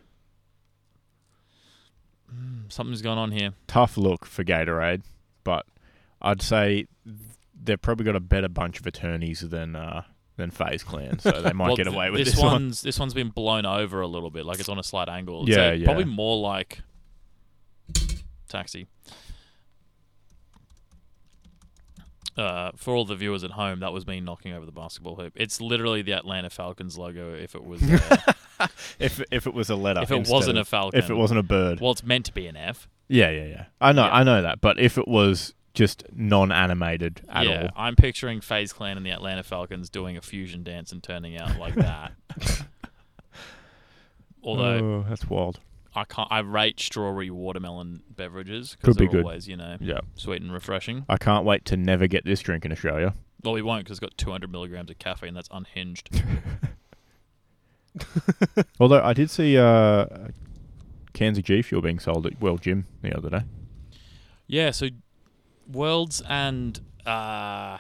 [SPEAKER 2] Mm, something's going on here.
[SPEAKER 1] Tough look for Gatorade, but I'd say they've probably got a better bunch of attorneys than uh, than Phase Clan, so they might
[SPEAKER 2] Well,
[SPEAKER 1] get
[SPEAKER 2] th-
[SPEAKER 1] away with
[SPEAKER 2] this,
[SPEAKER 1] this, one.
[SPEAKER 2] one's this one's been blown over a little bit. Like it's on a slight angle. It's
[SPEAKER 1] Yeah,
[SPEAKER 2] a-
[SPEAKER 1] yeah.
[SPEAKER 2] Probably more like taxi. Uh, for all the viewers at home, that was me knocking over the basketball hoop. It's literally the Atlanta Falcons logo. If it was, uh,
[SPEAKER 1] If if it was a letter,
[SPEAKER 2] if it
[SPEAKER 1] instead
[SPEAKER 2] wasn't a
[SPEAKER 1] of-
[SPEAKER 2] Falcon,
[SPEAKER 1] if it wasn't a bird,
[SPEAKER 2] well, it's meant to be an F.
[SPEAKER 1] yeah, yeah, yeah. I know,
[SPEAKER 2] Yeah.
[SPEAKER 1] I know that. But if it was just non-animated at
[SPEAKER 2] yeah,
[SPEAKER 1] all,
[SPEAKER 2] I'm picturing FaZe Clan and the Atlanta Falcons doing a fusion dance and turning out like that. Although
[SPEAKER 1] oh, that's wild.
[SPEAKER 2] I can't, I rate strawberry watermelon beverages because
[SPEAKER 1] Could be
[SPEAKER 2] they're
[SPEAKER 1] good.
[SPEAKER 2] always, you know,
[SPEAKER 1] Yeah,
[SPEAKER 2] sweet and refreshing.
[SPEAKER 1] I can't wait to never get this drink in Australia.
[SPEAKER 2] Well, we won't because it's got 200 milligrams of caffeine. That's unhinged.
[SPEAKER 1] Although I did see uh, cans of G Fuel being sold at Well Gym the other day.
[SPEAKER 2] yeah, so Worlds and uh,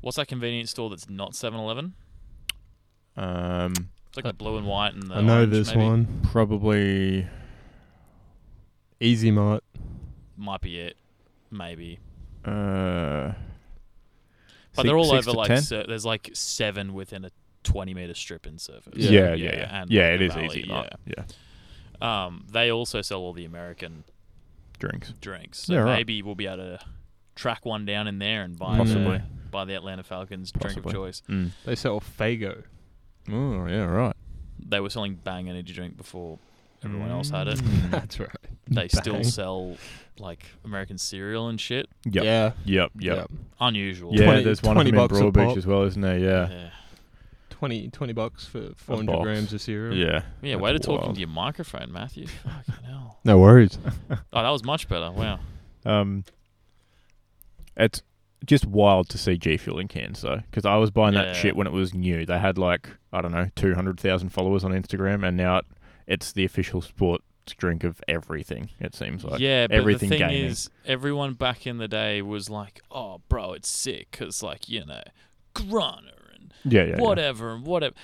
[SPEAKER 2] what's that convenience store that's not 7-Eleven?
[SPEAKER 1] Um,
[SPEAKER 2] It's like the blue and white and the
[SPEAKER 3] I know
[SPEAKER 2] orange,
[SPEAKER 3] this
[SPEAKER 2] maybe?
[SPEAKER 3] one.
[SPEAKER 1] probably
[SPEAKER 3] Easy Mart.
[SPEAKER 2] Might be it, maybe.
[SPEAKER 1] uh,
[SPEAKER 2] But
[SPEAKER 1] six-
[SPEAKER 2] they're all
[SPEAKER 1] six
[SPEAKER 2] over
[SPEAKER 1] to
[SPEAKER 2] like
[SPEAKER 1] 10?
[SPEAKER 2] sur- there's like seven within a twenty meter strip in surface.
[SPEAKER 1] yeah, yeah, yeah, yeah.
[SPEAKER 2] and
[SPEAKER 1] yeah
[SPEAKER 2] like
[SPEAKER 1] it
[SPEAKER 2] the
[SPEAKER 1] is
[SPEAKER 2] valley,
[SPEAKER 1] easy. Yeah. yeah,
[SPEAKER 2] Yeah. Um, they also sell all the American
[SPEAKER 1] drinks.
[SPEAKER 2] drinks, so
[SPEAKER 1] Yeah, right.
[SPEAKER 2] maybe we'll be able to track one down in there and buy
[SPEAKER 1] Possibly.
[SPEAKER 2] the, buy the Atlanta Falcons drink
[SPEAKER 1] Possibly.
[SPEAKER 2] of choice.
[SPEAKER 1] Mm.
[SPEAKER 3] They sell Fago.
[SPEAKER 1] Oh yeah, right.
[SPEAKER 2] They were selling Bang energy drink before everyone else had it.
[SPEAKER 1] Mm.
[SPEAKER 3] That's right.
[SPEAKER 2] They still
[SPEAKER 3] Bang.
[SPEAKER 2] sell like American cereal and shit.
[SPEAKER 1] Yep.
[SPEAKER 3] Yeah.
[SPEAKER 1] Yep, yep.
[SPEAKER 2] Unusual.
[SPEAKER 1] Yeah,
[SPEAKER 3] 20
[SPEAKER 1] there's one of
[SPEAKER 3] 20
[SPEAKER 1] them in
[SPEAKER 3] bucks a
[SPEAKER 1] Broadbeach
[SPEAKER 3] pop.
[SPEAKER 1] as well, isn't there? Yeah.
[SPEAKER 2] Yeah.
[SPEAKER 3] 20, 20 bucks for 400
[SPEAKER 1] box.
[SPEAKER 3] grams of cereal.
[SPEAKER 1] Yeah.
[SPEAKER 2] Yeah,
[SPEAKER 1] That's
[SPEAKER 2] way to talk
[SPEAKER 1] wild.
[SPEAKER 2] into your microphone, Matthew. Fucking hell.
[SPEAKER 3] No worries.
[SPEAKER 2] Oh, that was much better. Wow.
[SPEAKER 1] Um, it's just wild to see G Fuel in cans though, because I was buying
[SPEAKER 2] Yeah.
[SPEAKER 1] that shit when it was new. They had like I don't know two hundred thousand followers on Instagram, and now it, it's the official sports drink of everything. It seems like
[SPEAKER 2] yeah, but
[SPEAKER 1] everything
[SPEAKER 2] the thing
[SPEAKER 1] gaming.
[SPEAKER 2] is, everyone back in the day was like, "Oh, bro, it's sick," because like you know, Grana and
[SPEAKER 1] yeah, yeah, yeah.
[SPEAKER 2] whatever and whatever.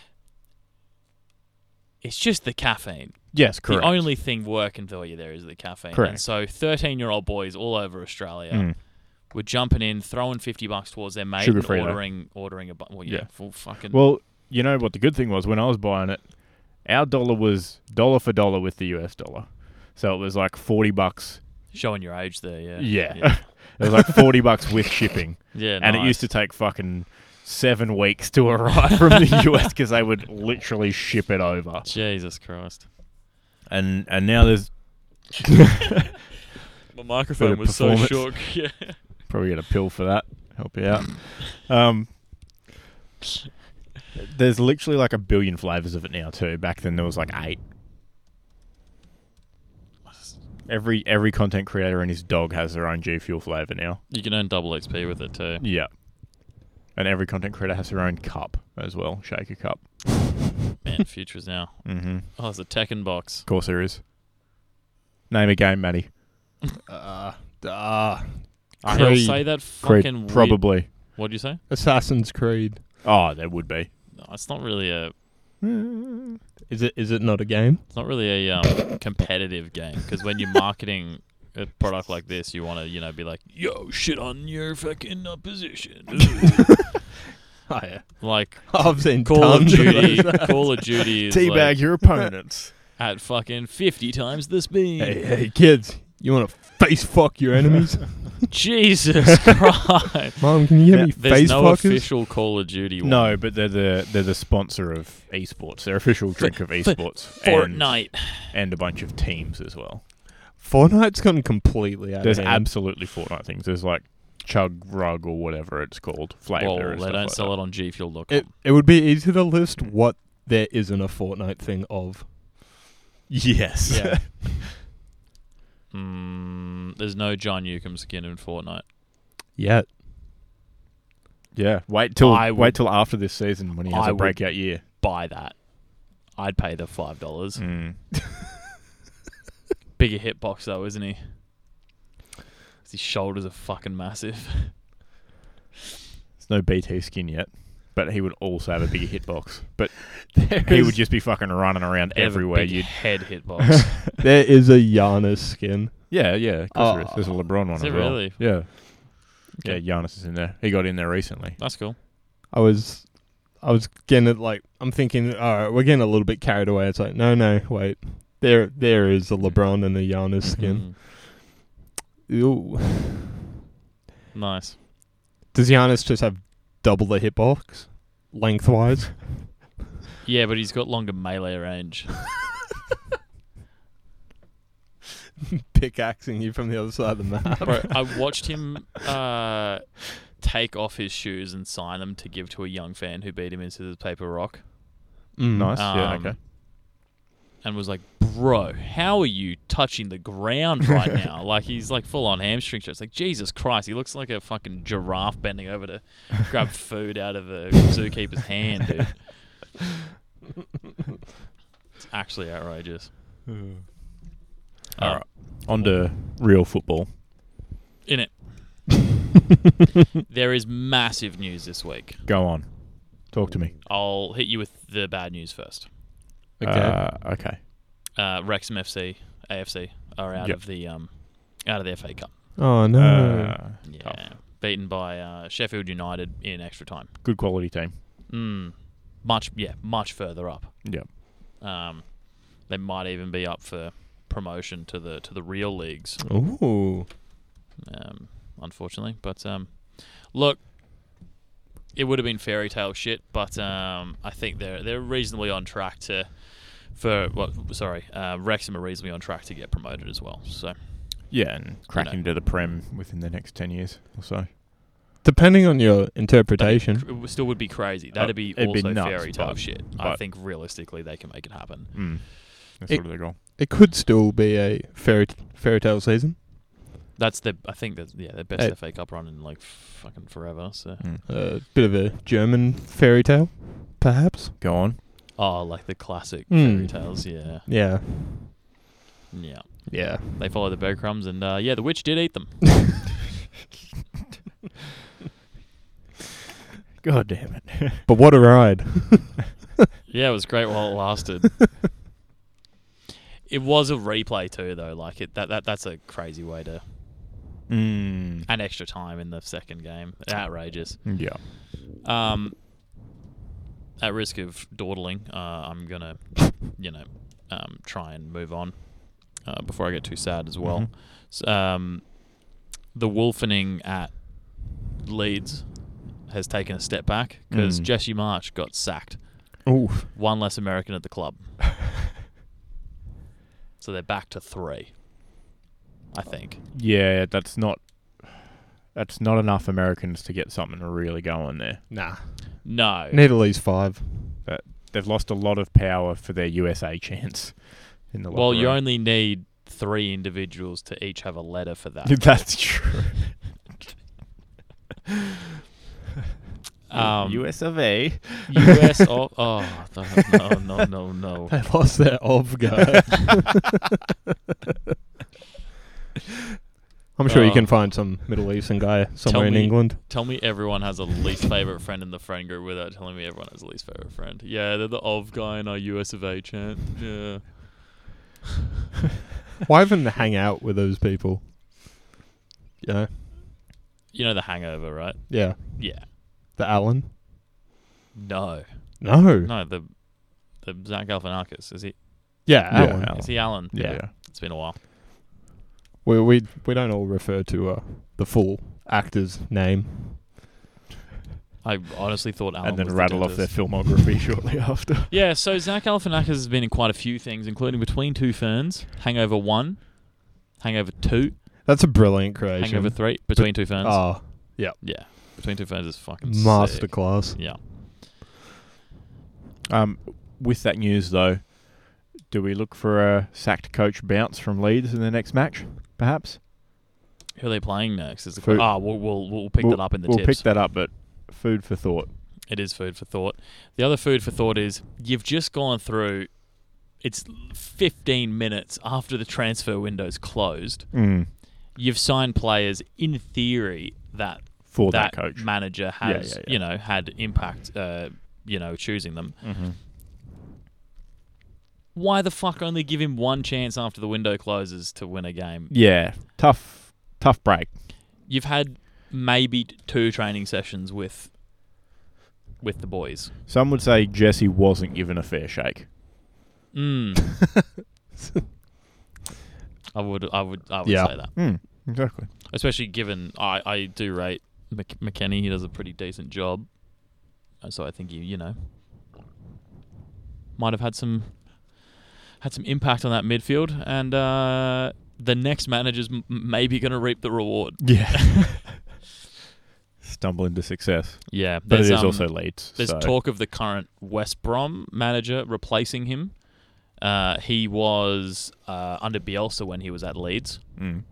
[SPEAKER 2] It's just the caffeine.
[SPEAKER 1] Yes, correct.
[SPEAKER 2] The only thing working for you there is the caffeine. And
[SPEAKER 1] Correct.
[SPEAKER 2] so, thirteen-year-old boys all over Australia
[SPEAKER 1] Mm.
[SPEAKER 2] were jumping in, throwing fifty bucks towards their mate, and
[SPEAKER 1] Sugar-free, though.
[SPEAKER 2] ordering, ordering a bu- well, yeah,
[SPEAKER 1] Yeah.
[SPEAKER 2] full fucking.
[SPEAKER 1] Well, you know what the good thing was when I was buying it, our dollar was dollar for dollar with the US dollar, so it was like forty bucks.
[SPEAKER 2] showing your age there, yeah.
[SPEAKER 1] Yeah,
[SPEAKER 2] yeah.
[SPEAKER 1] it was like forty bucks with shipping.
[SPEAKER 2] Yeah,
[SPEAKER 1] and it
[SPEAKER 2] nice.
[SPEAKER 1] used to take fucking seven weeks to arrive from the US because they would literally ship it over.
[SPEAKER 2] Jesus Christ.
[SPEAKER 1] And and now there's
[SPEAKER 2] My
[SPEAKER 1] Bit
[SPEAKER 2] microphone
[SPEAKER 1] of
[SPEAKER 2] was so shook.
[SPEAKER 1] performance.
[SPEAKER 2] Yeah.
[SPEAKER 1] probably get a pill for that. Help you out. Um, there's literally like a billion flavors of it now too. Back then there was like eight. Every every content creator and his dog has their own G Fuel flavor now.
[SPEAKER 2] You can earn double XP with it too.
[SPEAKER 1] Yeah. And every content creator has their own cup as well, shaker cup.
[SPEAKER 2] Man, futures now.
[SPEAKER 1] Mm-hmm. Of
[SPEAKER 2] Oh, it's a Tekken box.
[SPEAKER 1] course there is. Name a game, Matty.
[SPEAKER 3] Uh, uh,
[SPEAKER 2] They'll
[SPEAKER 3] Creed.
[SPEAKER 2] say that
[SPEAKER 1] Creed,
[SPEAKER 2] fucking weird-
[SPEAKER 1] probably.
[SPEAKER 2] What'd you say?
[SPEAKER 3] Assassin's Creed.
[SPEAKER 1] Oh, there would be.
[SPEAKER 2] No, it's not really a.
[SPEAKER 3] Is it? Is it not a game?
[SPEAKER 2] It's not really a um, competitive game because when you're marketing a product like this, you want to you know be like, yo, shit on your fucking opposition. Ooh.
[SPEAKER 3] Oh, yeah.
[SPEAKER 2] like
[SPEAKER 3] I've seen
[SPEAKER 2] Call of
[SPEAKER 3] tons
[SPEAKER 2] Duty.
[SPEAKER 3] those.
[SPEAKER 2] Call of Duty is
[SPEAKER 1] Teabag
[SPEAKER 2] like
[SPEAKER 1] your opponents.
[SPEAKER 2] at fucking fifty times the speed.
[SPEAKER 3] hey, hey, kids! You want to face fuck your enemies?
[SPEAKER 2] Jesus Christ.
[SPEAKER 3] Mom, can you get
[SPEAKER 1] Now,
[SPEAKER 3] me
[SPEAKER 2] There's
[SPEAKER 3] face
[SPEAKER 2] no
[SPEAKER 3] fuckers?
[SPEAKER 2] official Call of Duty. One.
[SPEAKER 1] No, but they're the they're the sponsor of esports. Their official drink of esports.
[SPEAKER 2] Fortnite.
[SPEAKER 1] and, and a bunch of teams as well.
[SPEAKER 3] Fortnite's gone completely out
[SPEAKER 1] There's
[SPEAKER 3] of hand.
[SPEAKER 1] absolutely Fortnite things. There's like chug rug or whatever it's called. Flavor.
[SPEAKER 2] Well,
[SPEAKER 1] and
[SPEAKER 2] they
[SPEAKER 1] stuff
[SPEAKER 2] don't
[SPEAKER 1] like
[SPEAKER 2] sell
[SPEAKER 1] that.
[SPEAKER 2] it on gfuel.com.
[SPEAKER 3] it, it would be easy to list what there isn't a Fortnite thing of.
[SPEAKER 1] Yes.
[SPEAKER 3] Yeah.
[SPEAKER 2] Mm, there's no John Newcomb skin in Fortnite.
[SPEAKER 3] Yet.
[SPEAKER 1] Yeah, wait till
[SPEAKER 2] I
[SPEAKER 1] wait till after this season when he has
[SPEAKER 2] I
[SPEAKER 1] a
[SPEAKER 2] would-
[SPEAKER 1] breakout year.
[SPEAKER 2] Buy that. I'd pay the five dollars.
[SPEAKER 1] Mm.
[SPEAKER 2] Bigger hitbox though, isn't he? 'Cause His shoulders are fucking massive.
[SPEAKER 1] There's no BT skin yet, but he would also have a bigger hitbox. But he
[SPEAKER 3] is-
[SPEAKER 1] would just be fucking running around
[SPEAKER 2] They have a
[SPEAKER 1] everywhere.
[SPEAKER 2] big
[SPEAKER 1] You'd
[SPEAKER 2] head hitbox.
[SPEAKER 3] there is a Giannis skin.
[SPEAKER 1] yeah, yeah. Of course there is. There's a
[SPEAKER 3] Oh.
[SPEAKER 1] LeBron one
[SPEAKER 2] Is
[SPEAKER 1] as
[SPEAKER 2] it
[SPEAKER 1] well.
[SPEAKER 2] really?
[SPEAKER 1] Yeah,
[SPEAKER 2] Okay.
[SPEAKER 1] yeah. Giannis is in there. He got in there recently.
[SPEAKER 2] That's cool.
[SPEAKER 3] I was I was getting it like I'm thinking, all right, we're getting a little bit carried away. It's like, no, no, wait. There there is a LeBron and a Giannis skin.
[SPEAKER 2] Mm.
[SPEAKER 3] Ew.
[SPEAKER 2] Nice.
[SPEAKER 3] Does Giannis just have double the hitbox? Lengthwise?
[SPEAKER 2] Yeah, but he's got longer melee range.
[SPEAKER 3] Pickaxing you from the other side of the map.
[SPEAKER 2] Bro, I watched him uh, take off his shoes and sign them to give to a young fan who beat him into the paper rock.
[SPEAKER 3] Mm.
[SPEAKER 1] Nice. yeah.
[SPEAKER 2] Um,
[SPEAKER 1] Okay.
[SPEAKER 2] And was like, bro, how are you touching the ground right now? like he's like full on hamstring stretch. Like Jesus Christ, he looks like a fucking giraffe bending over to grab food out of a zookeeper's hand, dude. It's actually outrageous.
[SPEAKER 1] All
[SPEAKER 2] Uh,
[SPEAKER 1] right. On to real football.
[SPEAKER 2] In it, there is massive news this week.
[SPEAKER 1] Go on. Talk to me.
[SPEAKER 2] I'll hit you with the bad news first.
[SPEAKER 3] Okay.
[SPEAKER 1] Uh, okay.
[SPEAKER 2] uh, Wrexham FC, AFC are out
[SPEAKER 1] Yep.
[SPEAKER 2] of the um, out of the FA Cup.
[SPEAKER 3] oh no.
[SPEAKER 1] Uh,
[SPEAKER 2] Yeah,
[SPEAKER 1] Tough.
[SPEAKER 2] beaten by uh, Sheffield United in extra time.
[SPEAKER 1] Good quality team.
[SPEAKER 2] Mm. Much, yeah, much further up.
[SPEAKER 1] Yeah.
[SPEAKER 2] Um, they might even be up for promotion to the to the real leagues.
[SPEAKER 1] Oh.
[SPEAKER 3] Ooh.
[SPEAKER 2] Um, unfortunately, but um, look, it would have been fairy tale shit, but um, I think they're they're reasonably on track to. For well, sorry, uh, Wrexham are reasonably on track to get promoted as well. So
[SPEAKER 1] Yeah, and cracking into the Prem within the next 10 years or so.
[SPEAKER 3] Depending on your
[SPEAKER 2] That'd be
[SPEAKER 3] interpretation.
[SPEAKER 2] cr- It would- still would be crazy. That'd be
[SPEAKER 1] Hmm. Uh, it'd be
[SPEAKER 2] also
[SPEAKER 1] nuts,
[SPEAKER 2] fairy tale
[SPEAKER 1] but-
[SPEAKER 2] shit. I
[SPEAKER 1] but-
[SPEAKER 2] think realistically they can make it happen.
[SPEAKER 1] Mm. That's
[SPEAKER 3] It-
[SPEAKER 1] sort of the goal.
[SPEAKER 3] It could still be a fairy fairy tale season.
[SPEAKER 2] That's the I think that yeah their best
[SPEAKER 3] Hey.
[SPEAKER 2] FA Cup run in like fucking forever. So
[SPEAKER 1] Mm.
[SPEAKER 3] A bit of a German fairy tale, perhaps.
[SPEAKER 1] Go on.
[SPEAKER 2] oh like the classic
[SPEAKER 3] Mm.
[SPEAKER 2] fairy tales. Yeah,
[SPEAKER 3] Yeah.
[SPEAKER 2] yeah.
[SPEAKER 3] Yeah.
[SPEAKER 2] They follow the breadcrumbs and uh, yeah the witch did eat them.
[SPEAKER 1] God damn it.
[SPEAKER 3] But what a ride.
[SPEAKER 2] yeah, it was great while it lasted. it was a replay too though. Like it that, that that's a crazy way to
[SPEAKER 1] mm.
[SPEAKER 2] and extra time in the second game. Outrageous.
[SPEAKER 3] Mm.
[SPEAKER 1] Yeah.
[SPEAKER 2] Um, at risk of dawdling, uh, I'm gonna, you know, um, try and move on uh, before I get too sad as well.
[SPEAKER 1] Mhm.
[SPEAKER 2] S- um, the wolfening at Leeds has taken a step back because
[SPEAKER 1] Mm.
[SPEAKER 2] Jesse March got sacked.
[SPEAKER 3] Oof.
[SPEAKER 2] One less American at the club, so they're back to three. I think.
[SPEAKER 1] Oh. Yeah, that's not. That's not enough Americans to get something really going there.
[SPEAKER 3] Nah.
[SPEAKER 2] No.
[SPEAKER 3] Need at least five.
[SPEAKER 1] They've lost a lot of power for their USA chance in the
[SPEAKER 2] Well,
[SPEAKER 1] locker
[SPEAKER 2] you
[SPEAKER 1] room.
[SPEAKER 2] only need three individuals to each have a letter for that.
[SPEAKER 1] That's true.
[SPEAKER 2] Um,
[SPEAKER 1] US of A.
[SPEAKER 2] US of oh no no no no.
[SPEAKER 3] They lost their of guy. I'm sure you
[SPEAKER 2] Oh.
[SPEAKER 3] can find some Middle Eastern guy somewhere in
[SPEAKER 2] me-
[SPEAKER 3] England.
[SPEAKER 2] Tell me everyone has a least favorite friend in the friend group without telling me everyone has a least favorite friend. Yeah, they're the of guy in our US of A chant. Yeah.
[SPEAKER 3] Why even hang out with those people? You know?
[SPEAKER 2] You know the hangover, right?
[SPEAKER 3] Yeah.
[SPEAKER 2] Yeah.
[SPEAKER 3] The Allen?
[SPEAKER 2] No.
[SPEAKER 3] No.
[SPEAKER 2] No, the the Zach Galifianakis. Is he
[SPEAKER 3] Yeah,
[SPEAKER 1] Yeah,
[SPEAKER 3] Allen.
[SPEAKER 1] Allen.
[SPEAKER 2] is he Alan?
[SPEAKER 1] Yeah.
[SPEAKER 2] It's been a while.
[SPEAKER 3] We, we we don't all refer to uh, the full actor's name.
[SPEAKER 2] I honestly thought Alan
[SPEAKER 1] and then
[SPEAKER 2] was
[SPEAKER 1] rattle
[SPEAKER 2] Um, the
[SPEAKER 1] off their
[SPEAKER 2] dentist.
[SPEAKER 1] filmography shortly after.
[SPEAKER 2] Yeah, so Zach Galifianakis has been in quite a few things, including Between Two Ferns, Hangover One, Hangover Two,
[SPEAKER 3] That's a brilliant creation.
[SPEAKER 2] Hangover Three, Between Two Ferns.
[SPEAKER 3] Ah,
[SPEAKER 2] Yeah, Between Two Ferns is fucking sick.
[SPEAKER 3] masterclass.
[SPEAKER 2] Yeah.
[SPEAKER 1] Um, with that news though, Do we look for a sacked coach bounce from Leeds in the next match, perhaps?
[SPEAKER 2] Who are they playing next? Is the
[SPEAKER 1] Food-
[SPEAKER 2] Ah, we'll, we'll we'll pick that up in the
[SPEAKER 1] We'll
[SPEAKER 2] tips.
[SPEAKER 1] pick that up, but food for thought.
[SPEAKER 2] It is food for thought. The other food for thought is you've just gone through. It's 15 minutes after the transfer window's closed.
[SPEAKER 1] Mm.
[SPEAKER 2] You've signed players in theory that
[SPEAKER 1] For that, coach.
[SPEAKER 2] manager
[SPEAKER 1] Yeah,
[SPEAKER 2] has
[SPEAKER 1] yeah, yeah.
[SPEAKER 2] you know had impact. Uh, you know, choosing them.
[SPEAKER 1] Mhm.
[SPEAKER 2] Why the fuck only give him one chance after the window closes to win a game?
[SPEAKER 1] Yeah, tough, tough break.
[SPEAKER 2] You've had maybe t- two training sessions with with the boys.
[SPEAKER 1] Some would say Jesse wasn't given a fair shake.
[SPEAKER 2] Mm. I would, I would, I would
[SPEAKER 3] Yeah.
[SPEAKER 2] say that.
[SPEAKER 1] Mm, exactly.
[SPEAKER 2] especially given I, I do rate Mc, McKenny. He does a pretty decent job, And so I think you you know might have had some had some impact on that midfield, and uh, the next manager's m- maybe going to reap the reward.
[SPEAKER 1] Yeah. Stumble into success,
[SPEAKER 2] Yeah,
[SPEAKER 1] but
[SPEAKER 2] there's,
[SPEAKER 1] it is
[SPEAKER 2] um,
[SPEAKER 1] also Leeds.
[SPEAKER 2] there's
[SPEAKER 1] so-
[SPEAKER 2] talk of the current West Brom manager replacing him. Uh, he was uh, under Bielsa when he was at Leeds.
[SPEAKER 1] Mm.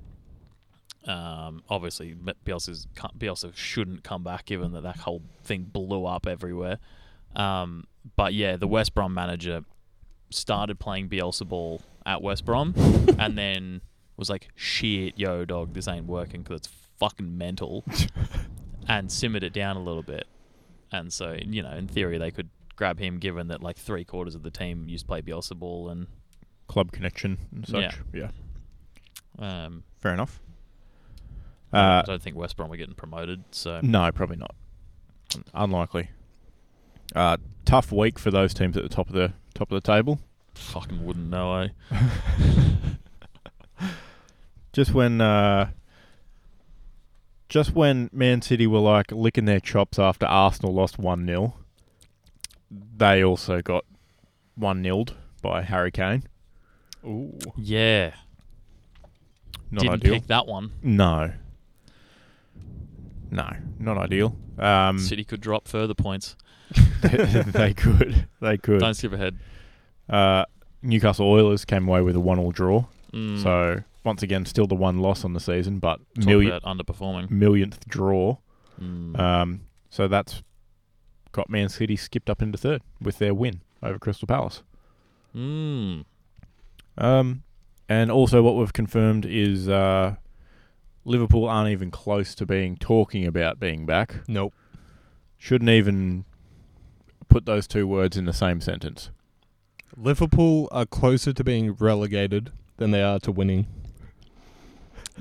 [SPEAKER 2] Um, obviously, M- Bielsa's, co- Bielsa shouldn't come back, given that that whole thing blew up everywhere. Um, but yeah, the West Brom manager started playing Bielsa ball at West Brom, and then was like, "Shit, yo, dog, this ain't working because it's fucking mental," and simmered it down a little bit. And so, you know, in theory, they could grab him, given that like three quarters of the team used to play Bielsa ball, and
[SPEAKER 1] club connection and such.
[SPEAKER 2] Yeah.
[SPEAKER 1] yeah.
[SPEAKER 2] um,
[SPEAKER 1] Fair enough.
[SPEAKER 2] I
[SPEAKER 1] Uh,
[SPEAKER 2] don't think West Brom were getting promoted, so
[SPEAKER 1] no, probably not. Un- Unlikely. Uh, tough week for those teams at the top of the top of the table.
[SPEAKER 2] fucking wouldn't know. eh? I.
[SPEAKER 1] Just when, uh, just when Man City were like licking their chops after Arsenal lost one 0 they also got one 0 by Harry Kane. Ooh,
[SPEAKER 2] Yeah,
[SPEAKER 1] not
[SPEAKER 2] didn't
[SPEAKER 1] ideal.
[SPEAKER 2] pick that one.
[SPEAKER 1] No, no, not ideal. Um,
[SPEAKER 2] City could drop further points.
[SPEAKER 1] they could, they could.
[SPEAKER 2] Don't skip ahead.
[SPEAKER 1] Uh, Newcastle Oilers came away with a one-all draw.
[SPEAKER 2] Mm,
[SPEAKER 1] So once again, still the one loss on the season, but
[SPEAKER 2] talk
[SPEAKER 1] million,
[SPEAKER 2] about underperforming.
[SPEAKER 1] millionth draw.
[SPEAKER 2] Mm.
[SPEAKER 1] Um, so that's got Man City skipped up into third with their win over Crystal Palace.
[SPEAKER 2] Mm.
[SPEAKER 1] Um, and also, what we've confirmed is uh, Liverpool aren't even close to being talking about being back.
[SPEAKER 3] Nope.
[SPEAKER 1] Shouldn't even put those two words in the same sentence.
[SPEAKER 3] Liverpool are closer to being relegated than they are to winning.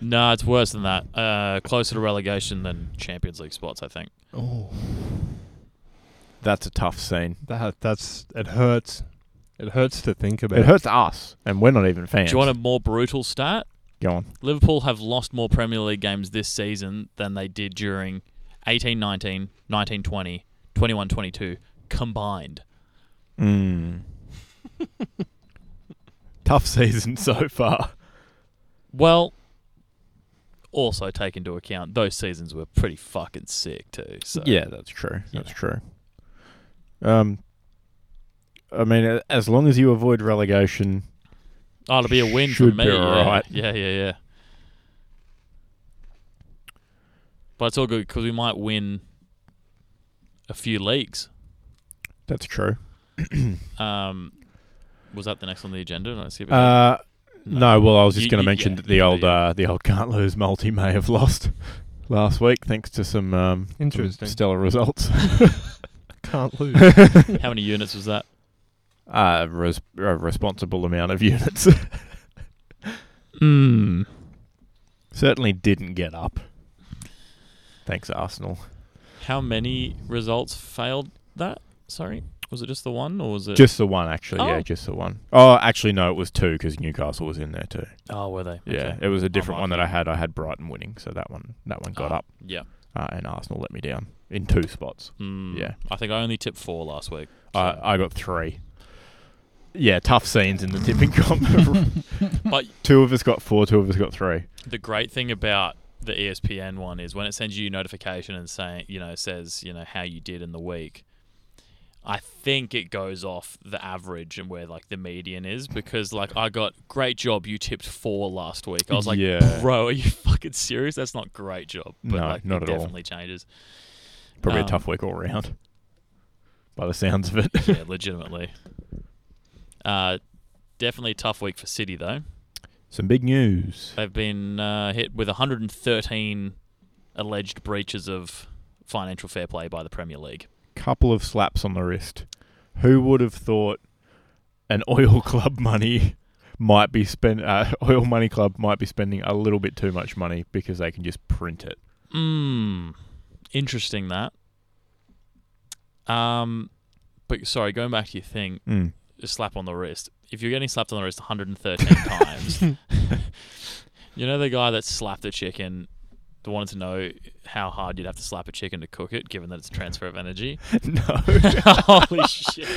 [SPEAKER 2] No, it's worse than that. Uh, closer to relegation than Champions League spots, I think.
[SPEAKER 3] Oh,
[SPEAKER 1] That's a tough scene.
[SPEAKER 3] that that's it hurts. It hurts to think about.
[SPEAKER 1] It hurts us, and we're not even fans.
[SPEAKER 2] Do you want a more brutal stat?
[SPEAKER 1] Go on.
[SPEAKER 2] Liverpool have lost more Premier League games this season than they did during 18 19, 19 20, 21 22 combined.
[SPEAKER 1] Mm. Tough season so far.
[SPEAKER 2] Well, also take into account those seasons were pretty fucking sick too. So
[SPEAKER 1] yeah, that's true.
[SPEAKER 2] Yeah.
[SPEAKER 1] That's true. Um, I mean, a- as long as you avoid relegation,
[SPEAKER 2] Oh, it'll be a win
[SPEAKER 1] Should
[SPEAKER 2] for me.
[SPEAKER 1] be
[SPEAKER 2] yeah.
[SPEAKER 1] alright.
[SPEAKER 2] Yeah, yeah, yeah. But it's all good because we might win a few leagues.
[SPEAKER 1] that's true.
[SPEAKER 2] Um, was that the next on the agenda? No, see if it-
[SPEAKER 1] Uh, no, well, I was just
[SPEAKER 2] You-
[SPEAKER 1] going to
[SPEAKER 2] you-
[SPEAKER 1] mention
[SPEAKER 2] yeah,
[SPEAKER 1] that the
[SPEAKER 2] yeah,
[SPEAKER 1] old
[SPEAKER 2] yeah.
[SPEAKER 1] uh, the old can't lose multi may have lost last week thanks to some um, some
[SPEAKER 3] Interesting.
[SPEAKER 1] stellar results.
[SPEAKER 3] Can't lose.
[SPEAKER 2] How many units was that?
[SPEAKER 1] uh, res- a responsible amount of units hmm.
[SPEAKER 2] Mm.
[SPEAKER 1] certainly didn't get up. Thanks, Arsenal.
[SPEAKER 2] How many results failed that? Sorry, was it just the one, or was it?
[SPEAKER 1] Just the one, actually. Yeah,
[SPEAKER 2] Oh.
[SPEAKER 1] just the one. Oh, actually, no, it was two because Newcastle was in there too.
[SPEAKER 2] oh, were they?
[SPEAKER 1] Yeah,
[SPEAKER 2] Okay.
[SPEAKER 1] it was a different one
[SPEAKER 2] lucky.
[SPEAKER 1] that I had. I had Brighton winning, so that one that one got
[SPEAKER 2] Ah,
[SPEAKER 1] up,
[SPEAKER 2] Yeah.
[SPEAKER 1] uh, and Arsenal let me down in two spots.
[SPEAKER 2] Mm.
[SPEAKER 1] Yeah.
[SPEAKER 2] I think I only tipped four last week. so-
[SPEAKER 1] I I got three. Yeah, tough scenes in the tipping comp. Hmm.
[SPEAKER 2] but
[SPEAKER 1] two of us got four, two of us got three.
[SPEAKER 2] the great thing about the E ESPN one is when it sends you a notification and saying, you know, says, you know, how you did in the week. I think it goes off the average and where like the median is because like I got great job. You tipped four last week. I was like,
[SPEAKER 1] Yeah.
[SPEAKER 2] bro, are you fucking serious? That's not great job. But
[SPEAKER 1] No,
[SPEAKER 2] like,
[SPEAKER 1] not
[SPEAKER 2] it
[SPEAKER 1] at all.
[SPEAKER 2] definitely changes.
[SPEAKER 1] Probably
[SPEAKER 2] Um,
[SPEAKER 1] a tough week all around. By the sounds of it.
[SPEAKER 2] Yeah, legitimately. Uh, definitely a tough week for City though.
[SPEAKER 1] Some big news.
[SPEAKER 2] They've been uh, hit with 113 alleged breaches of financial fair play by the Premier League.
[SPEAKER 1] Couple of slaps on the wrist. Who would have thought an oil club money might be spend uh, oil money club might be spending a little bit too much money because they can just print it.
[SPEAKER 2] Hmm. Interesting that. Um, but sorry, going back to your thing,
[SPEAKER 1] Mm.
[SPEAKER 2] a slap on the wrist. If you're getting slapped on the wrist 113 times, you know the guy that slapped a chicken. that Wanted to know how hard you'd have to slap a chicken to cook it, given that it's a transfer of energy.
[SPEAKER 1] no.
[SPEAKER 2] Holy shit!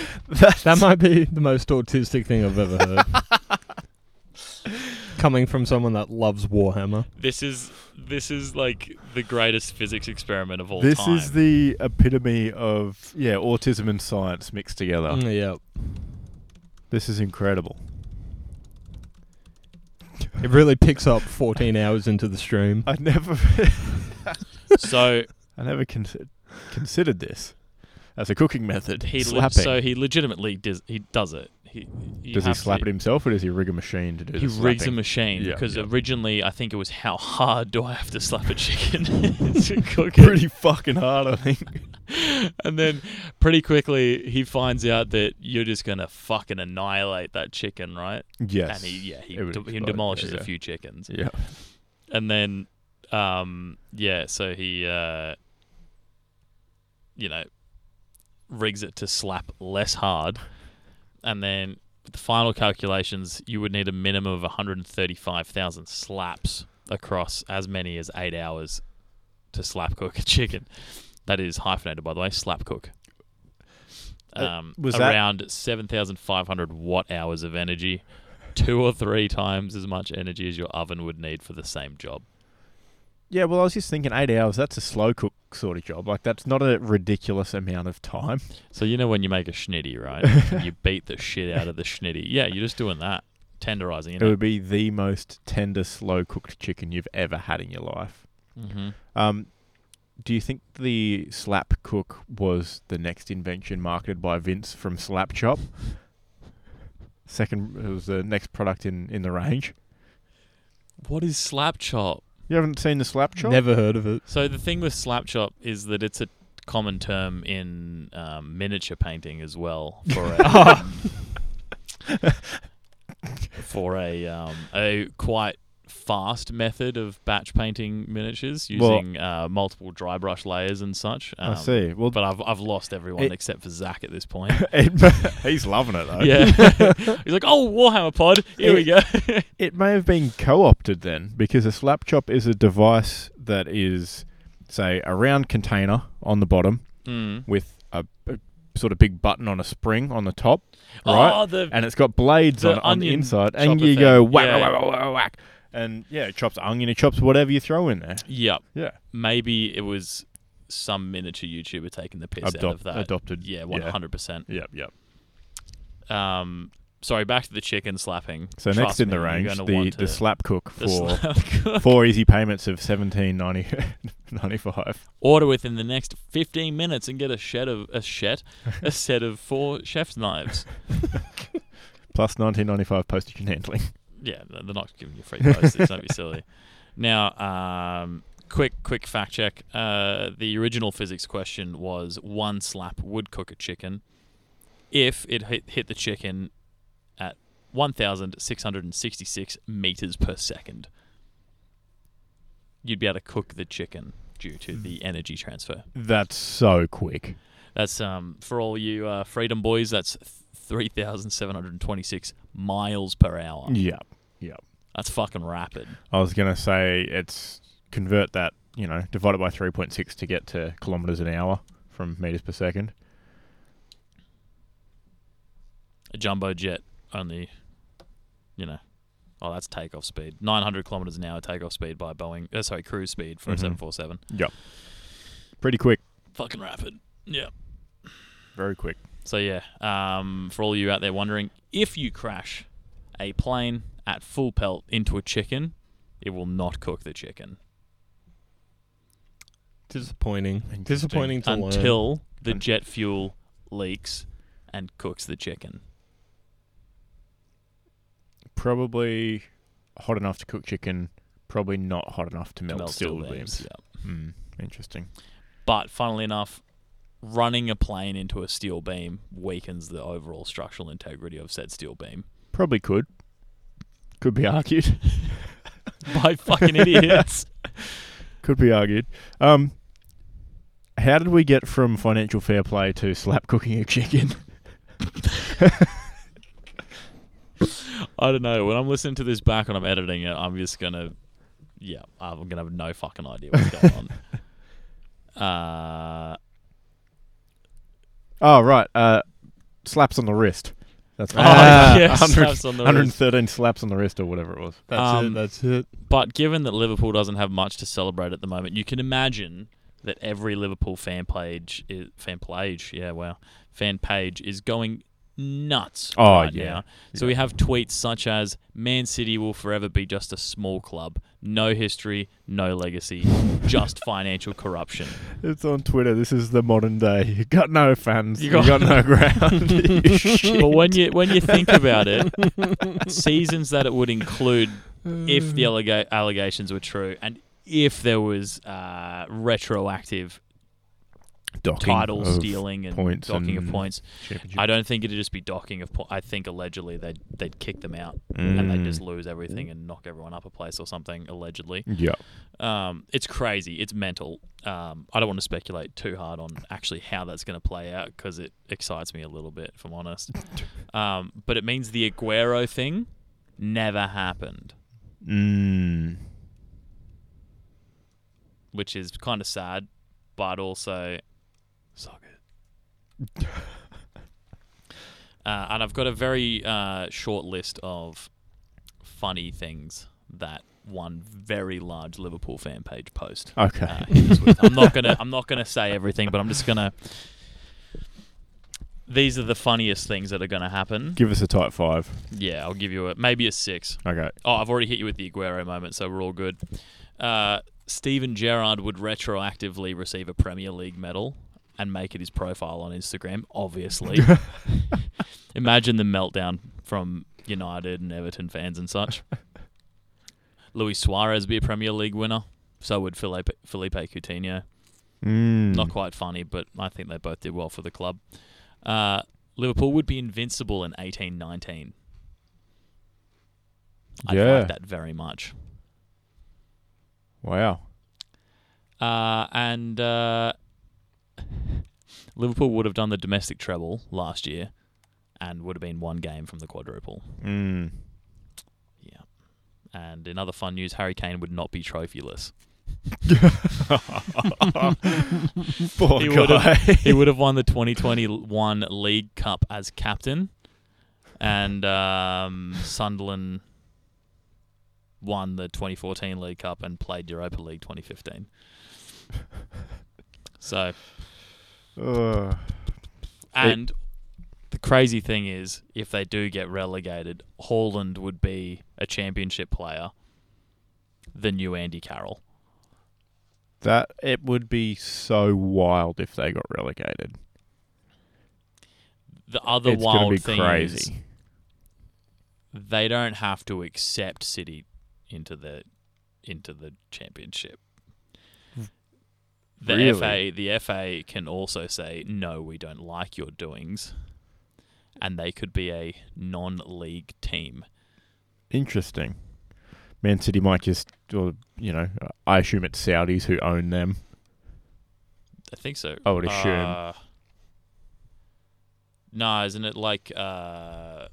[SPEAKER 3] That might be the most autistic thing I've ever heard. Coming from someone that loves Warhammer.
[SPEAKER 2] This is this is like the greatest physics experiment of all
[SPEAKER 1] This
[SPEAKER 2] time.
[SPEAKER 1] is the epitome of yeah, autism and science mixed together.
[SPEAKER 3] Mm, yeah.
[SPEAKER 1] This is incredible.
[SPEAKER 3] It really picks up 14 hours into the stream.
[SPEAKER 1] I never
[SPEAKER 2] so
[SPEAKER 1] I never consi- considered this as a cooking method.
[SPEAKER 2] he le-
[SPEAKER 1] slapping.
[SPEAKER 2] so he legitimately does he does it. He you
[SPEAKER 1] does he
[SPEAKER 2] have to-
[SPEAKER 1] slap it himself or does he rig a machine to do
[SPEAKER 2] He
[SPEAKER 1] the
[SPEAKER 2] rigs a
[SPEAKER 1] slapping?
[SPEAKER 2] machine
[SPEAKER 1] Yeah,
[SPEAKER 2] because
[SPEAKER 1] yeah.
[SPEAKER 2] originally I think it was how hard do I have to slap a chicken to cook it?
[SPEAKER 1] Pretty fucking hard, I think.
[SPEAKER 2] and then pretty quickly he finds out that you're just gonna fucking annihilate that chicken, right?
[SPEAKER 1] yes.
[SPEAKER 2] And he yeah he,
[SPEAKER 1] It would
[SPEAKER 2] de- he
[SPEAKER 1] explode, yeah,
[SPEAKER 2] demolishes
[SPEAKER 1] yeah.
[SPEAKER 2] a few chickens.
[SPEAKER 1] Yeah.
[SPEAKER 2] and then um yeah so he uh you know rigs it to slap less hard and then with the final calculations you would need a minimum of 135,000 slaps across as many as 8 hours to slap cook a chicken that is hyphenated by the way slap cook
[SPEAKER 1] Uh,
[SPEAKER 2] um,
[SPEAKER 1] was that-
[SPEAKER 2] around 7,500 watt hours of energy two or three times as much energy as your oven would need for the same job.
[SPEAKER 1] Yeah, well, I was just thinking eight hours, that's a slow cook sort of job. Like, that's not a ridiculous amount of time.
[SPEAKER 2] So you know when you make a schnitty, right? And you beat the shit out of the schnitty. Yeah, you're just doing that, tenderizing it.
[SPEAKER 1] It would be the most tender, slow cooked chicken you've ever had in your life.
[SPEAKER 2] mm-hmm.
[SPEAKER 1] Um, do you think the slap cook was the next invention marketed by Vince from Slap Chop? Second, it was the next product in, in the range.
[SPEAKER 2] What is slap chop?
[SPEAKER 1] You haven't seen the Slap Chop?
[SPEAKER 3] Never heard of it.
[SPEAKER 2] So the thing with slap chop is that it's a common term in um, miniature painting as well for a um, for a um, a quite fast method of batch painting miniatures
[SPEAKER 1] Well-
[SPEAKER 2] using uh, multiple dry brush layers and such. um,
[SPEAKER 1] I see. Well,
[SPEAKER 2] But I've I've lost everyone
[SPEAKER 1] It-
[SPEAKER 2] except for Zach at this point.
[SPEAKER 1] it- he's loving it though.
[SPEAKER 2] yeah, he's like, oh, Warhammer Pod, here we go.
[SPEAKER 1] It may have been co-opted then, because a slap chop is a device that is, say, a round container on the bottom
[SPEAKER 2] mm.
[SPEAKER 1] with a, a sort of big button on a spring on the top, right?
[SPEAKER 2] Oh, the
[SPEAKER 1] and it's got blades
[SPEAKER 2] The
[SPEAKER 1] on, on the
[SPEAKER 2] onion
[SPEAKER 1] inside, and
[SPEAKER 2] chopper
[SPEAKER 1] you go
[SPEAKER 2] thing.
[SPEAKER 1] whack,
[SPEAKER 2] Yeah.
[SPEAKER 1] whack, whack, whack, whack, and yeah, it chops onion, it chops whatever you throw in there.
[SPEAKER 2] yeah,
[SPEAKER 1] Yeah,
[SPEAKER 2] maybe it was some miniature YouTuber taking the piss out
[SPEAKER 1] Adop-
[SPEAKER 2] of that.
[SPEAKER 1] adopted.
[SPEAKER 2] Yeah, one hundred percent.
[SPEAKER 1] Yep, yep.
[SPEAKER 2] Um, sorry, back to the chicken slapping.
[SPEAKER 1] So
[SPEAKER 2] Trust
[SPEAKER 1] next in
[SPEAKER 2] me,
[SPEAKER 1] the
[SPEAKER 2] you're
[SPEAKER 1] range,
[SPEAKER 2] gonna
[SPEAKER 1] the,
[SPEAKER 2] want
[SPEAKER 1] the
[SPEAKER 2] to-
[SPEAKER 1] slap cook
[SPEAKER 2] the
[SPEAKER 1] for
[SPEAKER 2] slap-
[SPEAKER 1] four easy payments of seventeen ninety ninety five.
[SPEAKER 2] order within the next fifteen minutes and get a shed of a shed, a set of four chef's knives.
[SPEAKER 1] Plus nineteen ninety five postage and handling.
[SPEAKER 2] Yeah, they're not giving you free postage. don't be silly. Now, um, quick, quick fact check. Uh, the original physics question was one slap would cook a chicken if it hit, hit the chicken at 1,666 meters per second. You'd be able to cook the chicken due to the energy transfer.
[SPEAKER 1] That's so quick.
[SPEAKER 2] That's um for all you uh, freedom boys. That's 3,726 miles per hour.
[SPEAKER 1] Yeah,
[SPEAKER 2] That's fucking rapid.
[SPEAKER 1] I was gonna say it's convert that you know divide it by three point six to get to kilometers an hour from meters per second.
[SPEAKER 2] a jumbo jet only, you know, oh, that's takeoff speed. 900 kilometers an hour takeoff speed by Boeing, uh, sorry, cruise speed for
[SPEAKER 1] Mhm.
[SPEAKER 2] a 747.
[SPEAKER 1] Pretty quick,
[SPEAKER 2] Fucking rapid. Yeah.
[SPEAKER 1] very quick.
[SPEAKER 2] So yeah, um, for all you out there wondering, if you crash a plane at full pelt into a chicken, it will not cook the chicken
[SPEAKER 3] Disappointing.
[SPEAKER 1] Interesting.
[SPEAKER 3] Disappointing to learn.
[SPEAKER 2] until the
[SPEAKER 1] Un-
[SPEAKER 2] jet fuel leaks and cooks the chicken.
[SPEAKER 1] Probably hot enough to cook chicken. Probably not hot enough to melt,
[SPEAKER 2] Melt
[SPEAKER 1] steel
[SPEAKER 2] steel
[SPEAKER 1] beams.
[SPEAKER 2] Yep.
[SPEAKER 1] Mm, interesting.
[SPEAKER 2] But funnily enough, running a plane into a steel beam weakens the overall structural integrity of said steel beam.
[SPEAKER 1] Probably could. Could be argued.
[SPEAKER 2] By fucking idiots.
[SPEAKER 1] Could be argued. Um, how did we get from financial fair play to slap cooking a chicken?
[SPEAKER 2] I don't know. When I'm listening to this back and I'm editing it, I'm just gonna, yeah, I'm gonna have no fucking idea what's going on. Uh,
[SPEAKER 1] Oh right, uh, slaps on the wrist. That's
[SPEAKER 2] oh,
[SPEAKER 1] what
[SPEAKER 3] Ah,
[SPEAKER 2] yeah,
[SPEAKER 1] 100
[SPEAKER 2] slaps on the wrist.
[SPEAKER 1] 113 slaps on the wrist or whatever it was.
[SPEAKER 3] That's it.
[SPEAKER 2] Um,
[SPEAKER 3] That's it.
[SPEAKER 2] But given that Liverpool doesn't have much to celebrate at the moment, you can imagine that every Liverpool fan page, is, fan page, yeah, wow, fan page is going nuts
[SPEAKER 1] Oh,
[SPEAKER 2] right
[SPEAKER 1] yeah.
[SPEAKER 2] now. So we have tweets such as "Man City will forever be just a small club, no history, no legacy, just financial corruption."
[SPEAKER 1] It's on Twitter. This is the modern day. You got no fans.
[SPEAKER 2] You
[SPEAKER 1] You
[SPEAKER 2] got-
[SPEAKER 1] got, no ground. You shit.
[SPEAKER 2] But when you when you think about it, seasons that it would include if the allega- allegations were true, and if there was uh, retroactive
[SPEAKER 1] Docking
[SPEAKER 2] title
[SPEAKER 1] of
[SPEAKER 2] stealing and
[SPEAKER 1] points
[SPEAKER 2] docking of
[SPEAKER 1] and-
[SPEAKER 2] points.
[SPEAKER 1] championship.
[SPEAKER 2] I don't think it'd just be docking of points. I think allegedly they'd they'd kick them out and they'd
[SPEAKER 1] Mm.
[SPEAKER 2] just lose everything and knock everyone up a place or something. Allegedly,
[SPEAKER 1] Yeah.
[SPEAKER 2] um, it's crazy. It's mental. Um, I don't want to speculate too hard on actually how that's going to play out because it excites me a little bit, if I'm honest. um, but it means the Aguero thing never happened,
[SPEAKER 1] Mm.
[SPEAKER 2] which is kind of sad, but also suck it. Uh, and I've got a very uh, short list of funny things that one very large Liverpool fan page post.
[SPEAKER 1] Okay.
[SPEAKER 2] uh, hit us with. I'm not gonna I'm not gonna say everything, but I'm just gonna. These are the funniest things that are gonna happen.
[SPEAKER 1] Give us a type five.
[SPEAKER 2] Yeah, I'll give you a maybe a six.
[SPEAKER 1] Okay.
[SPEAKER 2] Oh, I've already hit you with the Aguero moment, so we're all good. Uh, Steven Gerrard would retroactively receive a Premier League medal and make it his profile on Instagram. Obviously, imagine the meltdown from United and Everton fans and such. Luis Suarez be a Premier League winner. So would Felipe, Felipe Coutinho.
[SPEAKER 1] Mm.
[SPEAKER 2] Not quite funny, but I think they both did well for the club. Uh, Liverpool would be invincible in eighteen nineteen. I
[SPEAKER 1] Yeah.
[SPEAKER 2] like that very much.
[SPEAKER 1] Wow.
[SPEAKER 2] Uh, and uh, Liverpool would have done the domestic treble last year and would have been one game from the quadruple.
[SPEAKER 1] Mm.
[SPEAKER 2] Yeah. And in other fun news, Harry Kane would not be trophyless.
[SPEAKER 1] Poor
[SPEAKER 2] He would've-
[SPEAKER 1] guy.
[SPEAKER 2] he would have won the 2021 League Cup as captain, and um, Sunderland won the 2014 League Cup and played Europa League 2015. So,
[SPEAKER 1] Ugh.
[SPEAKER 2] and the crazy thing is, if they do get relegated, Holland would be a championship player, the new Andy Carroll.
[SPEAKER 1] that it would be so wild if they got relegated.
[SPEAKER 2] The other
[SPEAKER 1] it's gonna
[SPEAKER 2] wild
[SPEAKER 1] be
[SPEAKER 2] thing is
[SPEAKER 1] crazy.
[SPEAKER 2] they don't have to accept City into the into the championship. The
[SPEAKER 1] Really?
[SPEAKER 2] FA the FA can also say no, we don't like your doings, and they could be a non-league team.
[SPEAKER 1] Interesting. Man City might just, or, you know, I assume it's Saudis who own them.
[SPEAKER 2] I think so.
[SPEAKER 1] I would assume.
[SPEAKER 2] Uh, no, isn't it like uh,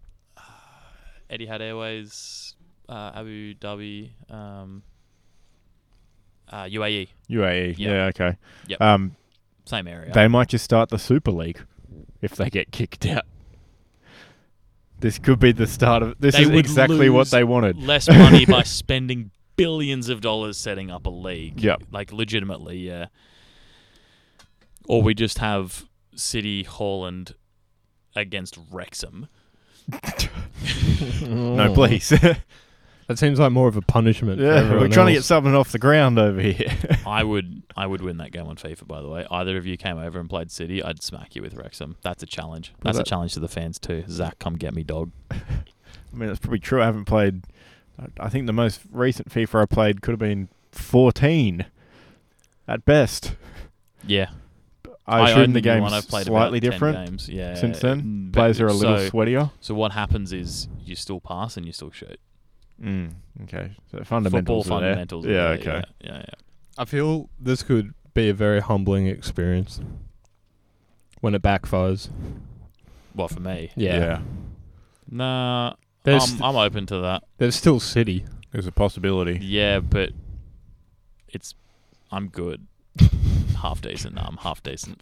[SPEAKER 2] Etihad Airways, uh, Abu Dhabi, um, uh, UAE,
[SPEAKER 1] UAE.
[SPEAKER 2] Yeah.
[SPEAKER 1] E. Yeah, okay.
[SPEAKER 2] Yep.
[SPEAKER 1] Um,
[SPEAKER 2] same area.
[SPEAKER 1] They might just start the Super League if they get kicked out. This could be the start of. This
[SPEAKER 2] They
[SPEAKER 1] is
[SPEAKER 2] would
[SPEAKER 1] exactly
[SPEAKER 2] lose
[SPEAKER 1] what they wanted.
[SPEAKER 2] less money by spending billions of dollars setting up a league.
[SPEAKER 1] Yep.
[SPEAKER 2] Like legitimately, yeah. Or we just have City, Holland, against Wrexham. Oh.
[SPEAKER 1] No, please.
[SPEAKER 3] That seems like more of a punishment. for
[SPEAKER 1] yeah, we're
[SPEAKER 3] everyone
[SPEAKER 1] trying to get
[SPEAKER 3] else.
[SPEAKER 1] something off the ground over here.
[SPEAKER 2] I would I would win that game on FIFA. By the way, either of you came over and played City, I'd smack you with Wrexham. That's a challenge.
[SPEAKER 3] Well,
[SPEAKER 2] That's a
[SPEAKER 3] that-
[SPEAKER 2] challenge to the fans too. Zach, come get me, dog.
[SPEAKER 1] I mean, that's probably true. I haven't played. I- I think the most recent FIFA I played could have been 14 at best.
[SPEAKER 2] Yeah,
[SPEAKER 1] I,
[SPEAKER 2] I
[SPEAKER 1] assume
[SPEAKER 2] own new
[SPEAKER 1] the game's
[SPEAKER 2] one. I've played
[SPEAKER 1] slightly
[SPEAKER 2] about 10
[SPEAKER 1] different.
[SPEAKER 2] games. Yeah,
[SPEAKER 1] since then.
[SPEAKER 2] Mm, but-
[SPEAKER 1] Players are a little
[SPEAKER 2] So,
[SPEAKER 1] sweatier.
[SPEAKER 2] so what happens is you still pass and you still shoot.
[SPEAKER 1] Mm, okay, so
[SPEAKER 2] Football
[SPEAKER 1] fundamentals. are there.
[SPEAKER 2] fundamentals. are
[SPEAKER 1] Yeah,
[SPEAKER 2] there,
[SPEAKER 1] okay.
[SPEAKER 2] Yeah, yeah, yeah.
[SPEAKER 3] I feel this could be a very humbling experience when it backfires.
[SPEAKER 2] Well, for me,
[SPEAKER 1] yeah.
[SPEAKER 2] nah,
[SPEAKER 3] There's
[SPEAKER 2] I'm, I'm open to that.
[SPEAKER 3] there's still City.
[SPEAKER 1] There's a possibility.
[SPEAKER 2] Yeah, but it's I'm good. half decent. Nah, I'm half decent.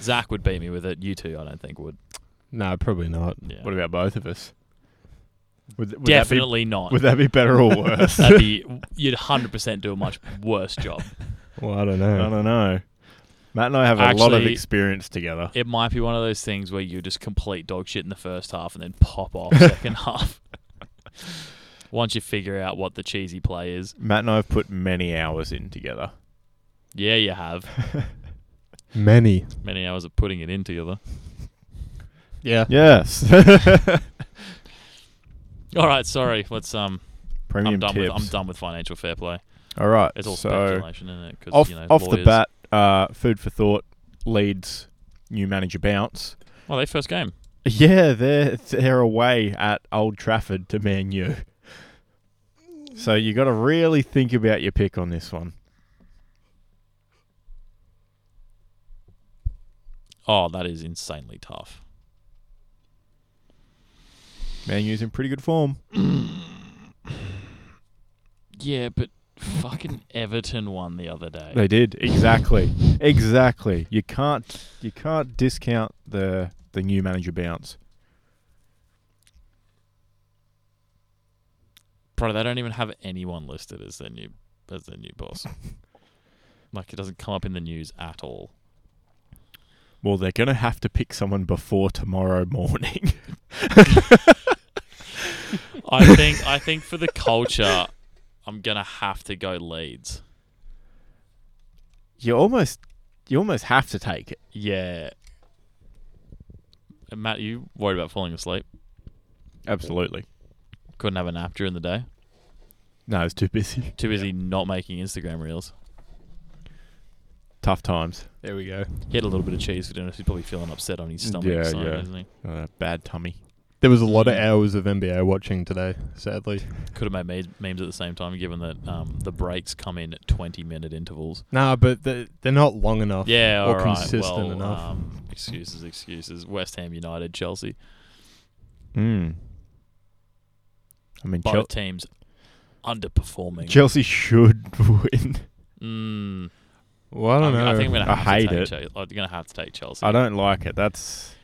[SPEAKER 2] Zach would beat me with it. You two, I don't think would.
[SPEAKER 3] No, probably not.
[SPEAKER 2] Yeah.
[SPEAKER 1] What about both of us? Would, would
[SPEAKER 2] Definitely not.
[SPEAKER 1] That be, would that be better or worse?
[SPEAKER 2] That'd be you'd hundred percent do a much worse job.
[SPEAKER 3] Well, I don't
[SPEAKER 1] I
[SPEAKER 3] know.
[SPEAKER 1] don't know. Matt and I have a lot of
[SPEAKER 2] Actually-
[SPEAKER 1] experience together.
[SPEAKER 2] It might be one of those things where you just complete dog shit in the first half and then pop off second half. Once you figure out what the cheesy play is,
[SPEAKER 1] Matt and I have put many hours in together.
[SPEAKER 2] yeah, you have
[SPEAKER 3] Many.
[SPEAKER 2] many hours of putting it in together.
[SPEAKER 3] Yeah.
[SPEAKER 1] Yes.
[SPEAKER 2] All right, sorry. Let's um.
[SPEAKER 1] Premium
[SPEAKER 2] I'm done
[SPEAKER 1] tips.
[SPEAKER 2] with I'm done with financial fair play.
[SPEAKER 1] All right.
[SPEAKER 2] It's all
[SPEAKER 1] so
[SPEAKER 2] speculation, isn't it? 'Cause,
[SPEAKER 1] off,
[SPEAKER 2] you know,
[SPEAKER 1] off the
[SPEAKER 2] lawyers-
[SPEAKER 1] bat, uh, food for thought leads new manager bounce.
[SPEAKER 2] Well, they first game.
[SPEAKER 1] Yeah, they're they're away at Old Trafford to Man U. So you got to really think about your pick on this one.
[SPEAKER 2] Oh, that is insanely tough.
[SPEAKER 1] Man U's in pretty good form.
[SPEAKER 2] Yeah, but fucking Everton won the other day.
[SPEAKER 1] They did exactly, exactly. You can't you can't discount the the new manager bounce.
[SPEAKER 2] Bro, they don't even have anyone listed as their new as their new boss. like it doesn't come up in the news at all.
[SPEAKER 1] Well, they're gonna have to pick someone before tomorrow morning.
[SPEAKER 2] I think I think for the culture, I'm gonna have to go Leeds.
[SPEAKER 1] you almost you almost have to take it.
[SPEAKER 2] Yeah. And Matt, you worried about falling asleep?
[SPEAKER 1] Absolutely.
[SPEAKER 2] Couldn't have a nap during the day.
[SPEAKER 1] No, it's too busy.
[SPEAKER 2] Too busy not making Instagram reels.
[SPEAKER 1] Tough times.
[SPEAKER 3] There we go.
[SPEAKER 2] He had a little bit of cheese for dinner. so He's probably feeling upset on his stomach. or
[SPEAKER 1] Yeah,
[SPEAKER 2] something,
[SPEAKER 1] yeah.
[SPEAKER 2] Isn't he?
[SPEAKER 1] Uh, bad tummy.
[SPEAKER 3] There was a lot of hours of NBA watching today, sadly.
[SPEAKER 2] Could have made me- memes at the same time, given that um, the breaks come in at 20 minute intervals.
[SPEAKER 3] Nah, but they're, they're not long
[SPEAKER 1] Oh,
[SPEAKER 3] enough.
[SPEAKER 2] Yeah,
[SPEAKER 3] or
[SPEAKER 2] all right.
[SPEAKER 3] consistent
[SPEAKER 2] well,
[SPEAKER 3] enough.
[SPEAKER 2] Um, excuses, excuses. West Ham United, Chelsea.
[SPEAKER 1] Mm. I mean,
[SPEAKER 2] Both
[SPEAKER 1] Chel-
[SPEAKER 2] teams underperforming.
[SPEAKER 1] Chelsea should win.
[SPEAKER 2] mm,
[SPEAKER 3] Well, I don't
[SPEAKER 2] I'm-
[SPEAKER 3] know.
[SPEAKER 2] Um, I think I'm gonna
[SPEAKER 1] I
[SPEAKER 2] have
[SPEAKER 1] hate
[SPEAKER 2] to take
[SPEAKER 1] it.
[SPEAKER 2] Chelsea. I'm gonna have to take Chelsea.
[SPEAKER 1] I don't like it. That's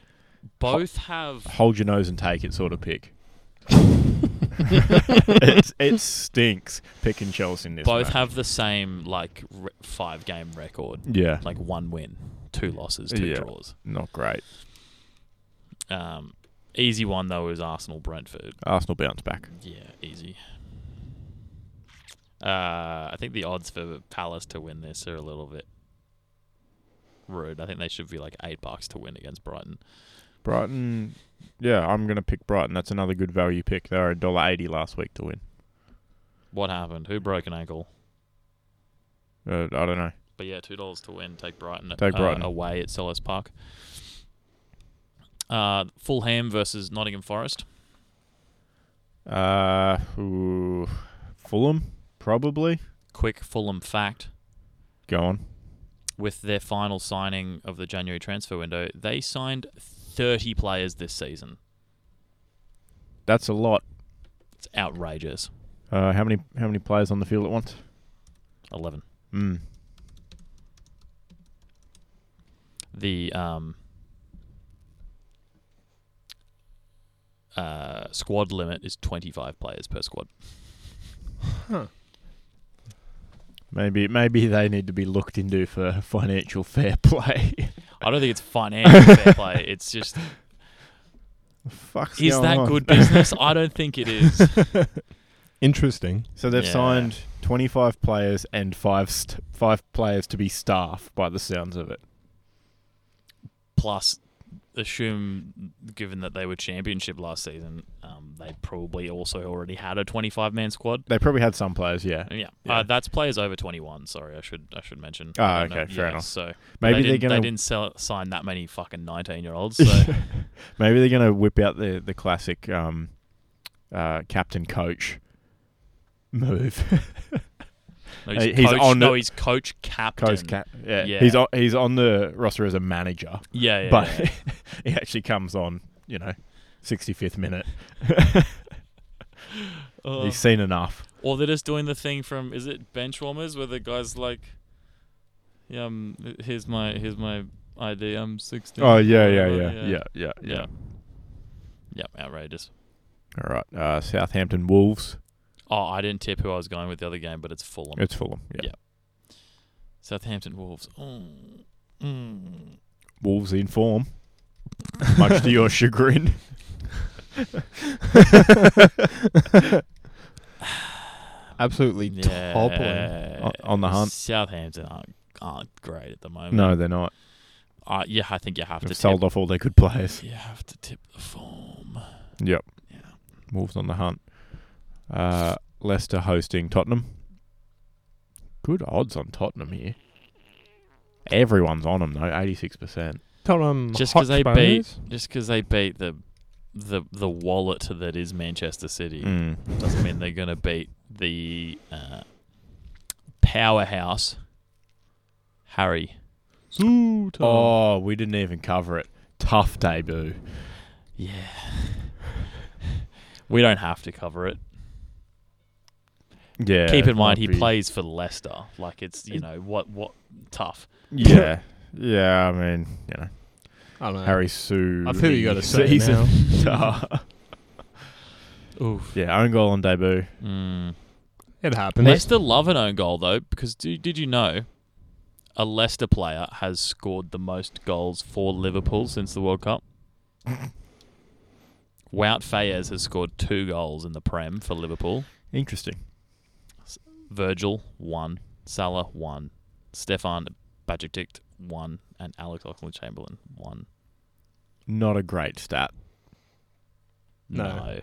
[SPEAKER 2] Both have.
[SPEAKER 1] hold your nose and take it sort of pick. it's, it stinks picking Chelsea in this.
[SPEAKER 2] Both
[SPEAKER 1] match.
[SPEAKER 2] have the same like re- five game record,
[SPEAKER 1] yeah,
[SPEAKER 2] like one win, two losses, two
[SPEAKER 1] Yeah.
[SPEAKER 2] draws.
[SPEAKER 1] not great.
[SPEAKER 2] Um, easy one though is Arsenal Brentford.
[SPEAKER 1] Arsenal bounce back.
[SPEAKER 2] Yeah, easy. Uh, I think the odds for Palace to win this are a little bit rude. I think they should be like eight bucks to win against Brighton.
[SPEAKER 1] Brighton. Yeah, I'm gonna pick Brighton. That's another good value pick. They were a dollar eighty last week to win.
[SPEAKER 2] What happened? Who broke an ankle?
[SPEAKER 1] Uh, I don't know.
[SPEAKER 2] But yeah, two dollars to win. Take Brighton.
[SPEAKER 1] Take
[SPEAKER 2] uh,
[SPEAKER 1] Brighton.
[SPEAKER 2] away at Sellers Park. Uh, Fulham versus Nottingham Forest.
[SPEAKER 1] Uh, ooh, Fulham probably.
[SPEAKER 2] Quick Fulham fact:
[SPEAKER 1] Go on.
[SPEAKER 2] with their final signing of the January transfer window, they signed thirty players this season.
[SPEAKER 1] That's a lot.
[SPEAKER 2] It's outrageous.
[SPEAKER 1] Uh, how many how many players on the field at once?
[SPEAKER 2] Eleven.
[SPEAKER 1] Mm.
[SPEAKER 2] the um, uh, squad limit is 25 players per squad.
[SPEAKER 1] Maybe maybe they need to be looked into for financial fair play.
[SPEAKER 2] I don't think it's financial fair play. It's just
[SPEAKER 1] The fuck's
[SPEAKER 2] Is
[SPEAKER 1] going
[SPEAKER 2] that
[SPEAKER 1] on?
[SPEAKER 2] good business? I don't think it is.
[SPEAKER 3] Interesting.
[SPEAKER 1] So they've
[SPEAKER 2] Yeah.
[SPEAKER 1] signed 25 players and five st- five players to be staff by the sounds of it.
[SPEAKER 2] Plus, assume given that they were championship last season, um, they probably also already had a 25 man squad.
[SPEAKER 1] They probably had some players, yeah.
[SPEAKER 2] Yeah,
[SPEAKER 1] Yeah.
[SPEAKER 2] Uh, that's players over 21. Sorry, I should I should mention.
[SPEAKER 1] Ah,
[SPEAKER 2] I don't
[SPEAKER 1] okay, fair enough.
[SPEAKER 2] So
[SPEAKER 1] Maybe
[SPEAKER 2] they
[SPEAKER 1] they are
[SPEAKER 2] didn't,
[SPEAKER 1] gonna
[SPEAKER 2] they didn't sell, sign that many fucking 19 year olds. So
[SPEAKER 1] maybe they're gonna whip out the the classic um, uh, captain coach move.
[SPEAKER 2] no,
[SPEAKER 1] Hey,
[SPEAKER 2] he's,
[SPEAKER 1] Uh, he's
[SPEAKER 2] coach,
[SPEAKER 1] on
[SPEAKER 2] no,
[SPEAKER 1] the-
[SPEAKER 2] he's coach captain.
[SPEAKER 1] coach cap. Yeah.
[SPEAKER 2] Yeah.
[SPEAKER 1] he's on he's on the roster as a manager,
[SPEAKER 2] yeah, yeah,
[SPEAKER 1] but
[SPEAKER 2] yeah.
[SPEAKER 1] he actually comes on, you know, 65th minute.
[SPEAKER 2] Oh.
[SPEAKER 1] He's seen enough.
[SPEAKER 2] Or they're just doing the thing from is it Benchwarmers where the guy's like, yeah, um, here's my here's my ID. I'm 16.
[SPEAKER 1] Oh yeah, yeah,
[SPEAKER 2] whatever,
[SPEAKER 1] yeah, yeah, yeah, yeah.
[SPEAKER 2] yeah. Yep, outrageous.
[SPEAKER 1] All right, uh, Southampton Wolves.
[SPEAKER 2] Oh, I didn't tip who I was going with the other game, but it's Fulham.
[SPEAKER 1] It's Fulham. Yeah.
[SPEAKER 2] Yeah. Southampton Wolves. Mm. Mm.
[SPEAKER 1] Wolves in form, much to your chagrin.
[SPEAKER 3] Absolutely toppling.
[SPEAKER 2] Mm. Yeah.
[SPEAKER 1] on- on the hunt.
[SPEAKER 2] Southampton aren't, aren't great at the moment.
[SPEAKER 1] No, they're not.
[SPEAKER 2] Uh, yeah, I think you have to
[SPEAKER 1] They've
[SPEAKER 2] tip.
[SPEAKER 1] sold off all their good players.
[SPEAKER 2] You have to tip the form.
[SPEAKER 1] Yep.
[SPEAKER 2] Yeah.
[SPEAKER 1] Wolves on the hunt. Uh, Leicester hosting Tottenham. Good odds on Tottenham here. Everyone's on them though, eighty-six percent.
[SPEAKER 3] Tottenham
[SPEAKER 2] Just 'cause they beat-
[SPEAKER 3] Hotspurs?
[SPEAKER 2] Just because they beat the the the wallet that is Manchester City
[SPEAKER 1] Mm.
[SPEAKER 2] doesn't mean they're going to beat the uh, powerhouse Harry.
[SPEAKER 1] Oh, we didn't even cover it. Tough debut.
[SPEAKER 2] Yeah. we don't have to cover it.
[SPEAKER 1] Yeah.
[SPEAKER 2] Keep in mind
[SPEAKER 1] might
[SPEAKER 2] he
[SPEAKER 1] be-
[SPEAKER 2] plays for Leicester. Like it's you know what what tough.
[SPEAKER 1] Yeah. Yeah, I mean, you know,
[SPEAKER 3] I don't know.
[SPEAKER 1] Harry Sue.
[SPEAKER 3] Uh, I feel you got to say now.
[SPEAKER 2] Oof.
[SPEAKER 1] yeah, own goal on debut.
[SPEAKER 2] Mm.
[SPEAKER 3] It happened.
[SPEAKER 2] Leicester love an own goal though because do, did you know a Leicester player has scored the most goals for Liverpool since the World Cup? Wout Fayez has scored two goals in the Prem for Liverpool.
[SPEAKER 1] Interesting.
[SPEAKER 2] Virgil one, Salah one, Stefan Bajatic one, and Alex Oxlade-Chamberlain one.
[SPEAKER 1] Not a great stat.
[SPEAKER 3] No.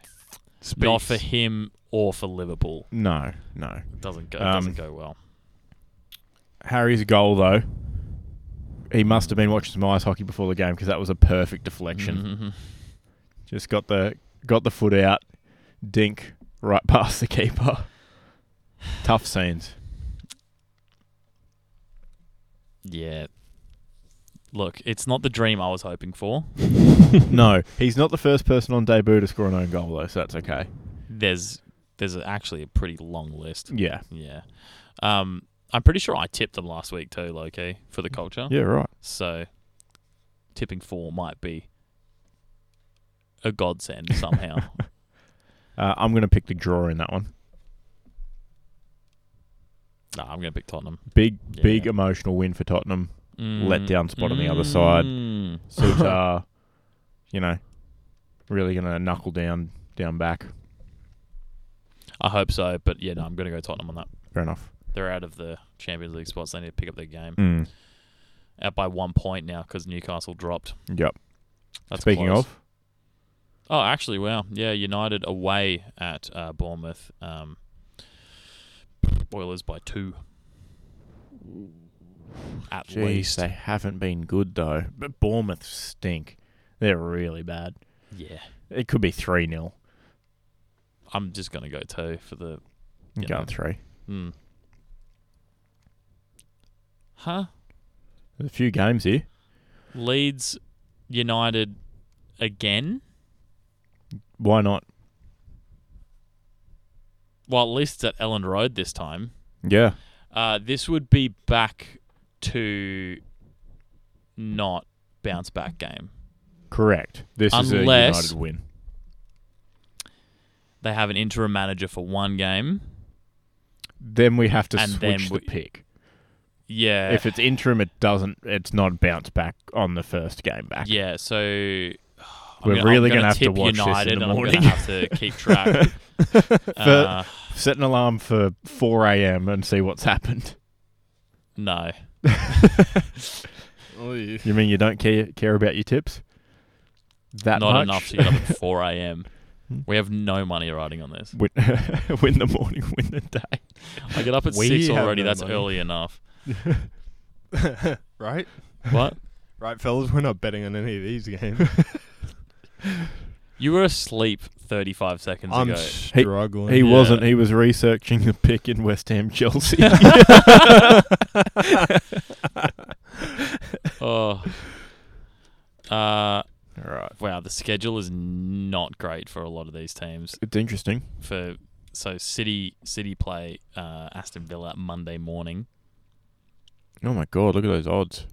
[SPEAKER 3] Speaks.
[SPEAKER 2] not for him or for Liverpool.
[SPEAKER 1] No, no.
[SPEAKER 2] Doesn't go.
[SPEAKER 1] Um,
[SPEAKER 2] doesn't go well.
[SPEAKER 1] Harry's goal though. He must have been watching some ice hockey before the game because that was a perfect deflection.
[SPEAKER 2] Mhm.
[SPEAKER 1] Just got the got the foot out, dink right past the keeper. Tough scenes.
[SPEAKER 2] Yeah. Look, it's not the dream I was hoping for.
[SPEAKER 1] No, he's not the first person on debut to score an own goal though, so that's okay.
[SPEAKER 2] There's there's actually a pretty long list.
[SPEAKER 1] Yeah.
[SPEAKER 2] Yeah. Um, I'm pretty sure I tipped them last week too, Loki, for the culture.
[SPEAKER 1] Yeah, right.
[SPEAKER 2] So tipping four might be a godsend somehow.
[SPEAKER 1] Uh, I'm gonna pick the draw in that one.
[SPEAKER 2] nah, I'm gonna pick Tottenham.
[SPEAKER 1] Big,
[SPEAKER 2] Yeah.
[SPEAKER 1] big emotional win for Tottenham. Letdown spot on the other side.
[SPEAKER 2] Mm.
[SPEAKER 1] Sutar, you know, really gonna knuckle down, down back.
[SPEAKER 2] I hope so, but yeah, no, I'm gonna go Tottenham on that.
[SPEAKER 1] Fair enough.
[SPEAKER 2] They're out of the Champions League spots. They need to pick up their game.
[SPEAKER 1] Mm.
[SPEAKER 2] Out by one point now because Newcastle dropped.
[SPEAKER 1] Yep.
[SPEAKER 2] That's
[SPEAKER 1] Speaking
[SPEAKER 2] close.
[SPEAKER 1] of,
[SPEAKER 2] Oh, actually, wow. Yeah, United away at uh, Bournemouth. Um, Oilers by two. At
[SPEAKER 1] Jeez,
[SPEAKER 2] least.
[SPEAKER 1] they haven't been good though. But Bournemouth stink. They're really bad.
[SPEAKER 2] Yeah.
[SPEAKER 1] It could be three 0
[SPEAKER 2] I'm just going to go two for the.
[SPEAKER 1] I'm
[SPEAKER 2] Yeah.
[SPEAKER 1] Going three.
[SPEAKER 2] Hmm. Huh?
[SPEAKER 1] There's a few games here.
[SPEAKER 2] Leeds United again?
[SPEAKER 1] Why not?
[SPEAKER 2] Well, at least it's at Elland Road this time.
[SPEAKER 1] Yeah.
[SPEAKER 2] Uh, this would be back to not bounce back game.
[SPEAKER 1] Correct. This
[SPEAKER 2] Unless-
[SPEAKER 1] is a United win.
[SPEAKER 2] They have an interim manager for one game.
[SPEAKER 1] Then we have to
[SPEAKER 2] And then
[SPEAKER 1] switch
[SPEAKER 2] we-
[SPEAKER 1] the pick.
[SPEAKER 2] Yeah.
[SPEAKER 1] if it's interim, it doesn't. It's not a bounce back on the first game back.
[SPEAKER 2] Yeah, so I'm
[SPEAKER 1] We're
[SPEAKER 2] gonna,
[SPEAKER 1] really
[SPEAKER 2] going
[SPEAKER 1] gonna have to
[SPEAKER 2] tip
[SPEAKER 1] watch this in
[SPEAKER 2] United,
[SPEAKER 1] the
[SPEAKER 2] and
[SPEAKER 1] morning.
[SPEAKER 2] I'm going to have to keep track. uh,
[SPEAKER 1] Set an alarm for 4 a.m. and see what's happened.
[SPEAKER 2] no,
[SPEAKER 1] You mean you don't care care about your tips? That
[SPEAKER 2] not
[SPEAKER 1] much? Hmm.
[SPEAKER 2] enough to get up at 4 a.m. We have no money riding on this.
[SPEAKER 1] win, win the morning, win the day.
[SPEAKER 2] I get up at
[SPEAKER 3] We
[SPEAKER 2] six
[SPEAKER 3] have
[SPEAKER 2] already.
[SPEAKER 3] no
[SPEAKER 2] That's
[SPEAKER 3] money.
[SPEAKER 2] early enough.
[SPEAKER 3] right?
[SPEAKER 2] What?
[SPEAKER 3] Right, fellas, we're not betting on any of these games.
[SPEAKER 2] You were asleep 35 seconds
[SPEAKER 3] I'm
[SPEAKER 2] ago.
[SPEAKER 3] struggling.
[SPEAKER 1] He
[SPEAKER 2] Yeah.
[SPEAKER 1] wasn't. He was researching the pick in West Ham Chelsea.
[SPEAKER 2] oh. Uh,
[SPEAKER 1] All right,
[SPEAKER 2] wow, the schedule is not great for a lot of these teams.
[SPEAKER 1] it's interesting.
[SPEAKER 2] For so City, City play uh, Aston Villa Monday morning.
[SPEAKER 1] Oh my god, look at those odds.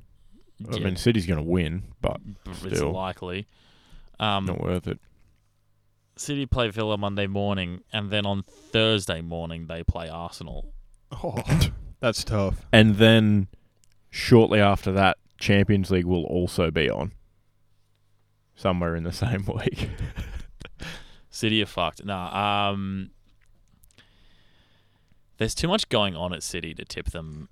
[SPEAKER 1] I
[SPEAKER 2] Yeah,
[SPEAKER 1] mean, City's going to win, but
[SPEAKER 2] b- it's
[SPEAKER 1] still.
[SPEAKER 2] likely. Um,
[SPEAKER 1] not worth it.
[SPEAKER 2] City play Villa Monday morning, and then on Thursday morning they play Arsenal.
[SPEAKER 3] Oh, That's tough.
[SPEAKER 1] And then shortly after that, Champions League will also be on somewhere in the same week.
[SPEAKER 2] City are fucked. Nah, um, there's too much going on at City to tip them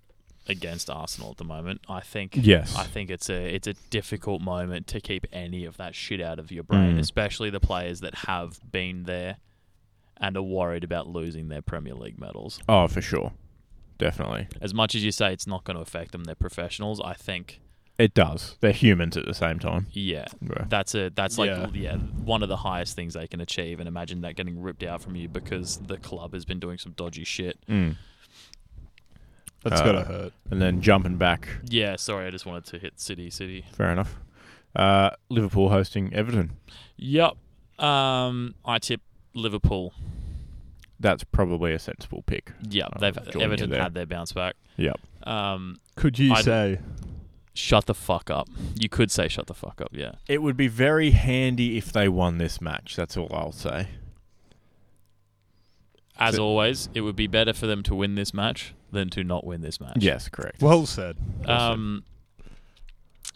[SPEAKER 2] against Arsenal at the moment. I think.
[SPEAKER 1] yes.
[SPEAKER 2] I think it's a it's a difficult moment to keep any of that shit out of your brain,
[SPEAKER 1] Mm.
[SPEAKER 2] especially the players that have been there and are worried about losing their Premier League medals.
[SPEAKER 1] oh, for sure. Definitely.
[SPEAKER 2] As much as you say it's not going to affect them, they're professionals. I think,
[SPEAKER 1] It does. They're humans at the same time.
[SPEAKER 2] yeah,
[SPEAKER 1] Yeah.
[SPEAKER 2] that's a that's like
[SPEAKER 3] Yeah.
[SPEAKER 2] yeah. one of the highest things they can achieve. And imagine that getting ripped out from you because the club has been doing some dodgy shit.
[SPEAKER 1] Mm.
[SPEAKER 3] That's
[SPEAKER 1] Uh,
[SPEAKER 3] gotta hurt.
[SPEAKER 1] And then jumping back,
[SPEAKER 2] Yeah, sorry, I just wanted to hit City, City.
[SPEAKER 1] fair enough. Uh, Liverpool hosting Everton.
[SPEAKER 2] Yep. Um, I tip Liverpool.
[SPEAKER 1] That's probably a sensible pick.
[SPEAKER 2] Yep,
[SPEAKER 1] I'll
[SPEAKER 2] they've
[SPEAKER 1] join you
[SPEAKER 2] Everton
[SPEAKER 1] there.
[SPEAKER 2] had their bounce back.
[SPEAKER 1] Yep.
[SPEAKER 2] Um,
[SPEAKER 3] Could you
[SPEAKER 2] I'd-
[SPEAKER 3] say?
[SPEAKER 2] Shut the fuck up. You could say shut the fuck up, yeah.
[SPEAKER 1] It would be very handy if they won this match. That's all I'll say.
[SPEAKER 2] As
[SPEAKER 1] So-
[SPEAKER 2] always, it would be better for them to win this match than to not win this match.
[SPEAKER 1] Yes, correct.
[SPEAKER 3] Well said.
[SPEAKER 2] Um,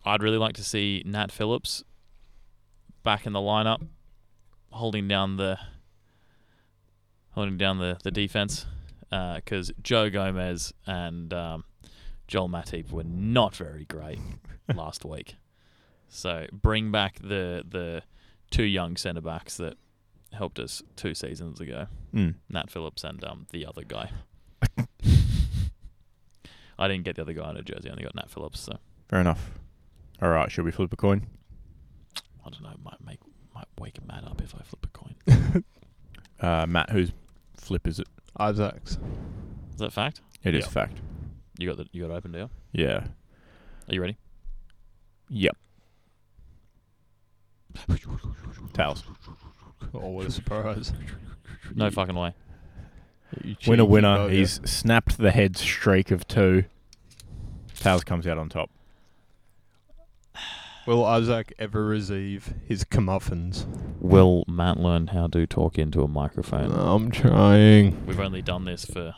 [SPEAKER 2] I'd really like to see Nat Phillips back in the lineup, holding down the holding down the the defense, because Joe Gomez and um, Joel Matip were not very great last week. So bring back the the two young centre backs that helped us two seasons ago.
[SPEAKER 1] Mm.
[SPEAKER 2] Nat Phillips and um, the other guy. I didn't get the other guy out of jersey. I only got Nat Phillips, so
[SPEAKER 1] Fair enough. All right, should we flip a coin?
[SPEAKER 2] I don't know. Might make might wake Matt up if I flip a coin.
[SPEAKER 1] Uh, Matt, whose flip is it?
[SPEAKER 3] Isaac's.
[SPEAKER 2] Is that a fact?
[SPEAKER 1] It is
[SPEAKER 3] Yeah.
[SPEAKER 1] fact.
[SPEAKER 2] You got the you got it open deal.
[SPEAKER 1] Yeah.
[SPEAKER 2] Are you ready?
[SPEAKER 1] Yep. Tails.
[SPEAKER 3] Always a surprise.
[SPEAKER 2] No fucking way.
[SPEAKER 3] You Oh,
[SPEAKER 1] Winner,
[SPEAKER 3] cheeky
[SPEAKER 1] winner.
[SPEAKER 3] bugger.
[SPEAKER 1] He's snapped the head streak of two. Tails comes out on top.
[SPEAKER 3] Will Isaac ever receive his comeuppance?
[SPEAKER 2] Will Matt learn how to talk into a microphone?
[SPEAKER 3] I'm trying.
[SPEAKER 2] We've only done this for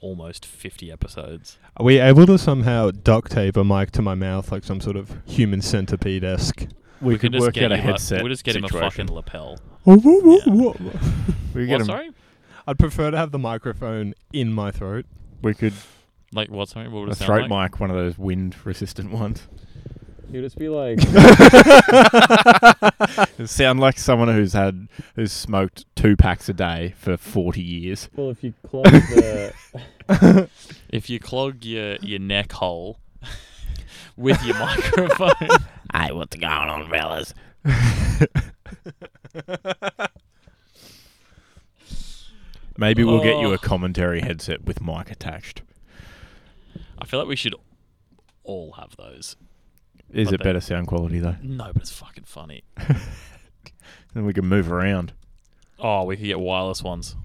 [SPEAKER 2] almost fifty episodes.
[SPEAKER 3] Are we able to somehow duct tape a mic to my mouth like some sort of human centipede esque?
[SPEAKER 1] We,
[SPEAKER 2] can
[SPEAKER 1] could
[SPEAKER 2] just
[SPEAKER 1] work
[SPEAKER 2] get
[SPEAKER 1] out a
[SPEAKER 2] you, like-
[SPEAKER 1] headset.
[SPEAKER 2] We'll just get him a
[SPEAKER 1] situation.
[SPEAKER 2] fucking lapel.
[SPEAKER 1] We could
[SPEAKER 2] What,
[SPEAKER 1] get him.
[SPEAKER 2] sorry?
[SPEAKER 3] I'd prefer to have the microphone in my throat.
[SPEAKER 1] We could
[SPEAKER 2] Like what? Sorry, what would
[SPEAKER 1] a
[SPEAKER 2] it sound
[SPEAKER 1] throat
[SPEAKER 2] like?
[SPEAKER 1] mic, one of those wind resistant ones.
[SPEAKER 2] It would just be like
[SPEAKER 1] It sound like someone who's had who's smoked two packs a day for forty years.
[SPEAKER 2] Well, if you clog the if you clog your your neck hole with your microphone,
[SPEAKER 1] Hey, what's going on, fellas? Maybe we'll get you
[SPEAKER 2] Oh.
[SPEAKER 1] a commentary headset with mic attached.
[SPEAKER 2] I feel like we should all have those.
[SPEAKER 1] Is
[SPEAKER 2] But
[SPEAKER 1] it
[SPEAKER 2] they-
[SPEAKER 1] better sound quality though?
[SPEAKER 2] No, but it's fucking funny.
[SPEAKER 1] Then we can move around.
[SPEAKER 2] Oh, we could get wireless ones.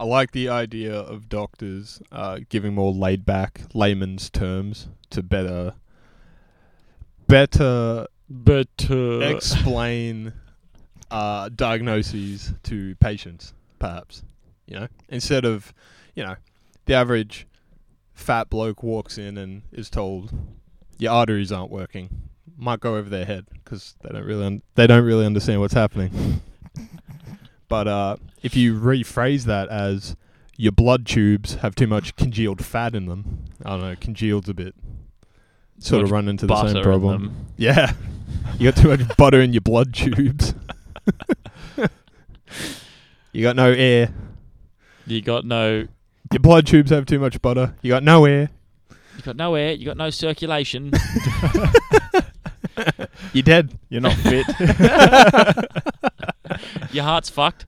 [SPEAKER 3] I like the idea of doctors uh, giving more laid back layman's terms to better better
[SPEAKER 2] But uh,
[SPEAKER 3] explain uh, diagnoses to patients, perhaps. You know, instead of, you know, the average fat bloke walks in and is told your arteries aren't working. might go over their head because they don't really un- they don't really understand what's happening. but uh, if you rephrase that as your blood tubes have too much congealed fat in them, I don't know, congealed's a bit sort of
[SPEAKER 2] much
[SPEAKER 3] run into the
[SPEAKER 2] Butter
[SPEAKER 3] same
[SPEAKER 2] in
[SPEAKER 3] problem.
[SPEAKER 2] them.
[SPEAKER 3] Yeah, you got too much butter in your blood tubes. you got no air.
[SPEAKER 2] You got no,
[SPEAKER 3] Your blood tubes have too much butter. You got no air.
[SPEAKER 2] you got no air. You got no circulation.
[SPEAKER 3] You're dead.
[SPEAKER 1] You're not fit.
[SPEAKER 2] Your heart's fucked.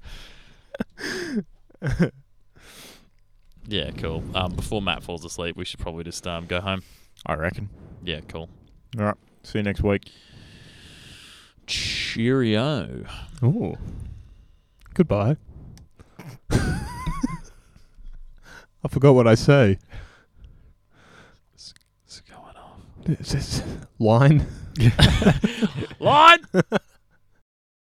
[SPEAKER 2] yeah, cool. Um, before Matt falls asleep, we should probably just um, go home.
[SPEAKER 1] I reckon.
[SPEAKER 2] Yeah, cool.
[SPEAKER 1] All right. See you next week.
[SPEAKER 2] Cheerio.
[SPEAKER 3] Ooh. Goodbye. I forgot what I say.
[SPEAKER 2] What's going on?
[SPEAKER 3] Is this line?
[SPEAKER 2] Line.